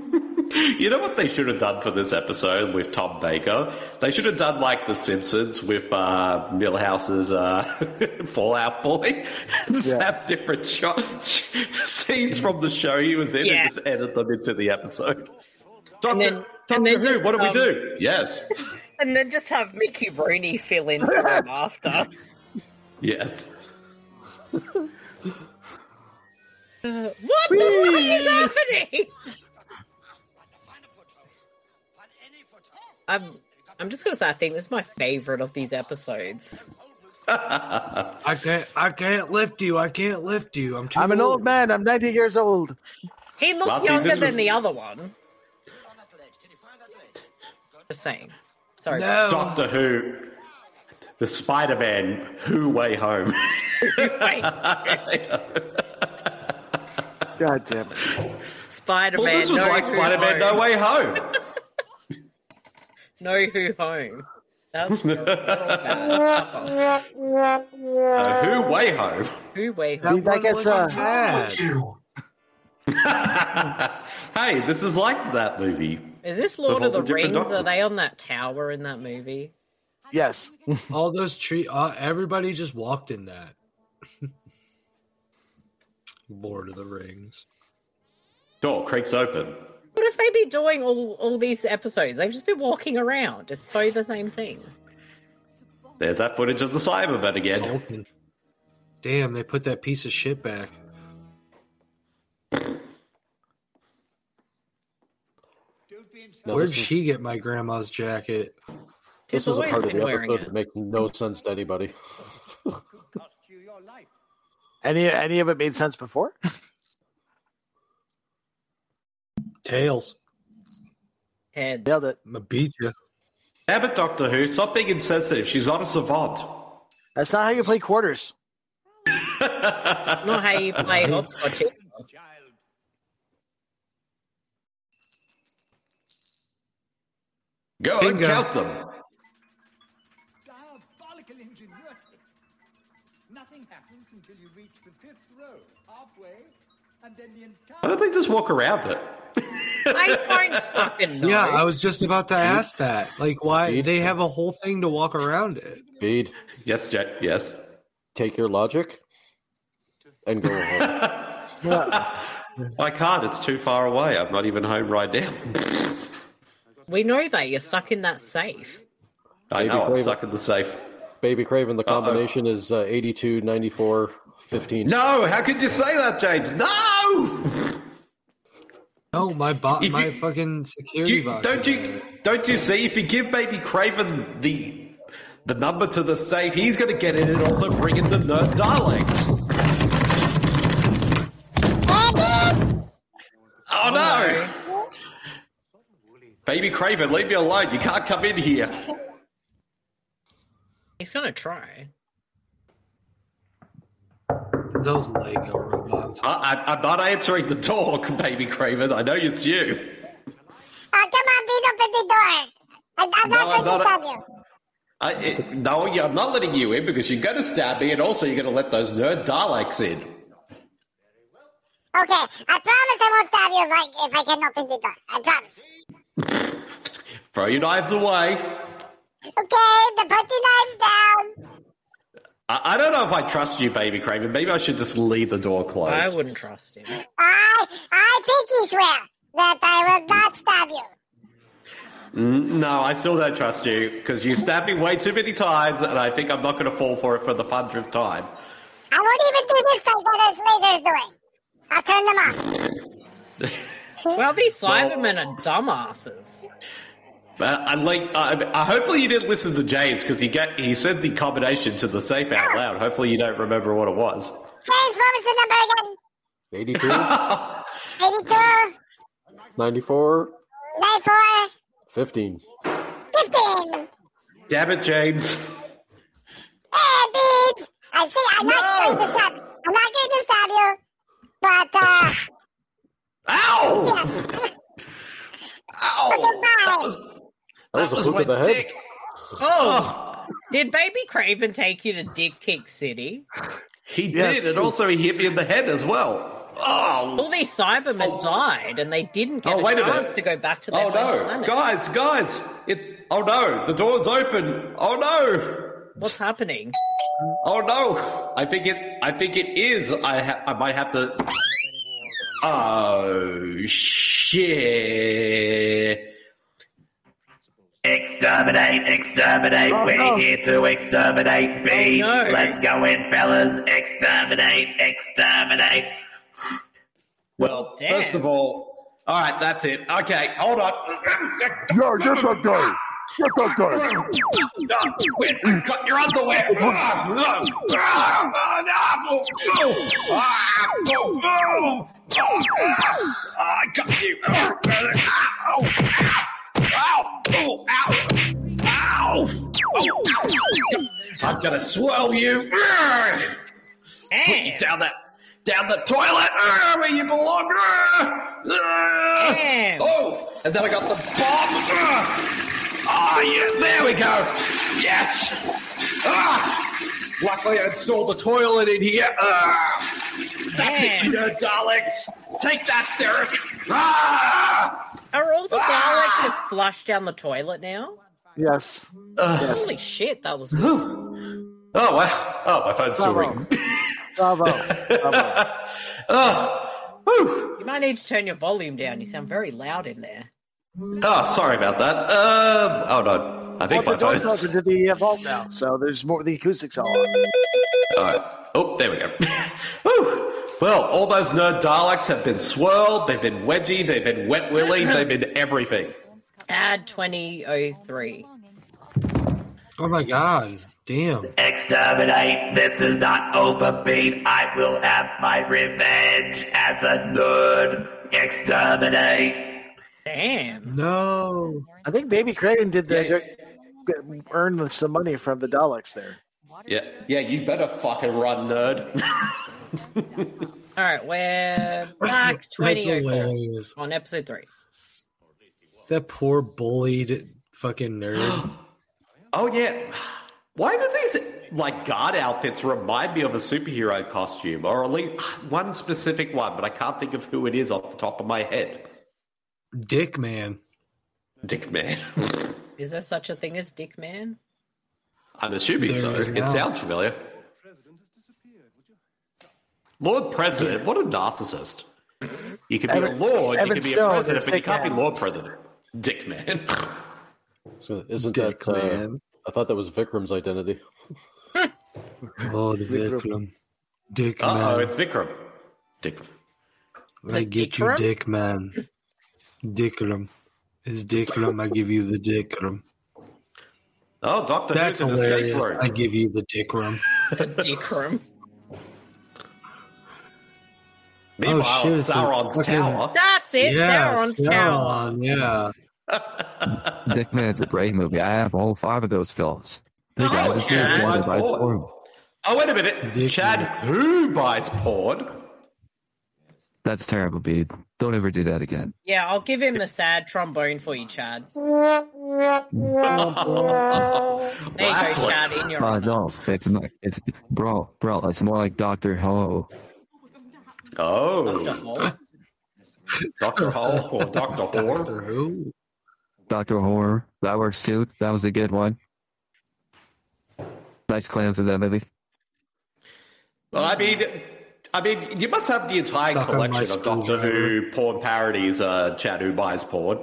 Speaker 6: You know what they should have done for this episode with Tom Baker? They should have done like The Simpsons with uh, Millhouse's uh, [LAUGHS] Fallout Boy. [LAUGHS] Just have different shots, [LAUGHS] scenes from the show he was in
Speaker 5: Yeah.
Speaker 6: and just edit them into the episode. Doctor,
Speaker 5: And then-
Speaker 6: Doctor
Speaker 5: and then
Speaker 6: Who,
Speaker 5: just,
Speaker 6: what do we
Speaker 5: um,
Speaker 6: do? Yes. [LAUGHS]
Speaker 5: And then just have Mickey Rooney fill in for them after.
Speaker 6: Yes.
Speaker 5: Uh, [LAUGHS] what the fuck is happening? I'm, I'm just gonna say, I think this is my favorite of
Speaker 6: [LAUGHS]
Speaker 5: these episodes.
Speaker 8: I can't. I can't lift you. I can't lift you. I'm too.
Speaker 7: I'm an old man. I'm 90 years old.
Speaker 5: He looks
Speaker 6: Well, see,
Speaker 5: younger
Speaker 6: this
Speaker 5: than
Speaker 6: was-
Speaker 5: the other one. Just saying. Sorry.
Speaker 8: No.
Speaker 6: Doctor Who, the Spider Man, Who Way Home.
Speaker 7: God damn it.
Speaker 5: Spider
Speaker 6: well,
Speaker 5: Man.
Speaker 6: this was
Speaker 5: no
Speaker 6: like
Speaker 5: Who
Speaker 6: Spider Man
Speaker 5: Home.
Speaker 6: No Way Home.
Speaker 5: [LAUGHS] No Who Home.
Speaker 6: [LAUGHS]
Speaker 5: That was they're all bad.
Speaker 6: Uh, who Way Home?
Speaker 5: Who Way
Speaker 7: See,
Speaker 5: Home.
Speaker 7: that gets uh,
Speaker 8: Bad.
Speaker 6: [LAUGHS] hey, this is like that movie.
Speaker 5: Is this Lord
Speaker 6: all
Speaker 5: of the,
Speaker 6: the different
Speaker 5: Rings? Are
Speaker 6: doctors.
Speaker 5: they on that tower in that movie?
Speaker 7: yes. [LAUGHS]
Speaker 8: All those tree. Uh, everybody just walked in that. Lord of the Rings.
Speaker 6: Door creaks open.
Speaker 5: What if they be doing all, all these episodes? They've just been walking around. It's so the same thing.
Speaker 6: There's that footage of the Cyberman again.
Speaker 8: Tolkien. Damn, they put that piece of shit back.
Speaker 11: No,
Speaker 8: Where'd
Speaker 11: this is,
Speaker 8: she get my grandma's jacket?
Speaker 5: He's
Speaker 11: this is a
Speaker 5: always
Speaker 11: part of
Speaker 5: been
Speaker 11: the
Speaker 5: wearing
Speaker 11: episode
Speaker 5: it.
Speaker 11: that makes no sense to anybody.
Speaker 17: Cost you your life.
Speaker 7: [LAUGHS] Any any of it made sense before?
Speaker 8: Tails.
Speaker 5: Heads.
Speaker 7: Nailed it.
Speaker 8: I'm gonna beat you.
Speaker 6: Damn it, Doctor Who, stop being insensitive. She's not a savant.
Speaker 7: That's not how you play quarters.
Speaker 5: Not how you
Speaker 7: [LAUGHS]
Speaker 5: play hopscotch. either.
Speaker 17: Child.
Speaker 6: Go and
Speaker 8: Bingo.
Speaker 6: count them.
Speaker 17: Diabolical ingenuity. Nothing happens until you reach the fifth row, halfway, and then the
Speaker 6: Why
Speaker 17: entire
Speaker 6: don't they just walk around it?
Speaker 5: I don't fucking know.
Speaker 8: Yeah, I was just about to ask that. Like, why they have a whole thing to walk around it?
Speaker 11: Bede,
Speaker 6: Yes, Jet. Yes.
Speaker 11: take your logic and go home.
Speaker 6: [LAUGHS] I can't. It's too far away. I'm not even home right now.
Speaker 5: We know that you're stuck in that safe.
Speaker 6: I know. I'm
Speaker 11: Craven.
Speaker 6: stuck in the safe.
Speaker 11: Baby Craven, the combination is uh, 82, 94, 15.
Speaker 6: No, how could you say that, James? No.
Speaker 8: No, my bo-
Speaker 6: If
Speaker 8: my
Speaker 6: you-
Speaker 8: fucking security
Speaker 6: You,
Speaker 8: box.
Speaker 6: don't
Speaker 8: is
Speaker 6: you? Don't you see? If you give Baby Craven the the number to the safe. He's going to get in and also bring in the nerd Daleks. Oh no! Baby Craven, leave me alone. You can't come in here.
Speaker 5: He's gonna try.
Speaker 8: Those Lego robots.
Speaker 6: I, I, I'm not answering the talk, [LAUGHS] Baby Craven. I know it's you.
Speaker 13: Oh, come on, beat open the door. I, I'm
Speaker 6: No,
Speaker 13: not going
Speaker 6: I'm not-
Speaker 13: to stab you.
Speaker 6: I, it, no, you- I'm not letting you in because you're going to stab me, and also you're going to let those nerd Daleks in.
Speaker 13: Okay, I promise I won't stab you if I, if I can open the door. I promise.
Speaker 6: Throw your knives away.
Speaker 13: Okay, the putty knives down.
Speaker 6: I, I don't know if I trust you, Baby Craven. Maybe I should just leave the door closed.
Speaker 5: I wouldn't trust him.
Speaker 13: I, I pinky swear that I will not stab you.
Speaker 6: Mm, No, I still don't trust you because you stabbed me way too many times, and I think I'm not going to fall for it for the hundredth time.
Speaker 13: I won't even do this thing that those lasers doing. I'll turn them off.
Speaker 5: Well, these Cybermen are dumbasses.
Speaker 6: But I Uh, like. I, I hopefully you didn't listen to James because he get he said the combination to the safe out loud. Hopefully you don't remember what it was.
Speaker 13: James, what was the number again?
Speaker 11: 82,
Speaker 13: 82,
Speaker 11: 94,
Speaker 13: 94,
Speaker 11: 15.
Speaker 13: 15.
Speaker 6: Damn it, James.
Speaker 13: Hey, beads! I see, I'm not going to stab I'm not going to stab you, but, uh... [LAUGHS]
Speaker 6: Ow!
Speaker 13: Ow! Goodbye.
Speaker 11: That was a fluke of the head.
Speaker 5: Oh, did Baby Craven take you to Dick Kick City?
Speaker 6: He
Speaker 5: Yes.
Speaker 6: did, and also he hit me in the head as well. Oh,
Speaker 5: All these Cybermen died, and they didn't get
Speaker 6: Oh,
Speaker 5: a
Speaker 6: wait a minute.
Speaker 5: chance to go back to their
Speaker 6: Oh
Speaker 5: home
Speaker 6: no,
Speaker 5: planet.
Speaker 6: guys, guys! It's oh no, the door's open. Oh no,
Speaker 5: What's happening?
Speaker 6: oh no! I think it. I think it is. I ha- I might have to. Oh shit!
Speaker 9: Exterminate, exterminate, we're here to exterminate B.
Speaker 5: Oh, no.
Speaker 9: Let's go in, fellas. Exterminate, exterminate.
Speaker 6: Well, first of all, all right, that's it. Okay, hold on.
Speaker 14: Yeah, get that guy. Get that guy.
Speaker 6: Wait, Cut your underwear. I got you. Ow. Ow. Ow. Ow. Ow. I'm gonna swirl you. Put you down that down the toilet ah, where you belong. Ah, ah. Oh, and then I got the bomb. Ah, Ah, yeah, there we go. Yes. Ah, luckily I saw the toilet in here. Ah, that's it, you know, Daleks. Take that, Derek. Ah,
Speaker 5: Are all the Daleks just flushed down the toilet now?
Speaker 7: Yes.
Speaker 5: Holy shit, that was.
Speaker 6: Uh, Oh wow! Oh, my phone's still ringing. [LAUGHS]
Speaker 7: Bravo.
Speaker 6: Oh,
Speaker 5: You might need to turn your volume down. You sound very loud in there.
Speaker 6: oh, sorry about that. Um, oh no, I think
Speaker 7: Well, the
Speaker 6: my
Speaker 7: door's
Speaker 6: phone's.
Speaker 7: open to the uh, vault now, so there's more. The acoustics all. on.
Speaker 6: [LAUGHS] All right. Oh, there we go. [LAUGHS] Woo. Well, all those nerd Daleks have been swirled, they've been wedgied, they've been wet willy, they've been everything.
Speaker 5: Add 2003.
Speaker 8: Oh my god. Damn.
Speaker 9: Exterminate, this is not over, B. I will have my revenge as a nerd. Exterminate.
Speaker 5: Damn.
Speaker 8: No.
Speaker 7: I think Baby Craven did the earn some money from the Daleks there.
Speaker 6: Yeah, yeah, you better fucking run, nerd.
Speaker 5: All right, we're
Speaker 8: [LAUGHS]
Speaker 5: back
Speaker 8: That's
Speaker 5: 2004
Speaker 8: hilarious.
Speaker 5: on episode three.
Speaker 8: That poor bullied fucking nerd.
Speaker 6: [LAUGHS] Oh, yeah. Why do these, like, guard outfits remind me of a superhero costume? Or at least one specific one, but I can't think of who it is off the top of my head.
Speaker 8: Dick man.
Speaker 6: Dick Man.
Speaker 5: Is there such a thing as Dick Man?
Speaker 6: I'm assuming
Speaker 8: There
Speaker 6: so.
Speaker 8: is now.
Speaker 6: It sounds familiar. Lord President, what a narcissist. You can be
Speaker 7: Evan-
Speaker 6: a lord,
Speaker 7: Evan
Speaker 6: you can be
Speaker 7: Stone
Speaker 6: a president,
Speaker 7: is
Speaker 6: but you
Speaker 7: Dick
Speaker 6: can't
Speaker 7: Man.
Speaker 6: be Lord President. Dick
Speaker 7: [LAUGHS]
Speaker 6: man.
Speaker 11: So isn't
Speaker 8: Dick
Speaker 11: that? Uh,
Speaker 8: man.
Speaker 11: I thought that was Vikram's identity.
Speaker 8: Oh, the Vikram. Dick
Speaker 6: Uh oh,
Speaker 8: man.
Speaker 6: it's Vikram. Vikram.
Speaker 8: I
Speaker 5: it
Speaker 8: get you,
Speaker 5: Dickram?
Speaker 8: dick man. Dickram. It's Dickram. I give you the Dickram.
Speaker 6: Oh, Doctor
Speaker 8: That's
Speaker 6: Who's an escape
Speaker 8: hilarious.
Speaker 6: room.
Speaker 8: I give you the dick room.
Speaker 6: [LAUGHS]
Speaker 5: Dick room.
Speaker 6: Meanwhile,
Speaker 8: oh, shit, it's a
Speaker 6: Sauron's
Speaker 8: fucking-
Speaker 6: tower.
Speaker 5: That's it.
Speaker 8: Yeah,
Speaker 5: Sauron's tower.
Speaker 8: Sauron, Yeah.
Speaker 19: Dickman is a great movie. I have all five of those films.
Speaker 6: Oh,
Speaker 19: Guys, it's
Speaker 6: Chad.
Speaker 19: good.
Speaker 6: Buys
Speaker 19: Buys
Speaker 6: porn.
Speaker 19: porn.
Speaker 6: Oh, wait a minute. Chad, who buys porn?
Speaker 19: That's terrible, B. Don't ever do that again.
Speaker 5: Yeah, I'll give him the sad trombone for you, Chad. There you go, Chad, in your
Speaker 19: Uh, no, it's not. It's bro, bro. It's more like Doctor Ho.
Speaker 6: Oh.
Speaker 10: [LAUGHS]
Speaker 6: Doctor Hall or Oh, Doctor Horror?
Speaker 8: Who?
Speaker 19: Doctor Horror. That works too. That was a good one. Nice clams in that movie.
Speaker 6: Well, I mean, I mean, you must have the entire
Speaker 19: Suck on my
Speaker 6: collection of
Speaker 19: school
Speaker 6: Doctor Who porn parodies. Uh, Chad, who buys porn?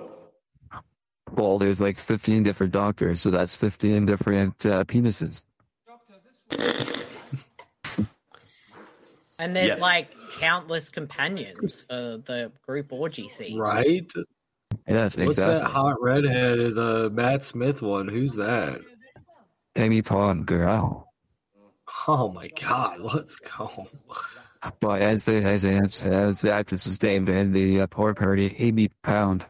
Speaker 19: Well, there's like 15 different doctors, so that's 15 different uh, penises.
Speaker 5: And there's
Speaker 19: Yes.
Speaker 5: like countless companions for the group orgy scene.
Speaker 8: Right?
Speaker 19: Yes,
Speaker 8: What's that
Speaker 19: exactly.
Speaker 8: hot redhead, the Matt Smith one? Who's that?
Speaker 19: Amy Pond, girl.
Speaker 2: [LAUGHS]
Speaker 8: Oh my god, [LAUGHS] let's go.
Speaker 19: But as the as the, as the actress is named in the uh, porn parody, Amy Pound.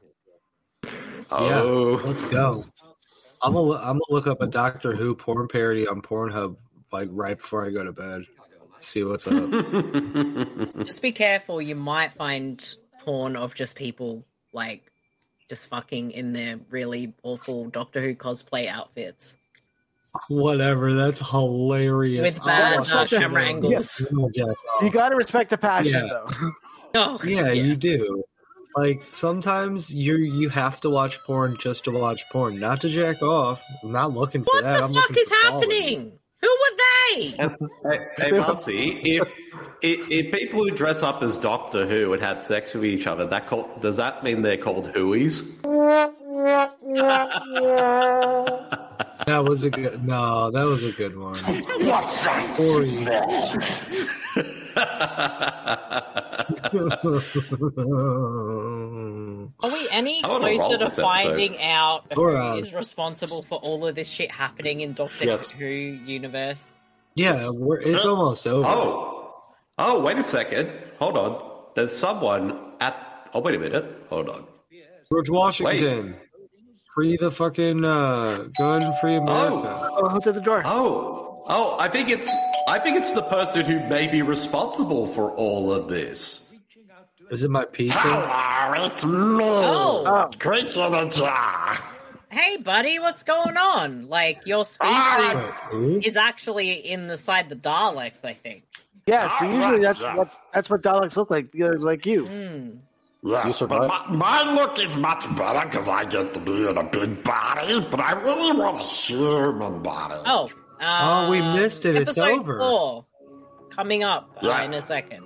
Speaker 8: Yeah, let's go. I'm gonna I'm gonna look up a Doctor Who porn parody on Pornhub like right before I go to bed. See
Speaker 5: [LAUGHS]
Speaker 8: what's up.
Speaker 5: Just be careful, you might find porn of just people like just fucking in their really awful Doctor Who cosplay outfits.
Speaker 8: Whatever, that's hilarious.
Speaker 5: With bad,
Speaker 8: I'll watch
Speaker 5: uh,
Speaker 8: that
Speaker 5: camera
Speaker 8: one.
Speaker 5: angles.
Speaker 8: Yeah.
Speaker 7: You got to respect the passion,
Speaker 8: Yeah.
Speaker 7: though.
Speaker 8: [LAUGHS]
Speaker 5: Oh,
Speaker 8: yeah, you do. Like sometimes you you have to watch porn just to watch porn, not to jack off. I'm not looking for
Speaker 5: What
Speaker 8: that.
Speaker 5: the
Speaker 8: I'm
Speaker 5: fuck
Speaker 8: looking
Speaker 5: is
Speaker 8: for quality.
Speaker 5: happening? Who were they?
Speaker 6: Hey, hey Marcy, if, if if people who dress up as Doctor Who and have sex with each other, that call, does that mean they're called Whoies?
Speaker 8: That was a good. No, that was a good one.
Speaker 2: What's that?
Speaker 8: Corey.
Speaker 5: Are we any
Speaker 8: I'm on a roll
Speaker 5: closer to
Speaker 8: this episode.
Speaker 5: finding out who
Speaker 8: Sauron.
Speaker 5: is responsible for all of this shit happening in Doctor
Speaker 6: Yes.
Speaker 5: Who universe?
Speaker 8: yeah, we're, it's almost over.
Speaker 6: Oh, oh, wait a second. Hold on. There's someone at. Oh, wait a minute. Hold on.
Speaker 8: George Washington, free the fucking. Uh, go ahead and free America.
Speaker 7: Oh, who's at the door?
Speaker 6: Oh, oh, I think it's. I think it's the person who may be responsible for all of this.
Speaker 8: Is it my pizza?
Speaker 6: Hello, it's me,
Speaker 5: Oh.
Speaker 6: Creature in a Jar.
Speaker 5: Hey, buddy, what's going on? Like your species
Speaker 8: Ah. Who?
Speaker 5: is actually in the side the Daleks, I think.
Speaker 7: Yeah,
Speaker 11: Ah,
Speaker 7: so usually that's that's, that's what Daleks look like, yeah, like you.
Speaker 5: Mm.
Speaker 11: You
Speaker 10: Yes,
Speaker 11: survived.
Speaker 10: but my, my look is much better because I get to be in a big body, but I really want a human body.
Speaker 5: Oh,
Speaker 8: Oh, we missed it.
Speaker 5: um,
Speaker 8: It's
Speaker 5: episode
Speaker 8: over.
Speaker 5: Four, coming up uh,
Speaker 8: Yes.
Speaker 5: in a second.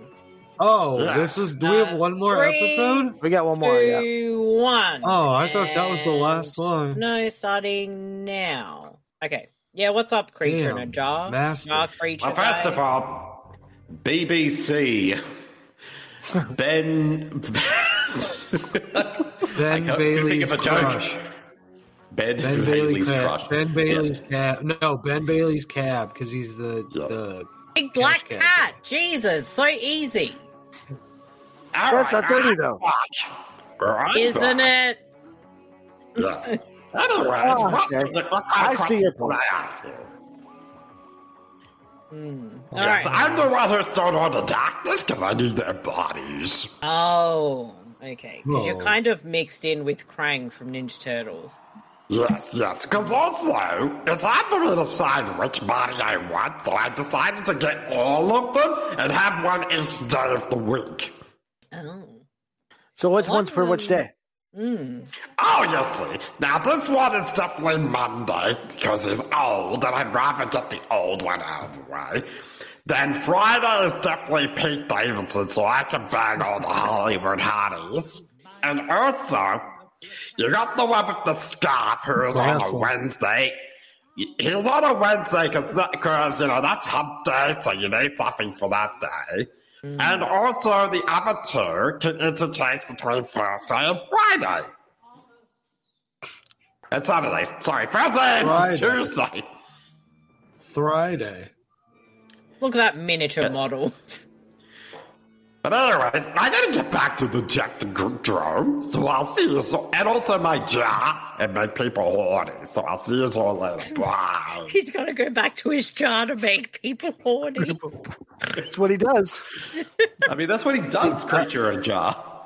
Speaker 8: Oh, this is. Do we have one more
Speaker 5: Three,
Speaker 8: episode?
Speaker 7: We got one more. Yeah.
Speaker 5: Two, one.
Speaker 8: Oh, I thought that was the
Speaker 5: And-
Speaker 8: last one.
Speaker 5: No, starting now. Okay. Yeah, what's up, creature in a
Speaker 6: Damn,
Speaker 5: jar?
Speaker 6: master.
Speaker 5: Jar creature.
Speaker 6: Well, first of
Speaker 5: guy?
Speaker 6: all, BBC. Ben. [LAUGHS]
Speaker 8: Ben
Speaker 6: couldn't
Speaker 8: Bailey's
Speaker 6: uh, think of a joke.
Speaker 8: crush.
Speaker 6: Ben,
Speaker 8: Ben Bailey's
Speaker 6: Bailey's
Speaker 8: cab.
Speaker 6: crush.
Speaker 8: Ben Bailey's cab. No, Ben Bailey's cab because he's the the.
Speaker 5: Big black
Speaker 8: Cash
Speaker 5: cat. Jesus, so easy,
Speaker 7: That's not dirty though.
Speaker 10: Right
Speaker 5: isn't
Speaker 10: there.
Speaker 5: it?
Speaker 10: Yes. Anyways,
Speaker 7: Oh,
Speaker 10: what,
Speaker 7: okay.
Speaker 10: what, what
Speaker 7: I see your
Speaker 10: question
Speaker 7: point.
Speaker 10: can I ask you?
Speaker 5: All
Speaker 10: yes,
Speaker 5: right.
Speaker 10: I'm the one who's thrown on the doctors because I need their bodies.
Speaker 5: Oh, okay. Because you're
Speaker 10: Oh.
Speaker 5: kind of mixed in with Krang from Ninja Turtles.
Speaker 10: Yes, yes, because also, it's hard for me to decide which body I want, so I decided to get all of them and have one each day of the week.
Speaker 5: Oh.
Speaker 7: So which one's for which day?
Speaker 5: Mm.
Speaker 10: Oh, you see, now this one is definitely Monday, because he's old, and I'd rather get the old one out of the way. Then Friday is definitely Pete Davidson, so I can bang all the Hollywood hotties. And also, you got the one with the scarf who's on a
Speaker 8: Awesome.
Speaker 10: Wednesday. He's on a Wednesday because, you know, that's hump day, so you need something for that day.
Speaker 7: Mm.
Speaker 10: And also, the other two can interchange between Thursday and Friday. It's Saturday. Sorry, Friday.
Speaker 8: Friday.
Speaker 10: Tuesday.
Speaker 8: Friday.
Speaker 5: Look at that miniature model. [LAUGHS]
Speaker 10: But anyways, I gotta get back to the jet drone, so I'll see you so and also my jar and make people horny. So I'll see you all
Speaker 7: [LAUGHS]
Speaker 10: later. Bye.
Speaker 5: He's got to go back to his jar to make people horny.
Speaker 7: That's what he does.
Speaker 6: I mean, that's what he does, creature a jar.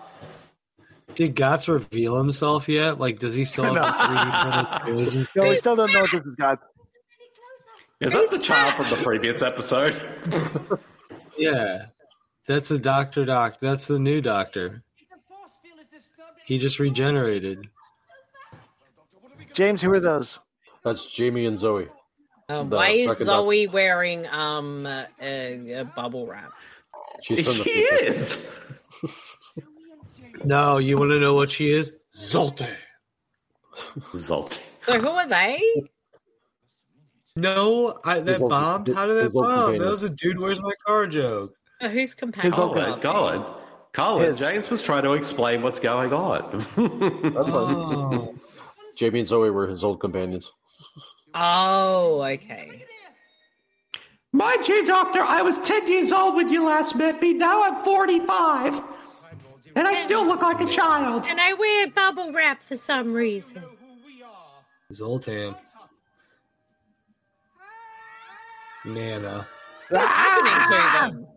Speaker 8: Did Gats reveal himself yet? Like, does he
Speaker 7: [LAUGHS]
Speaker 8: still have the 3D printed toys? and
Speaker 7: No, we
Speaker 8: shit?
Speaker 7: still don't know what this is, guys.
Speaker 6: Is that the child from the previous episode?
Speaker 8: Yeah, that's the Doctor Doc. That's the new Doctor. He just regenerated.
Speaker 7: James, who are those?
Speaker 11: That's Jamie and Zoe.
Speaker 5: Um,
Speaker 11: The
Speaker 5: why is
Speaker 11: second
Speaker 5: Zoe wearing um uh, a, a bubble wrap?
Speaker 11: She's from the
Speaker 6: She
Speaker 11: future.
Speaker 6: is.
Speaker 8: No, you want to know what she is? Zolte.
Speaker 6: Zolt.
Speaker 5: So who are they?
Speaker 8: No, I, that
Speaker 6: Zolte-
Speaker 8: bombed. How did that
Speaker 6: his Zolte
Speaker 8: bomb? That
Speaker 6: Vader.
Speaker 8: was a dude. Where's my car joke?
Speaker 5: Uh, who's compatible?
Speaker 11: Oh,
Speaker 6: Colin, Colin, Colin. James was trying to explain what's going
Speaker 11: [LAUGHS]
Speaker 6: on.
Speaker 11: Jamie and Zoe were his old companions.
Speaker 5: Oh, okay.
Speaker 6: Mind you, Doctor, I was 10 years old when you last met me. Now I'm 45. And I still look like a child.
Speaker 5: And I wear bubble wrap for some reason.
Speaker 8: Zoltan. Nana.
Speaker 5: What's
Speaker 6: Ah!
Speaker 5: happening to them?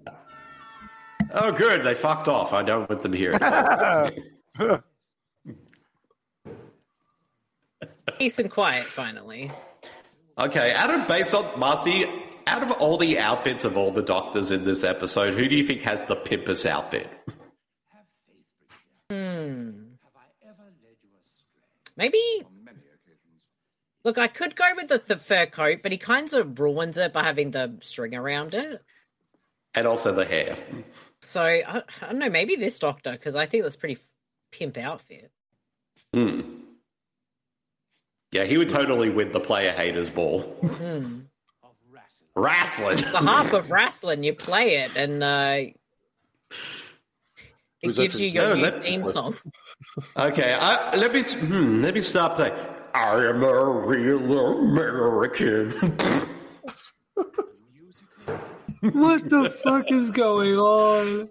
Speaker 6: Oh, good. They fucked off. I don't want them here.
Speaker 5: [LAUGHS] Peace and quiet, finally.
Speaker 6: okay, Adam, based on Marcy, out of all the outfits of all the doctors in this episode, who do you think has the pimpest outfit?
Speaker 5: Hmm. Maybe. Look, I could go with the, the fur coat, but he kind of ruins it by having the string around it.
Speaker 6: And also the hair.
Speaker 5: So I, I don't know. Maybe this doctor, because I think that's pretty pimp outfit.
Speaker 6: Hmm. Yeah, he would totally win the player haters ball.
Speaker 5: Hmm.
Speaker 6: Wrestling.
Speaker 5: It's the harp of wrestling. You play it, and uh, it
Speaker 6: Who's
Speaker 5: gives
Speaker 6: that
Speaker 5: you
Speaker 6: from?
Speaker 5: your
Speaker 6: No,
Speaker 5: new
Speaker 6: that-
Speaker 5: theme song.
Speaker 6: [LAUGHS] Okay, I, let me s- hmm, let me stop that. I am a real American.
Speaker 8: What the fuck is going on?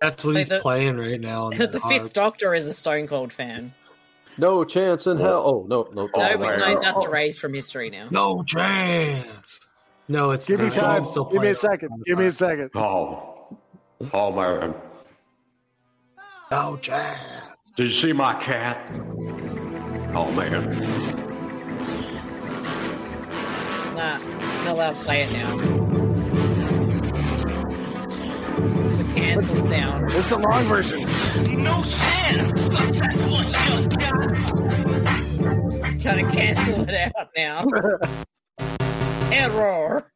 Speaker 8: That's what
Speaker 5: Hey,
Speaker 8: he's
Speaker 5: the-
Speaker 8: playing right now. on
Speaker 5: [LAUGHS] the
Speaker 8: harp.
Speaker 5: Fifth Doctor is a Stone Cold fan.
Speaker 11: No chance in hell. Oh no, no,
Speaker 5: No,
Speaker 11: oh,
Speaker 5: we know that's erased from history now.
Speaker 8: No chance.
Speaker 7: [LAUGHS]
Speaker 8: No, it's
Speaker 7: Give me
Speaker 8: not.
Speaker 7: time.
Speaker 8: It's still
Speaker 7: Give me a
Speaker 8: playing.
Speaker 7: second. Give me a second.
Speaker 6: oh, oh my!
Speaker 8: No chance.
Speaker 6: Did you see my cat? Oh man!
Speaker 5: Nah, not allowed to play it now. The cancel sound.
Speaker 7: It's the long version.
Speaker 18: No chance. That's what you got.
Speaker 5: Trying to cancel it out
Speaker 7: [LAUGHS]
Speaker 5: now. [LAUGHS] Error.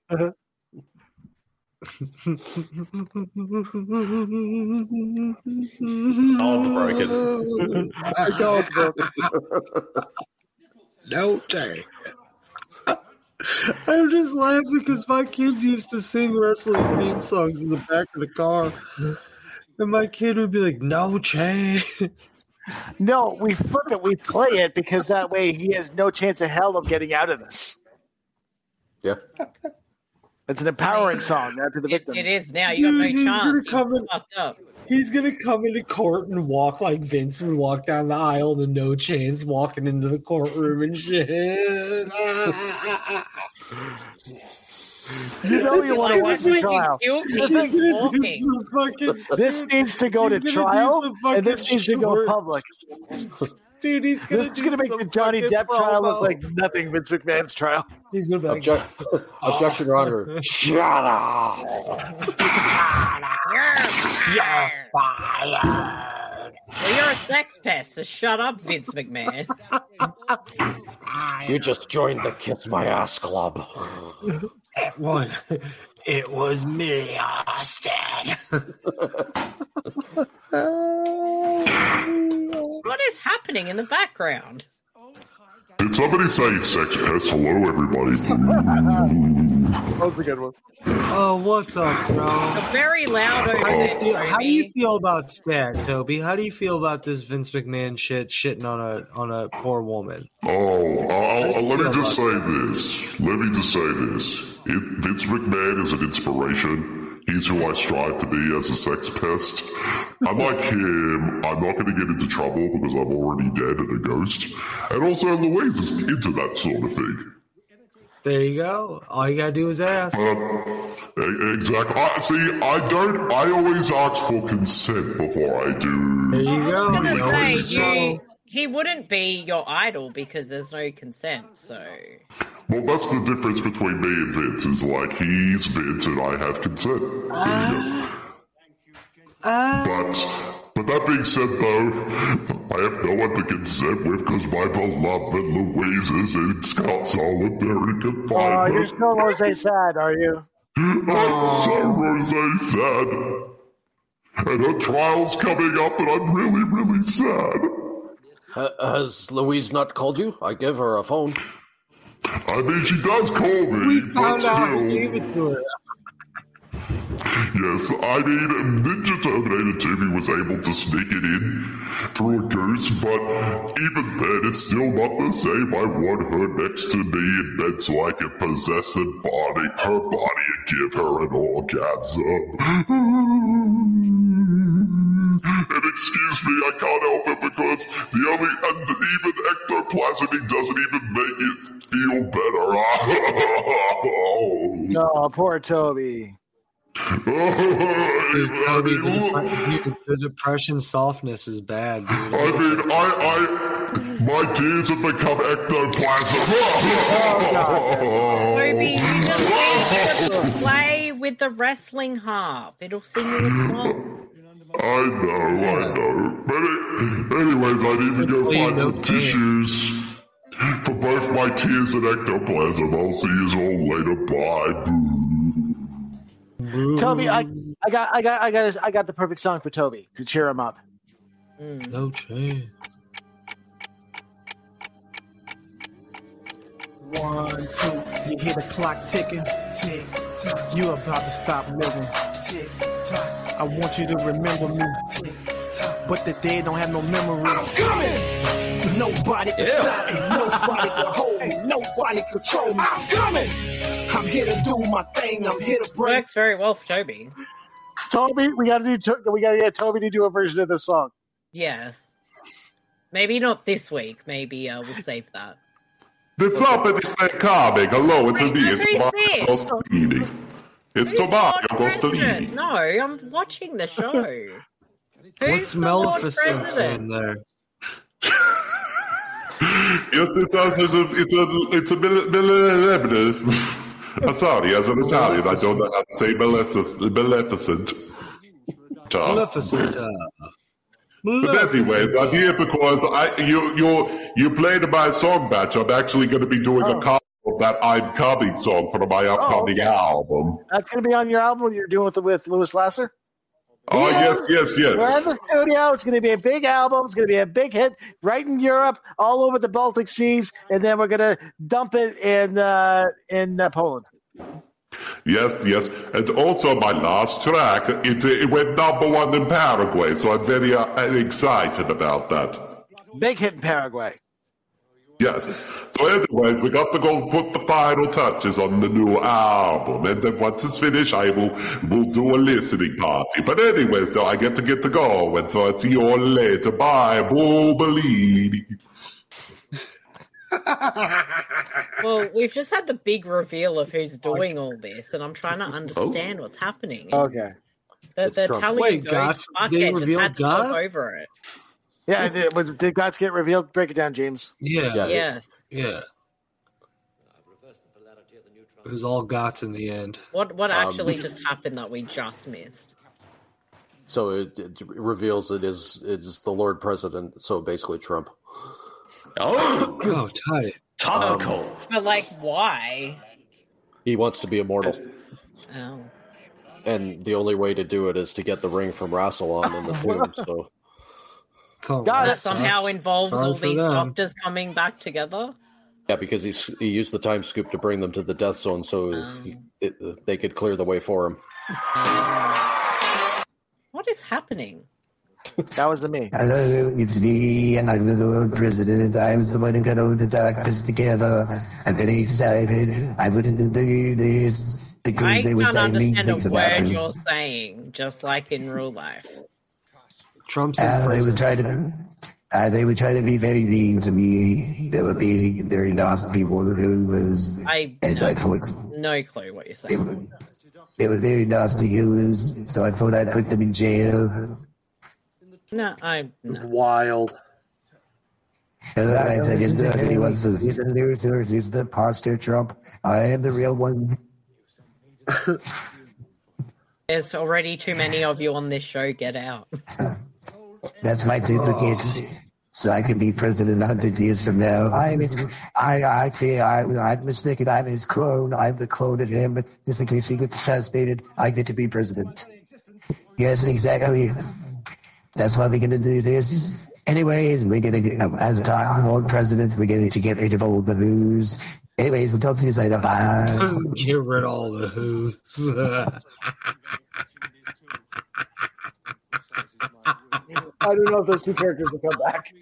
Speaker 6: Oh, it's
Speaker 8: [LAUGHS]
Speaker 6: broken.
Speaker 2: [LAUGHS]
Speaker 7: I know it's broken.
Speaker 8: No chance. I'm just laughing because my kids used to sing wrestling theme songs in the back of the car. And my kid would be like, no chance.
Speaker 7: [LAUGHS] No, we flip it. We play it because that way he has no chance in hell of getting out of this.
Speaker 11: Yeah.
Speaker 7: It's an empowering song not to the victims.
Speaker 5: It is now. You got no
Speaker 8: Dude, he's gonna
Speaker 5: chance.
Speaker 8: come
Speaker 5: You fucked up.
Speaker 8: He's gonna come into court and walk like Vince would walk down the aisle in no chains, walking into the courtroom and shit.
Speaker 7: You know you want to
Speaker 5: Why
Speaker 7: watch
Speaker 5: would
Speaker 7: the
Speaker 5: you
Speaker 7: trial.
Speaker 5: guilty?
Speaker 7: The
Speaker 5: He's
Speaker 7: thing-
Speaker 8: He's gonna do
Speaker 5: walking.
Speaker 8: some fucking-
Speaker 7: This needs to go to
Speaker 8: He's gonna do
Speaker 7: trial,
Speaker 8: some
Speaker 7: and this
Speaker 8: fucking
Speaker 7: needs to go
Speaker 8: short-
Speaker 7: public.
Speaker 8: [LAUGHS] dude. He's gonna
Speaker 7: This is
Speaker 8: do
Speaker 7: going to make
Speaker 8: some
Speaker 7: the Johnny
Speaker 8: fucking
Speaker 7: Depp trial look
Speaker 8: promo.
Speaker 7: like nothing. Vince McMahon's trial.
Speaker 8: he's gonna be like,
Speaker 11: Object-
Speaker 8: [LAUGHS]
Speaker 11: objection, Your Honor.
Speaker 10: Shut up.
Speaker 5: You're fired. Well, you're a sex pest, so shut up, Vince
Speaker 7: [LAUGHS]
Speaker 5: McMahon.
Speaker 11: You just joined the Kiss My Ass Club.
Speaker 8: It was, it was me, Austin.
Speaker 7: [LAUGHS]
Speaker 5: what is happening in the background?
Speaker 14: Did somebody say sex pets? Hello,
Speaker 8: [LAUGHS]
Speaker 14: everybody.
Speaker 7: That was a good one.
Speaker 8: Oh, what's up, bro?
Speaker 5: Very loud over there,
Speaker 8: How do you feel about that, Toby? How do you feel about this Vince McMahon shit shitting on a on a poor woman?
Speaker 14: Oh, I'll, I'll, let me just say this. Let me just say this. It, Vince McMahon is an inspiration. He's who I strive to be as a sex pest. Unlike him, I'm not going to get into trouble because I'm already dead and a ghost. And also, Louise is into that sort of thing.
Speaker 8: There you go. All you gotta do is ask.
Speaker 14: Uh, e- exactly. I, see, I don't. I always ask for consent before I do.
Speaker 8: There you
Speaker 5: Oh, I was
Speaker 8: go.
Speaker 5: gonna
Speaker 14: No,
Speaker 5: say
Speaker 14: it's
Speaker 5: you, he wouldn't be your idol because there's no consent. So
Speaker 14: Well, that's the difference between me and Vince. Is like he's Vince and I have consent. There you go. But, but that being said, though, I have no one to consent with because my beloved Louise is in Scott's solitary
Speaker 7: Oh, you're
Speaker 14: confinement.
Speaker 7: still Rose sad, are you?
Speaker 14: I'm so rose sad, and her trial's coming up, and I'm really, really sad.
Speaker 11: Ha- has Louise not called you? I give her a phone.
Speaker 14: I mean, she does call me, but
Speaker 8: Found out who
Speaker 14: still.
Speaker 8: gave it to her.
Speaker 14: Yes, I mean, Ninja Terminator 2 he was able to sneak it in through a goose, but even then, it's still not the same. I want her next to me in bed so I can possess her body, her body, and give her an orgasm. And excuse me, I can't help it because the only, and even ectoplasm, he doesn't even make it feel [LAUGHS] Oh. better.
Speaker 7: No, poor Toby.
Speaker 14: I
Speaker 8: Toby,
Speaker 14: mean, look,
Speaker 8: the, dude, the depression softness is bad, dude.
Speaker 14: I mean, I, I, my tears have become ectoplasm.
Speaker 5: Toby, you just need to play with the wrestling harp. It'll sing you a song.
Speaker 14: I know, I know. But it, anyways, I need to go find some tissues for both my tears and ectoplasm. I'll see you all later. Bye.
Speaker 7: Toby, I, I got, I got, I got, I got the perfect song for Toby to cheer him up.
Speaker 5: Mm.
Speaker 8: No chance.
Speaker 20: One, two, you hear the clock ticking. Tick tock. You about to stop living. Tick tock. I want you to remember me. Tick tock. But the dead don't have no memory. I'm coming. Nobody can
Speaker 10: Yeah.
Speaker 20: stop me. Nobody
Speaker 10: [LAUGHS]
Speaker 20: can hold me. Nobody can control me. I'm coming. I'm here to do my thing. I'm here to break.
Speaker 5: Works very well for Toby.
Speaker 7: Toby, we got to do, To- we got to get Toby to do a version of this song.
Speaker 5: Yes. Maybe not this week. Maybe uh, we'll save that.
Speaker 14: It's up and it's that comic. Hello, it's me.
Speaker 5: Wait, who's this?
Speaker 14: It's Tomato Costolini. It's Tomato Costolini.
Speaker 5: President. No, I'm watching the show. Who's
Speaker 8: What's
Speaker 5: the Lord
Speaker 8: Maleficent in
Speaker 5: President?
Speaker 8: there?
Speaker 14: [LAUGHS] Yes, it does. It's a, it's a, it's a mil- mil- mil- I'm sorry, as an Italian, I don't know how to say malefic- maleficent. Tom.
Speaker 8: Maleficent. uh,
Speaker 14: But anyways, I'm here because I you you you played my song batch. I'm actually going to be doing
Speaker 8: Oh.
Speaker 14: a cover of that I'm coming song for my upcoming album.
Speaker 7: That's gonna be on your album you're doing with with Louis Lasser.
Speaker 14: Oh yes, yes, yes.
Speaker 7: We're in the studio. It's going to be a big album. It's going to be a big hit right in Europe, all over the Baltic seas, and then we're going to dump it in uh, in uh, Poland.
Speaker 14: Yes, yes. And also my last track, it, it went number one in Paraguay, so I'm very uh, excited about that.
Speaker 7: Big hit in Paraguay.
Speaker 14: Yes. So anyways, we got to go put the final touches on the new album, and then once it's finished, I will will do a listening party. But anyways, though, I get to get to go, and so I see you all later. Bye, boo, believe.
Speaker 21: [LAUGHS]
Speaker 5: Well, we've just had the big reveal of who's
Speaker 21: Oh,
Speaker 5: doing all this, and I'm trying to understand what's happening.
Speaker 7: Okay.
Speaker 5: The,
Speaker 7: It's
Speaker 5: the
Speaker 7: Trump.
Speaker 5: Italian
Speaker 7: Wait,
Speaker 5: ghost
Speaker 7: God,
Speaker 5: bucket
Speaker 7: they
Speaker 5: just
Speaker 7: revealed
Speaker 5: had to talk
Speaker 7: God?
Speaker 5: over it.
Speaker 7: Yeah, did, was, did God's get revealed? Break it down, James.
Speaker 8: Yeah.
Speaker 5: Yes.
Speaker 8: Yeah. It was all gots in the end.
Speaker 5: What what
Speaker 11: Um,
Speaker 21: [LAUGHS]
Speaker 5: actually just happened that we just missed?
Speaker 11: So it, it reveals it is it is the Lord President. So basically, Trump.
Speaker 6: Oh,
Speaker 8: oh, tight.
Speaker 6: Topical.
Speaker 5: But like, why?
Speaker 11: Um, He wants to be immortal,
Speaker 5: Oh.
Speaker 11: and the only way to do it is to get the ring from Rassilon
Speaker 8: [LAUGHS]
Speaker 11: in the tomb. So
Speaker 5: that somehow involves all these doctors coming back together.
Speaker 11: Yeah, because he's, he used the time scoop to bring them to the death zone so he, it, they could clear the way for him.
Speaker 5: What is happening?
Speaker 7: That was the me.
Speaker 21: Hello, it's me, and I'm the world president. I was the one who got all the doctors together. I'm very excited. I wouldn't do this because
Speaker 5: I
Speaker 21: they were saying
Speaker 5: can't
Speaker 21: mean
Speaker 5: understand a
Speaker 21: things about
Speaker 5: word
Speaker 21: me.
Speaker 5: you're saying, just like in real life.
Speaker 8: Trump's
Speaker 21: Uh, they were trying to. Uh, they were trying to be very mean to me. They were being very nasty people who was
Speaker 5: I
Speaker 21: and uh, I thought
Speaker 5: no clue what you're saying.
Speaker 21: they were very nasty who was so I thought I'd put them in jail.
Speaker 5: No, I
Speaker 21: Wild. Otherwise, I just know if anyone says he's a loser, he's the imposter Trump. I am the real [LAUGHS] one.
Speaker 5: there's already too many of you on this show. Get out. [LAUGHS]
Speaker 21: That's my duplicate. So I can be president a hundred years from now. I'm his, I, I say I, I'm mistaken. I'm his clone. I'm the clone of him. But just in case he gets assassinated, I get to be president. Yes, exactly. That's why we're gonna do this. Anyways, we're gonna get, um, as a time old president, we're going to get rid of all the who's. Anyways, we'll talk to you later. Bye.
Speaker 8: Get rid of all the who's. [LAUGHS]
Speaker 7: I don't know if those two characters will come back.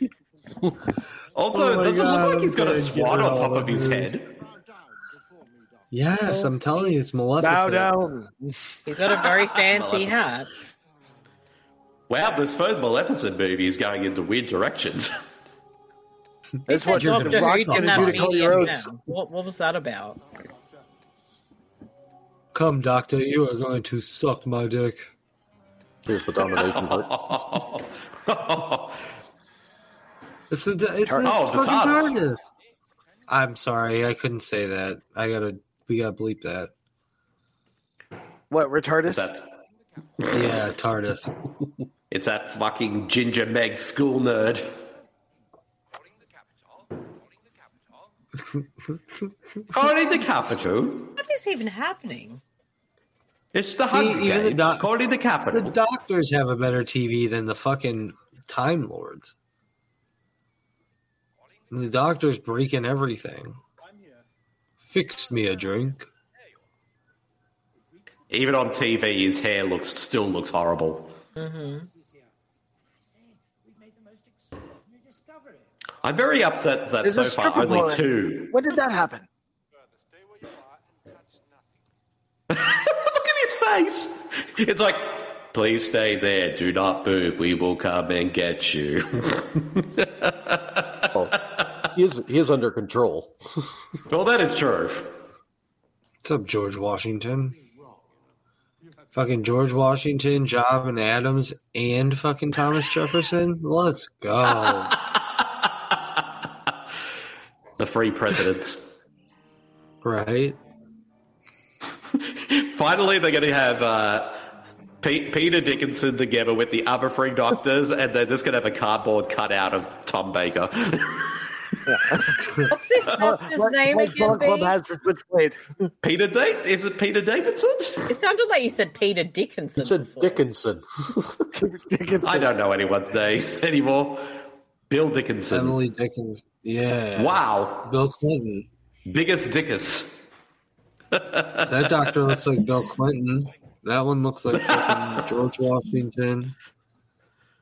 Speaker 6: Also,
Speaker 7: Oh my
Speaker 6: it doesn't
Speaker 7: God,
Speaker 6: look like he's got a
Speaker 7: okay,
Speaker 6: swan
Speaker 7: get
Speaker 6: on top
Speaker 7: all
Speaker 6: of his
Speaker 7: of
Speaker 6: head.
Speaker 8: yes, I'm telling you, it's Maleficent.
Speaker 5: He's got
Speaker 6: [LAUGHS]
Speaker 5: a very fancy hat.
Speaker 6: Wow, this third Maleficent movie is going into weird directions. [LAUGHS]
Speaker 7: That's what
Speaker 5: Doctor
Speaker 7: The Rock's
Speaker 5: Who
Speaker 7: gonna
Speaker 5: done that
Speaker 7: do to Cody
Speaker 5: BDSM.
Speaker 7: Rhodes.
Speaker 5: What, what was that about?
Speaker 8: Come, Doctor, you are going to suck my dick.
Speaker 11: Here's the domination part.
Speaker 8: It's the it's the
Speaker 6: Oh, the
Speaker 8: fucking
Speaker 6: TARDIS.
Speaker 8: TARDIS. I'm sorry, I couldn't say that. I gotta we gotta bleep that.
Speaker 7: What retardist?
Speaker 6: That's
Speaker 8: yeah, TARDIS.
Speaker 6: It's that fucking Ginger Meg school nerd. Calling the capital.
Speaker 5: What is even happening?
Speaker 6: It's the
Speaker 8: See,
Speaker 6: Hunger
Speaker 8: even the
Speaker 6: Games.
Speaker 8: doc-
Speaker 6: Calling the
Speaker 8: The
Speaker 6: capital.
Speaker 8: doctors have a better TV than the fucking Time Lords. And the doctors breaking everything. Fix me a drink.
Speaker 6: Even on TV, his hair looks still looks horrible.
Speaker 5: Mm-hmm.
Speaker 6: I'm very upset that
Speaker 7: There's
Speaker 6: so
Speaker 7: a
Speaker 6: far
Speaker 7: stripper
Speaker 6: only
Speaker 7: boy.
Speaker 6: two.
Speaker 7: When did that happen?
Speaker 6: Look at his face. It's like, please stay there. Do not move. We will come and get
Speaker 11: [LAUGHS]
Speaker 6: you.
Speaker 11: Oh, He is, he is under control. [LAUGHS]
Speaker 6: well, that is true.
Speaker 8: What's up, George Washington? Fucking George Washington, Job and Adams, and fucking Thomas Jefferson. Let's
Speaker 11: Um.
Speaker 8: go.
Speaker 6: The free presidents.
Speaker 8: right?
Speaker 6: Finally, they're going to have uh, Pe- Peter Dickinson together with the other three doctors, and they're just going to have a cardboard cutout of Tom Baker. [LAUGHS]
Speaker 5: What's [LAUGHS] this doctor's
Speaker 7: Uh, What-
Speaker 5: name
Speaker 7: what
Speaker 5: again?
Speaker 7: Bullet Club
Speaker 5: B?
Speaker 7: has for which blade?
Speaker 6: [LAUGHS] Peter Date? Is it Peter Davidson?
Speaker 5: It sounded like you said Peter Dickinson. before.
Speaker 11: Dickinson.
Speaker 6: [LAUGHS] I don't know anyone's names [LAUGHS] anymore. Bill Dickinson.
Speaker 8: Emily Dickens. Yeah.
Speaker 6: Wow.
Speaker 8: Bill Clinton.
Speaker 6: Biggest Dickus. [LAUGHS]
Speaker 8: That doctor looks like Bill Clinton. That one looks like fucking George Washington.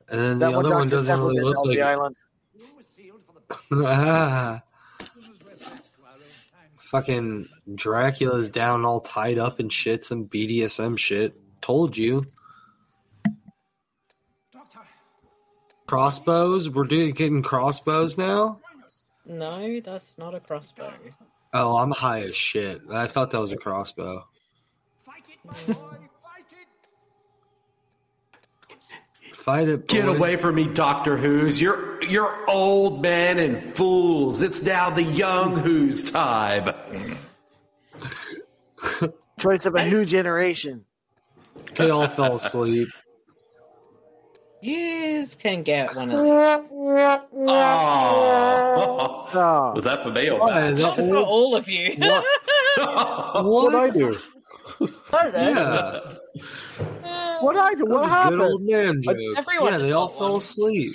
Speaker 8: And then
Speaker 7: That
Speaker 8: the
Speaker 7: one
Speaker 8: other one
Speaker 7: doctor's
Speaker 8: doesn't really
Speaker 7: definitely
Speaker 8: look
Speaker 7: on
Speaker 8: like
Speaker 7: the island.
Speaker 8: Ah. [LAUGHS] Fucking Dracula's down all tied up and shit, some BDSM shit. Told you. Crossbows? We're doing getting crossbows now?
Speaker 5: No, that's not a crossbow.
Speaker 8: Oh, I'm high as shit. I thought that was a crossbow. Fight it,
Speaker 6: Get
Speaker 8: boys.
Speaker 6: away from me, Doctor Who's. You're you're old man and fools. It's now the young Who's time.
Speaker 7: Choice of a new generation.
Speaker 8: They all fell asleep.
Speaker 5: You can get one of these.
Speaker 6: Oh.
Speaker 7: Oh.
Speaker 6: Was that for me or
Speaker 8: Why,
Speaker 6: Matt?
Speaker 8: the
Speaker 5: For
Speaker 8: old-
Speaker 5: all of [LAUGHS] you.
Speaker 8: What?
Speaker 7: What I
Speaker 8: What?
Speaker 7: do?
Speaker 8: Yeah.
Speaker 7: What I do? What
Speaker 8: That's a good old
Speaker 7: happened?
Speaker 8: man joke.
Speaker 5: everyone
Speaker 8: yeah,
Speaker 5: just
Speaker 8: they all
Speaker 5: got
Speaker 8: fell asleep.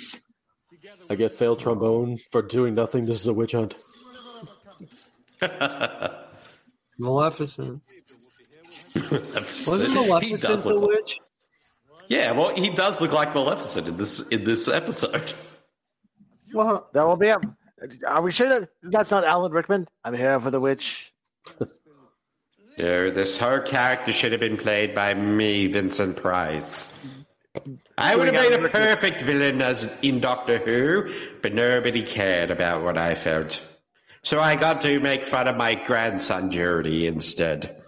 Speaker 11: I get failed trombone for doing nothing. This is a witch hunt.
Speaker 8: Maleficent.
Speaker 6: He
Speaker 8: Wasn't Maleficent
Speaker 6: does
Speaker 8: the
Speaker 6: look like-
Speaker 8: witch?
Speaker 6: Yeah, well, he does look like Maleficent in this in this episode. [LAUGHS]
Speaker 7: Well, that will be him. Are we sure that that's not Alan Rickman? I'm here for the witch.
Speaker 10: No, "Oh, this whole character should have been played by me, Vincent Price. I would have made a perfect villain as in Doctor Who, but nobody cared about what I felt. So I got to make fun of my grandson Jody instead.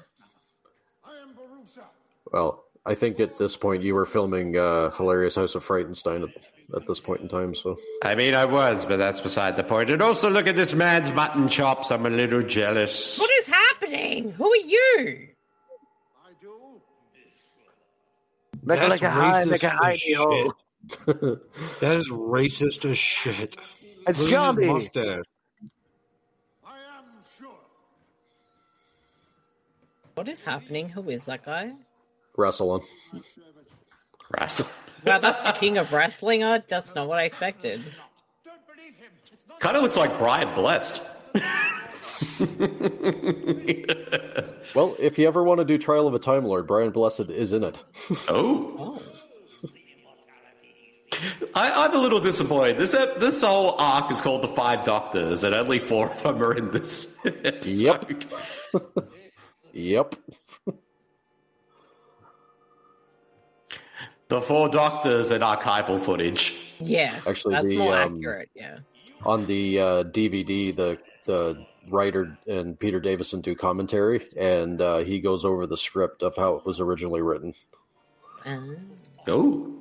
Speaker 11: Well, I think at this point you were filming uh, Hilarious House of Frightenstein at, at this point in time, so.
Speaker 10: I mean, I was, but that's beside the point. And also, look at this man's mutton chops. I'm a little jealous.
Speaker 5: What is happening? Who are you?
Speaker 7: Make it like
Speaker 8: That's
Speaker 7: a high,
Speaker 8: racist
Speaker 7: make a high.
Speaker 8: as shit. that is racist as shit.
Speaker 7: It's
Speaker 8: Look at his
Speaker 7: Johnny.
Speaker 8: mustache.
Speaker 5: What is happening? Who is that guy?
Speaker 11: Wrestling.
Speaker 6: Wrestling.
Speaker 5: Wow, that's the king of wrestling. Oh, that's not what I expected.
Speaker 6: Kind of looks like Brian Blessed.
Speaker 11: Well, if you ever want to do Trial of a Time Lord, Brian Blessed is in it. [LAUGHS]
Speaker 6: Oh. I, I'm a little disappointed. This ep- this whole arc is called the Five Doctors, and only four of them are in this. [LAUGHS] Episode.
Speaker 11: Yep.
Speaker 6: The four doctors and archival footage.
Speaker 5: Yes,
Speaker 11: Actually,
Speaker 5: that's
Speaker 11: the,
Speaker 5: more
Speaker 11: um,
Speaker 5: accurate. Yeah.
Speaker 11: On the uh, DVD, the the writer and Peter Davison do commentary, and uh, he goes over the script of how it was originally written.
Speaker 6: Oh.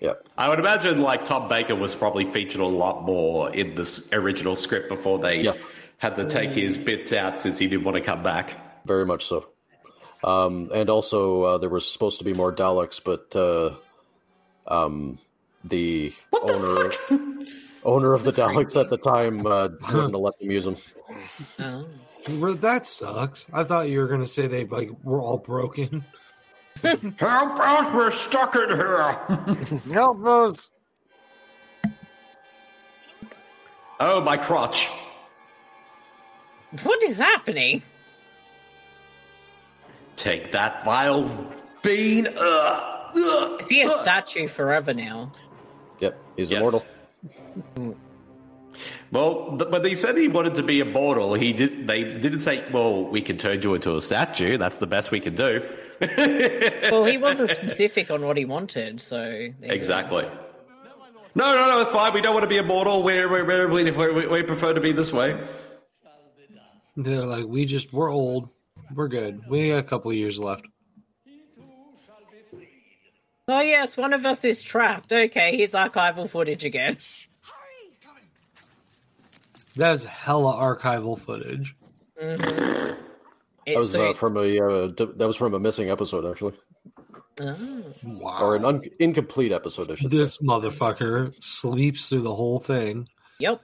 Speaker 11: Yep.
Speaker 6: I would imagine like Tom Baker was probably featured a lot more in this original script before they had to take his bits out since he didn't want to come back.
Speaker 11: Very much so. Um, and also, uh, there was supposed to be more Daleks, but uh, um, the owner [LAUGHS] owner of the Daleks at the time uh, wouldn't let them use them.
Speaker 8: Well, That sucks. I thought you were gonna say they like were
Speaker 10: [LAUGHS]
Speaker 8: all broken.
Speaker 10: How about we're stuck in here?
Speaker 7: [LAUGHS] Help us!
Speaker 6: Oh, my crotch.
Speaker 5: What is happening?
Speaker 6: Take that vile bean. Ugh.
Speaker 5: Is he a statue forever now?
Speaker 11: Yep, he's immortal.
Speaker 6: Well, th- when they said he wanted to be immortal, he did. They didn't say, "Well, we can turn you into a statue. That's the best we can do."
Speaker 5: well, he wasn't specific on what he wanted, so there you go.
Speaker 6: Exactly. No, no, no. It's fine. We don't want to be immortal. We're, we're, we're, we we we prefer to be this way.
Speaker 8: They're like, we just we're old. We're good. We got a couple of years left.
Speaker 5: Oh yes, one of us is trapped. Okay, here's archival footage again.
Speaker 8: That's hella archival footage.
Speaker 5: Mhm.
Speaker 11: That was
Speaker 5: so
Speaker 11: uh, from a uh, d- that was from a missing episode, actually,
Speaker 5: Oh. [LAUGHS]
Speaker 11: or an un- incomplete episode, I should say.
Speaker 8: This motherfucker sleeps through the whole thing.
Speaker 5: Yep.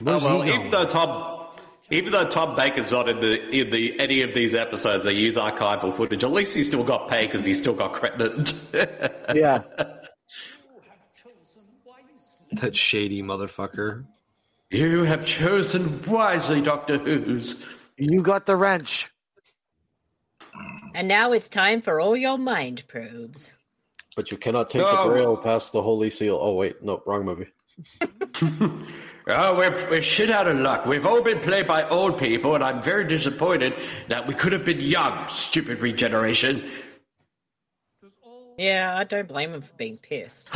Speaker 8: Where's
Speaker 6: oh, well,
Speaker 8: he
Speaker 6: even though Tom, even though Tom Baker's not in the in the any of these episodes, they use archival footage. At least he still got paid because he still got credit.
Speaker 7: yeah.
Speaker 8: That shady motherfucker.
Speaker 6: You have chosen wisely, Doctor Who's.
Speaker 7: You got the wrench.
Speaker 5: And now it's time for all your mind probes.
Speaker 11: But you cannot take
Speaker 5: No.
Speaker 11: the Grail past the Holy Seal. Oh wait, no, wrong movie.
Speaker 10: Oh, we're, we're shit out of luck. We've all been played by old people, and I'm very disappointed that we could have been young, stupid regeneration.
Speaker 5: Yeah, I don't blame him for being pissed.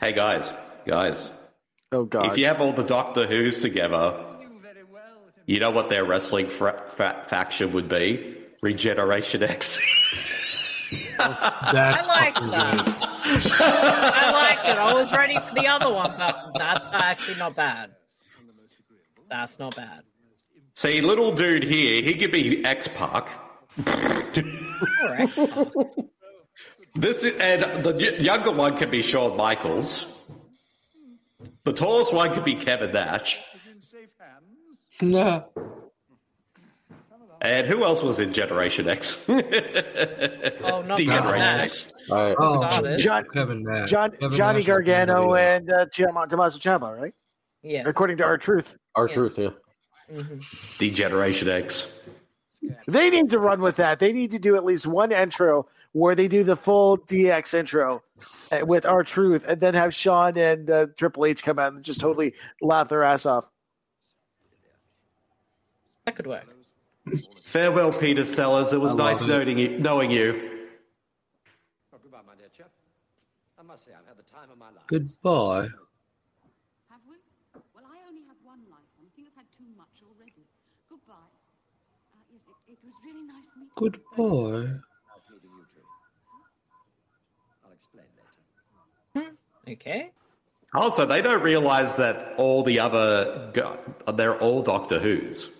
Speaker 6: Hey guys, guys.
Speaker 7: Oh God!
Speaker 6: If you have all the Doctor Who's together, you know what their wrestling fra- fa- faction would be? Regeneration X. [LAUGHS]
Speaker 8: That's
Speaker 5: I like that. I like it. I was ready for the other one, but that's actually not bad. That's not bad.
Speaker 6: See, little dude here, he could be X Park.
Speaker 5: Correct.
Speaker 6: This is, and the y- younger one could be Shawn Michaels. The tallest one could be Kevin Nash.
Speaker 8: No.
Speaker 6: And who else was in Generation X? [LAUGHS]
Speaker 5: Oh, not
Speaker 6: Degeneration
Speaker 5: Nash.
Speaker 6: X.
Speaker 8: Oh,
Speaker 7: John-
Speaker 8: Kevin Nash.
Speaker 7: John,
Speaker 8: Kevin
Speaker 7: Johnny
Speaker 8: Nash was
Speaker 7: Gargano
Speaker 8: the leader.
Speaker 7: and uh, Chama, Tommaso Ciampa, right?
Speaker 5: Yeah.
Speaker 7: According to our truth.
Speaker 11: Our truth, yeah.
Speaker 6: Degeneration X.
Speaker 7: They need to run with that. They need to do at least one intro where they do the full DX intro uh, with our truth, and then have Sean and uh, Triple H come out and just totally laugh their ass off.
Speaker 5: That could work.
Speaker 6: Farewell, Peter Sellers. It was
Speaker 17: I
Speaker 6: nice
Speaker 17: love it.
Speaker 6: knowing you, knowing you.
Speaker 17: Oh, goodbye, my dear chap. I must say, I've had the time of my life.
Speaker 8: Goodbye.
Speaker 16: Well, I only have one life, and I think I've had too much already. Goodbye. Uh, yes, it, it was really nice meeting you.
Speaker 8: Goodbye.
Speaker 17: How's meeting you two? I'll explain later.
Speaker 5: Okay.
Speaker 6: Also, they don't realize that all the other go- they're all Doctor Who's.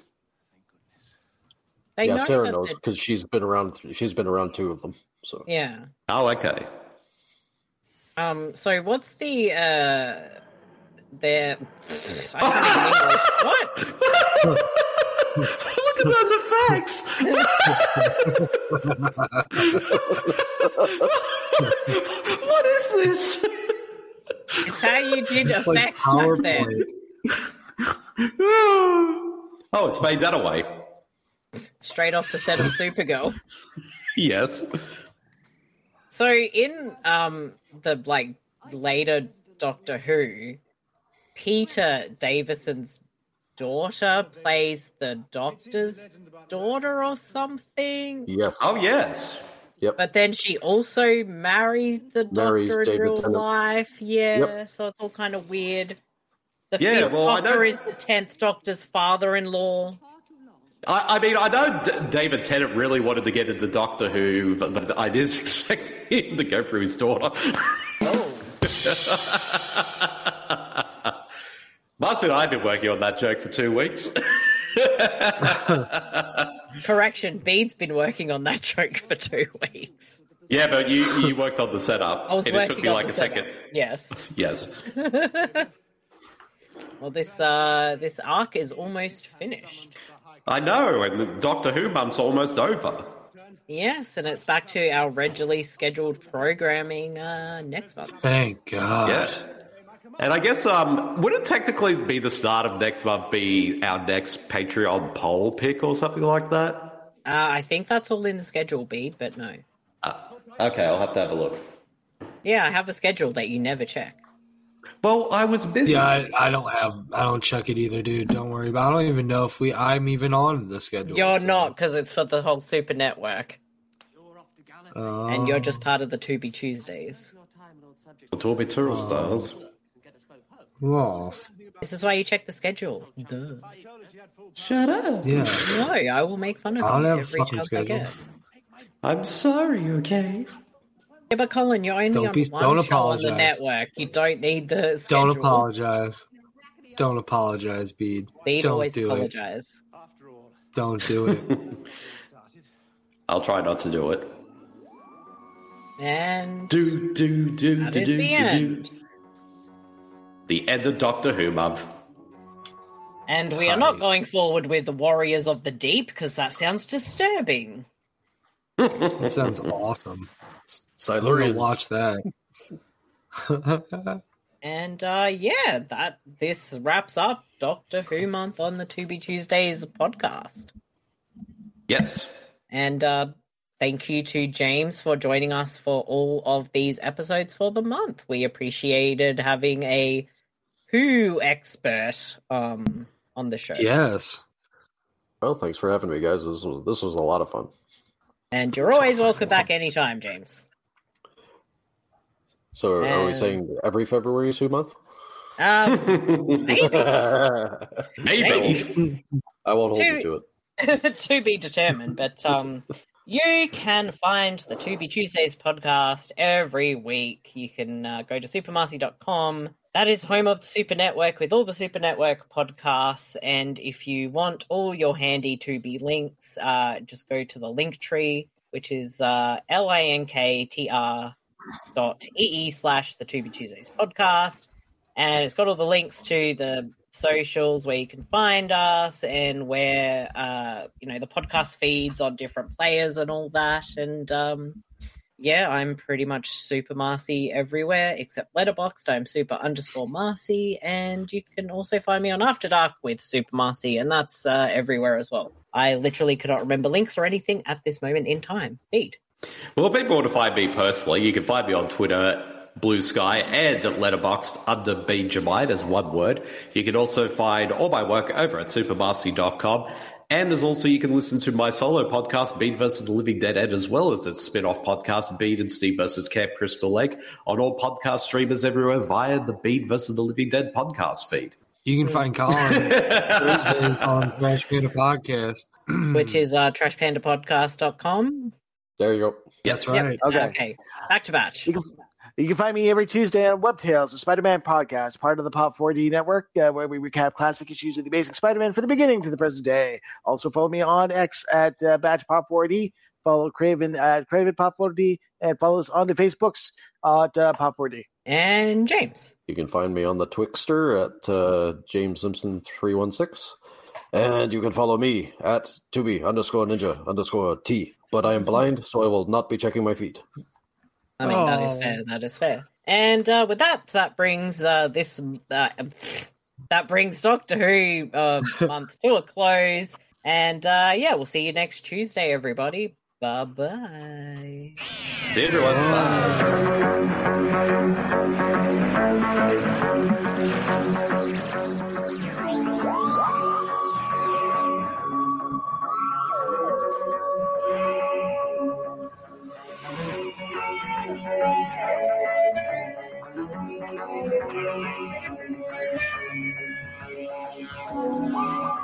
Speaker 5: They
Speaker 11: yeah,
Speaker 5: know
Speaker 11: Sarah
Speaker 5: that
Speaker 11: knows because she's been around. th- she's been around two of them. So
Speaker 5: Yeah.
Speaker 6: Oh, okay.
Speaker 5: Um. So what's the uh? Their. I can't even English. What?
Speaker 6: [LAUGHS] Look at those effects. [LAUGHS] what is this?
Speaker 5: It's
Speaker 6: [LAUGHS]
Speaker 5: how you did
Speaker 6: It's like
Speaker 5: effects back then.
Speaker 6: [LAUGHS] Oh, it's Faye Dunaway.
Speaker 5: Straight off the set of Supergirl.
Speaker 6: [LAUGHS] Yes.
Speaker 5: So in um the like later Doctor Who, Peter Davison's daughter plays the Doctor's daughter or something.
Speaker 11: [LAUGHS] Yes.
Speaker 6: Oh yes. Yep.
Speaker 5: But then she also married the
Speaker 11: Marries
Speaker 5: Doctor in
Speaker 11: David
Speaker 5: real
Speaker 11: Tennant.
Speaker 5: life. Yeah,
Speaker 11: Yep.
Speaker 5: so it's all kind of weird. The
Speaker 6: Yeah,
Speaker 5: fifth
Speaker 6: well, I
Speaker 5: Doctor
Speaker 6: know-
Speaker 5: is the tenth Doctor's
Speaker 6: [LAUGHS]
Speaker 5: father-in-law.
Speaker 6: I, I mean, I know D- David Tennant really wanted to get into Doctor Who, but, but I did [LAUGHS] expect him to go through his daughter. [LAUGHS] Marcy and I have been working on that joke for two weeks. [LAUGHS]
Speaker 5: Correction, Bede's been working on that [LAUGHS] joke for two weeks.
Speaker 6: Yeah, but you, you worked on the setup.
Speaker 5: I was
Speaker 6: and
Speaker 5: working
Speaker 6: it took me
Speaker 5: on
Speaker 6: like
Speaker 5: the
Speaker 6: a
Speaker 5: setup.
Speaker 6: second.
Speaker 5: Yes. [LAUGHS]
Speaker 6: Yes.
Speaker 5: well, this uh, this arc is almost finished.
Speaker 6: I know, and the Doctor Who bump's almost over.
Speaker 5: Yes, and it's back to our regularly scheduled programming uh, next month.
Speaker 8: Thank God.
Speaker 6: Yeah. And I guess um, would it technically be the start of next month be our next Patreon poll pick or something like that?
Speaker 5: Uh, I think that's all in the schedule, Bede, but no.
Speaker 6: Okay, I'll have to have a look.
Speaker 5: Yeah, I have a schedule that you never check.
Speaker 6: Well, I was busy.
Speaker 8: Yeah, I, I don't have. I don't check it either, dude. Don't worry about. I don't even know if we. I'm even on the schedule.
Speaker 5: You're not, because it's for the whole Super Network,
Speaker 8: Uh,
Speaker 5: and you're
Speaker 8: Ah.
Speaker 5: just part of the To Be Tuesdays.
Speaker 6: The Torby Tour Stars.
Speaker 8: lost.
Speaker 5: This is why you check the schedule. Duh.
Speaker 6: Shut up.
Speaker 8: Yeah.
Speaker 5: No, I will make fun of
Speaker 8: I don't
Speaker 5: you
Speaker 8: have a
Speaker 5: every
Speaker 8: fucking
Speaker 5: chance I
Speaker 8: schedule.
Speaker 5: get.
Speaker 6: I'm sorry, okay?
Speaker 5: Yeah, but Colin, you're only
Speaker 8: Don't
Speaker 5: on
Speaker 8: be-
Speaker 5: one
Speaker 8: don't
Speaker 5: show on the
Speaker 8: apologize.
Speaker 5: network. You don't need the schedule.
Speaker 8: Don't apologize. Don't apologize, Bede.
Speaker 5: They'd
Speaker 8: don't
Speaker 5: always
Speaker 8: do
Speaker 5: apologize.
Speaker 8: it. Don't do it.
Speaker 6: I'll try not to do it.
Speaker 5: And
Speaker 6: Do, do, do,
Speaker 5: That
Speaker 6: do,
Speaker 5: is
Speaker 6: do,
Speaker 5: the
Speaker 6: do,
Speaker 5: end.
Speaker 6: do. The end of Doctor Who month.
Speaker 5: and we are not going forward with the Warriors of the Deep because that sounds disturbing.
Speaker 8: That sounds awesome. So I'm gonna
Speaker 11: Silurians.
Speaker 8: watch that.
Speaker 5: And uh yeah, that this wraps up Doctor Who month on the To Be Tuesdays podcast.
Speaker 6: Yes.
Speaker 5: And uh thank you to James for joining us for all of these episodes for the month. We appreciated having a Who expert um on the show.
Speaker 8: yes.
Speaker 11: Well, thanks for having me, guys. This was this was a lot of fun.
Speaker 5: And you're always welcome back anytime, James.
Speaker 11: So, are we
Speaker 5: And-
Speaker 11: saying every February is Who month? [LAUGHS]
Speaker 5: Um maybe
Speaker 11: Maybe. I won't hold you to it.
Speaker 5: [LAUGHS] to be determined, but um, you can find the To Be Tuesdays podcast every week. You can uh, go to supermarcy.com. That is home of the Super Network with all the Super Network podcasts. And if you want all your handy To Be links, uh, just go to the link tree, which is uh, L I N K T R dot ee slash the To Be Tuesdays podcast and it's got all the links to the socials where you can find us and where uh, you know the podcast feeds on different players and all that and um, yeah, I'm pretty much super Marcy everywhere except Letterboxd. I'm super underscore Marcy, and you can also find me on After Dark with Super Marcy, and that's uh, everywhere as well. I literally cannot remember links or anything at this moment in time. Pete.
Speaker 6: Well, if people want to find me personally, you can find me on Twitter, Blue Sky, and at Letterboxd under Benjamite as one word. You can also find all my work over at supermarcy.com. And as also, you can listen to my solo podcast, Beat versus the Living Dead Ed, as well as its spin off podcast, Beat and Steve versus Camp Crystal Lake, on all podcast streamers everywhere via the Beat versus the Living Dead podcast feed.
Speaker 8: You can find Colin Thursdays on Trash Panda Podcast. [CLEARS THROAT]
Speaker 5: which is uh, trashpandapodcast.com.
Speaker 11: There you go.
Speaker 8: That's
Speaker 5: Yep.
Speaker 8: right.
Speaker 5: Okay. Back to batch.
Speaker 7: You can find me every Tuesday on WebTales, the Spider-Man podcast, part of the Pop 4D network, uh, where we recap classic issues of the Amazing Spider-Man from the beginning to the present day. Also, follow me on X at uh, Batch Pop 4D. Follow Craven at Craven Pop 4D, and follow us on the Facebooks at uh, Pop 4D.
Speaker 5: And James.
Speaker 11: You can find me on the Twixter at uh, James Simpson three one six, and you can follow me at Tubi underscore Ninja underscore T. But I am blind, so I will not be checking my feet.
Speaker 5: I mean, that
Speaker 8: Oh.
Speaker 5: is fair. That is fair. And uh, with that, that brings uh, this uh, that brings Doctor Who uh,
Speaker 8: [LAUGHS]
Speaker 5: month to a close. And uh, yeah, we'll see you next Tuesday, everybody. Bye bye.
Speaker 6: See you, everyone.
Speaker 13: Thank you.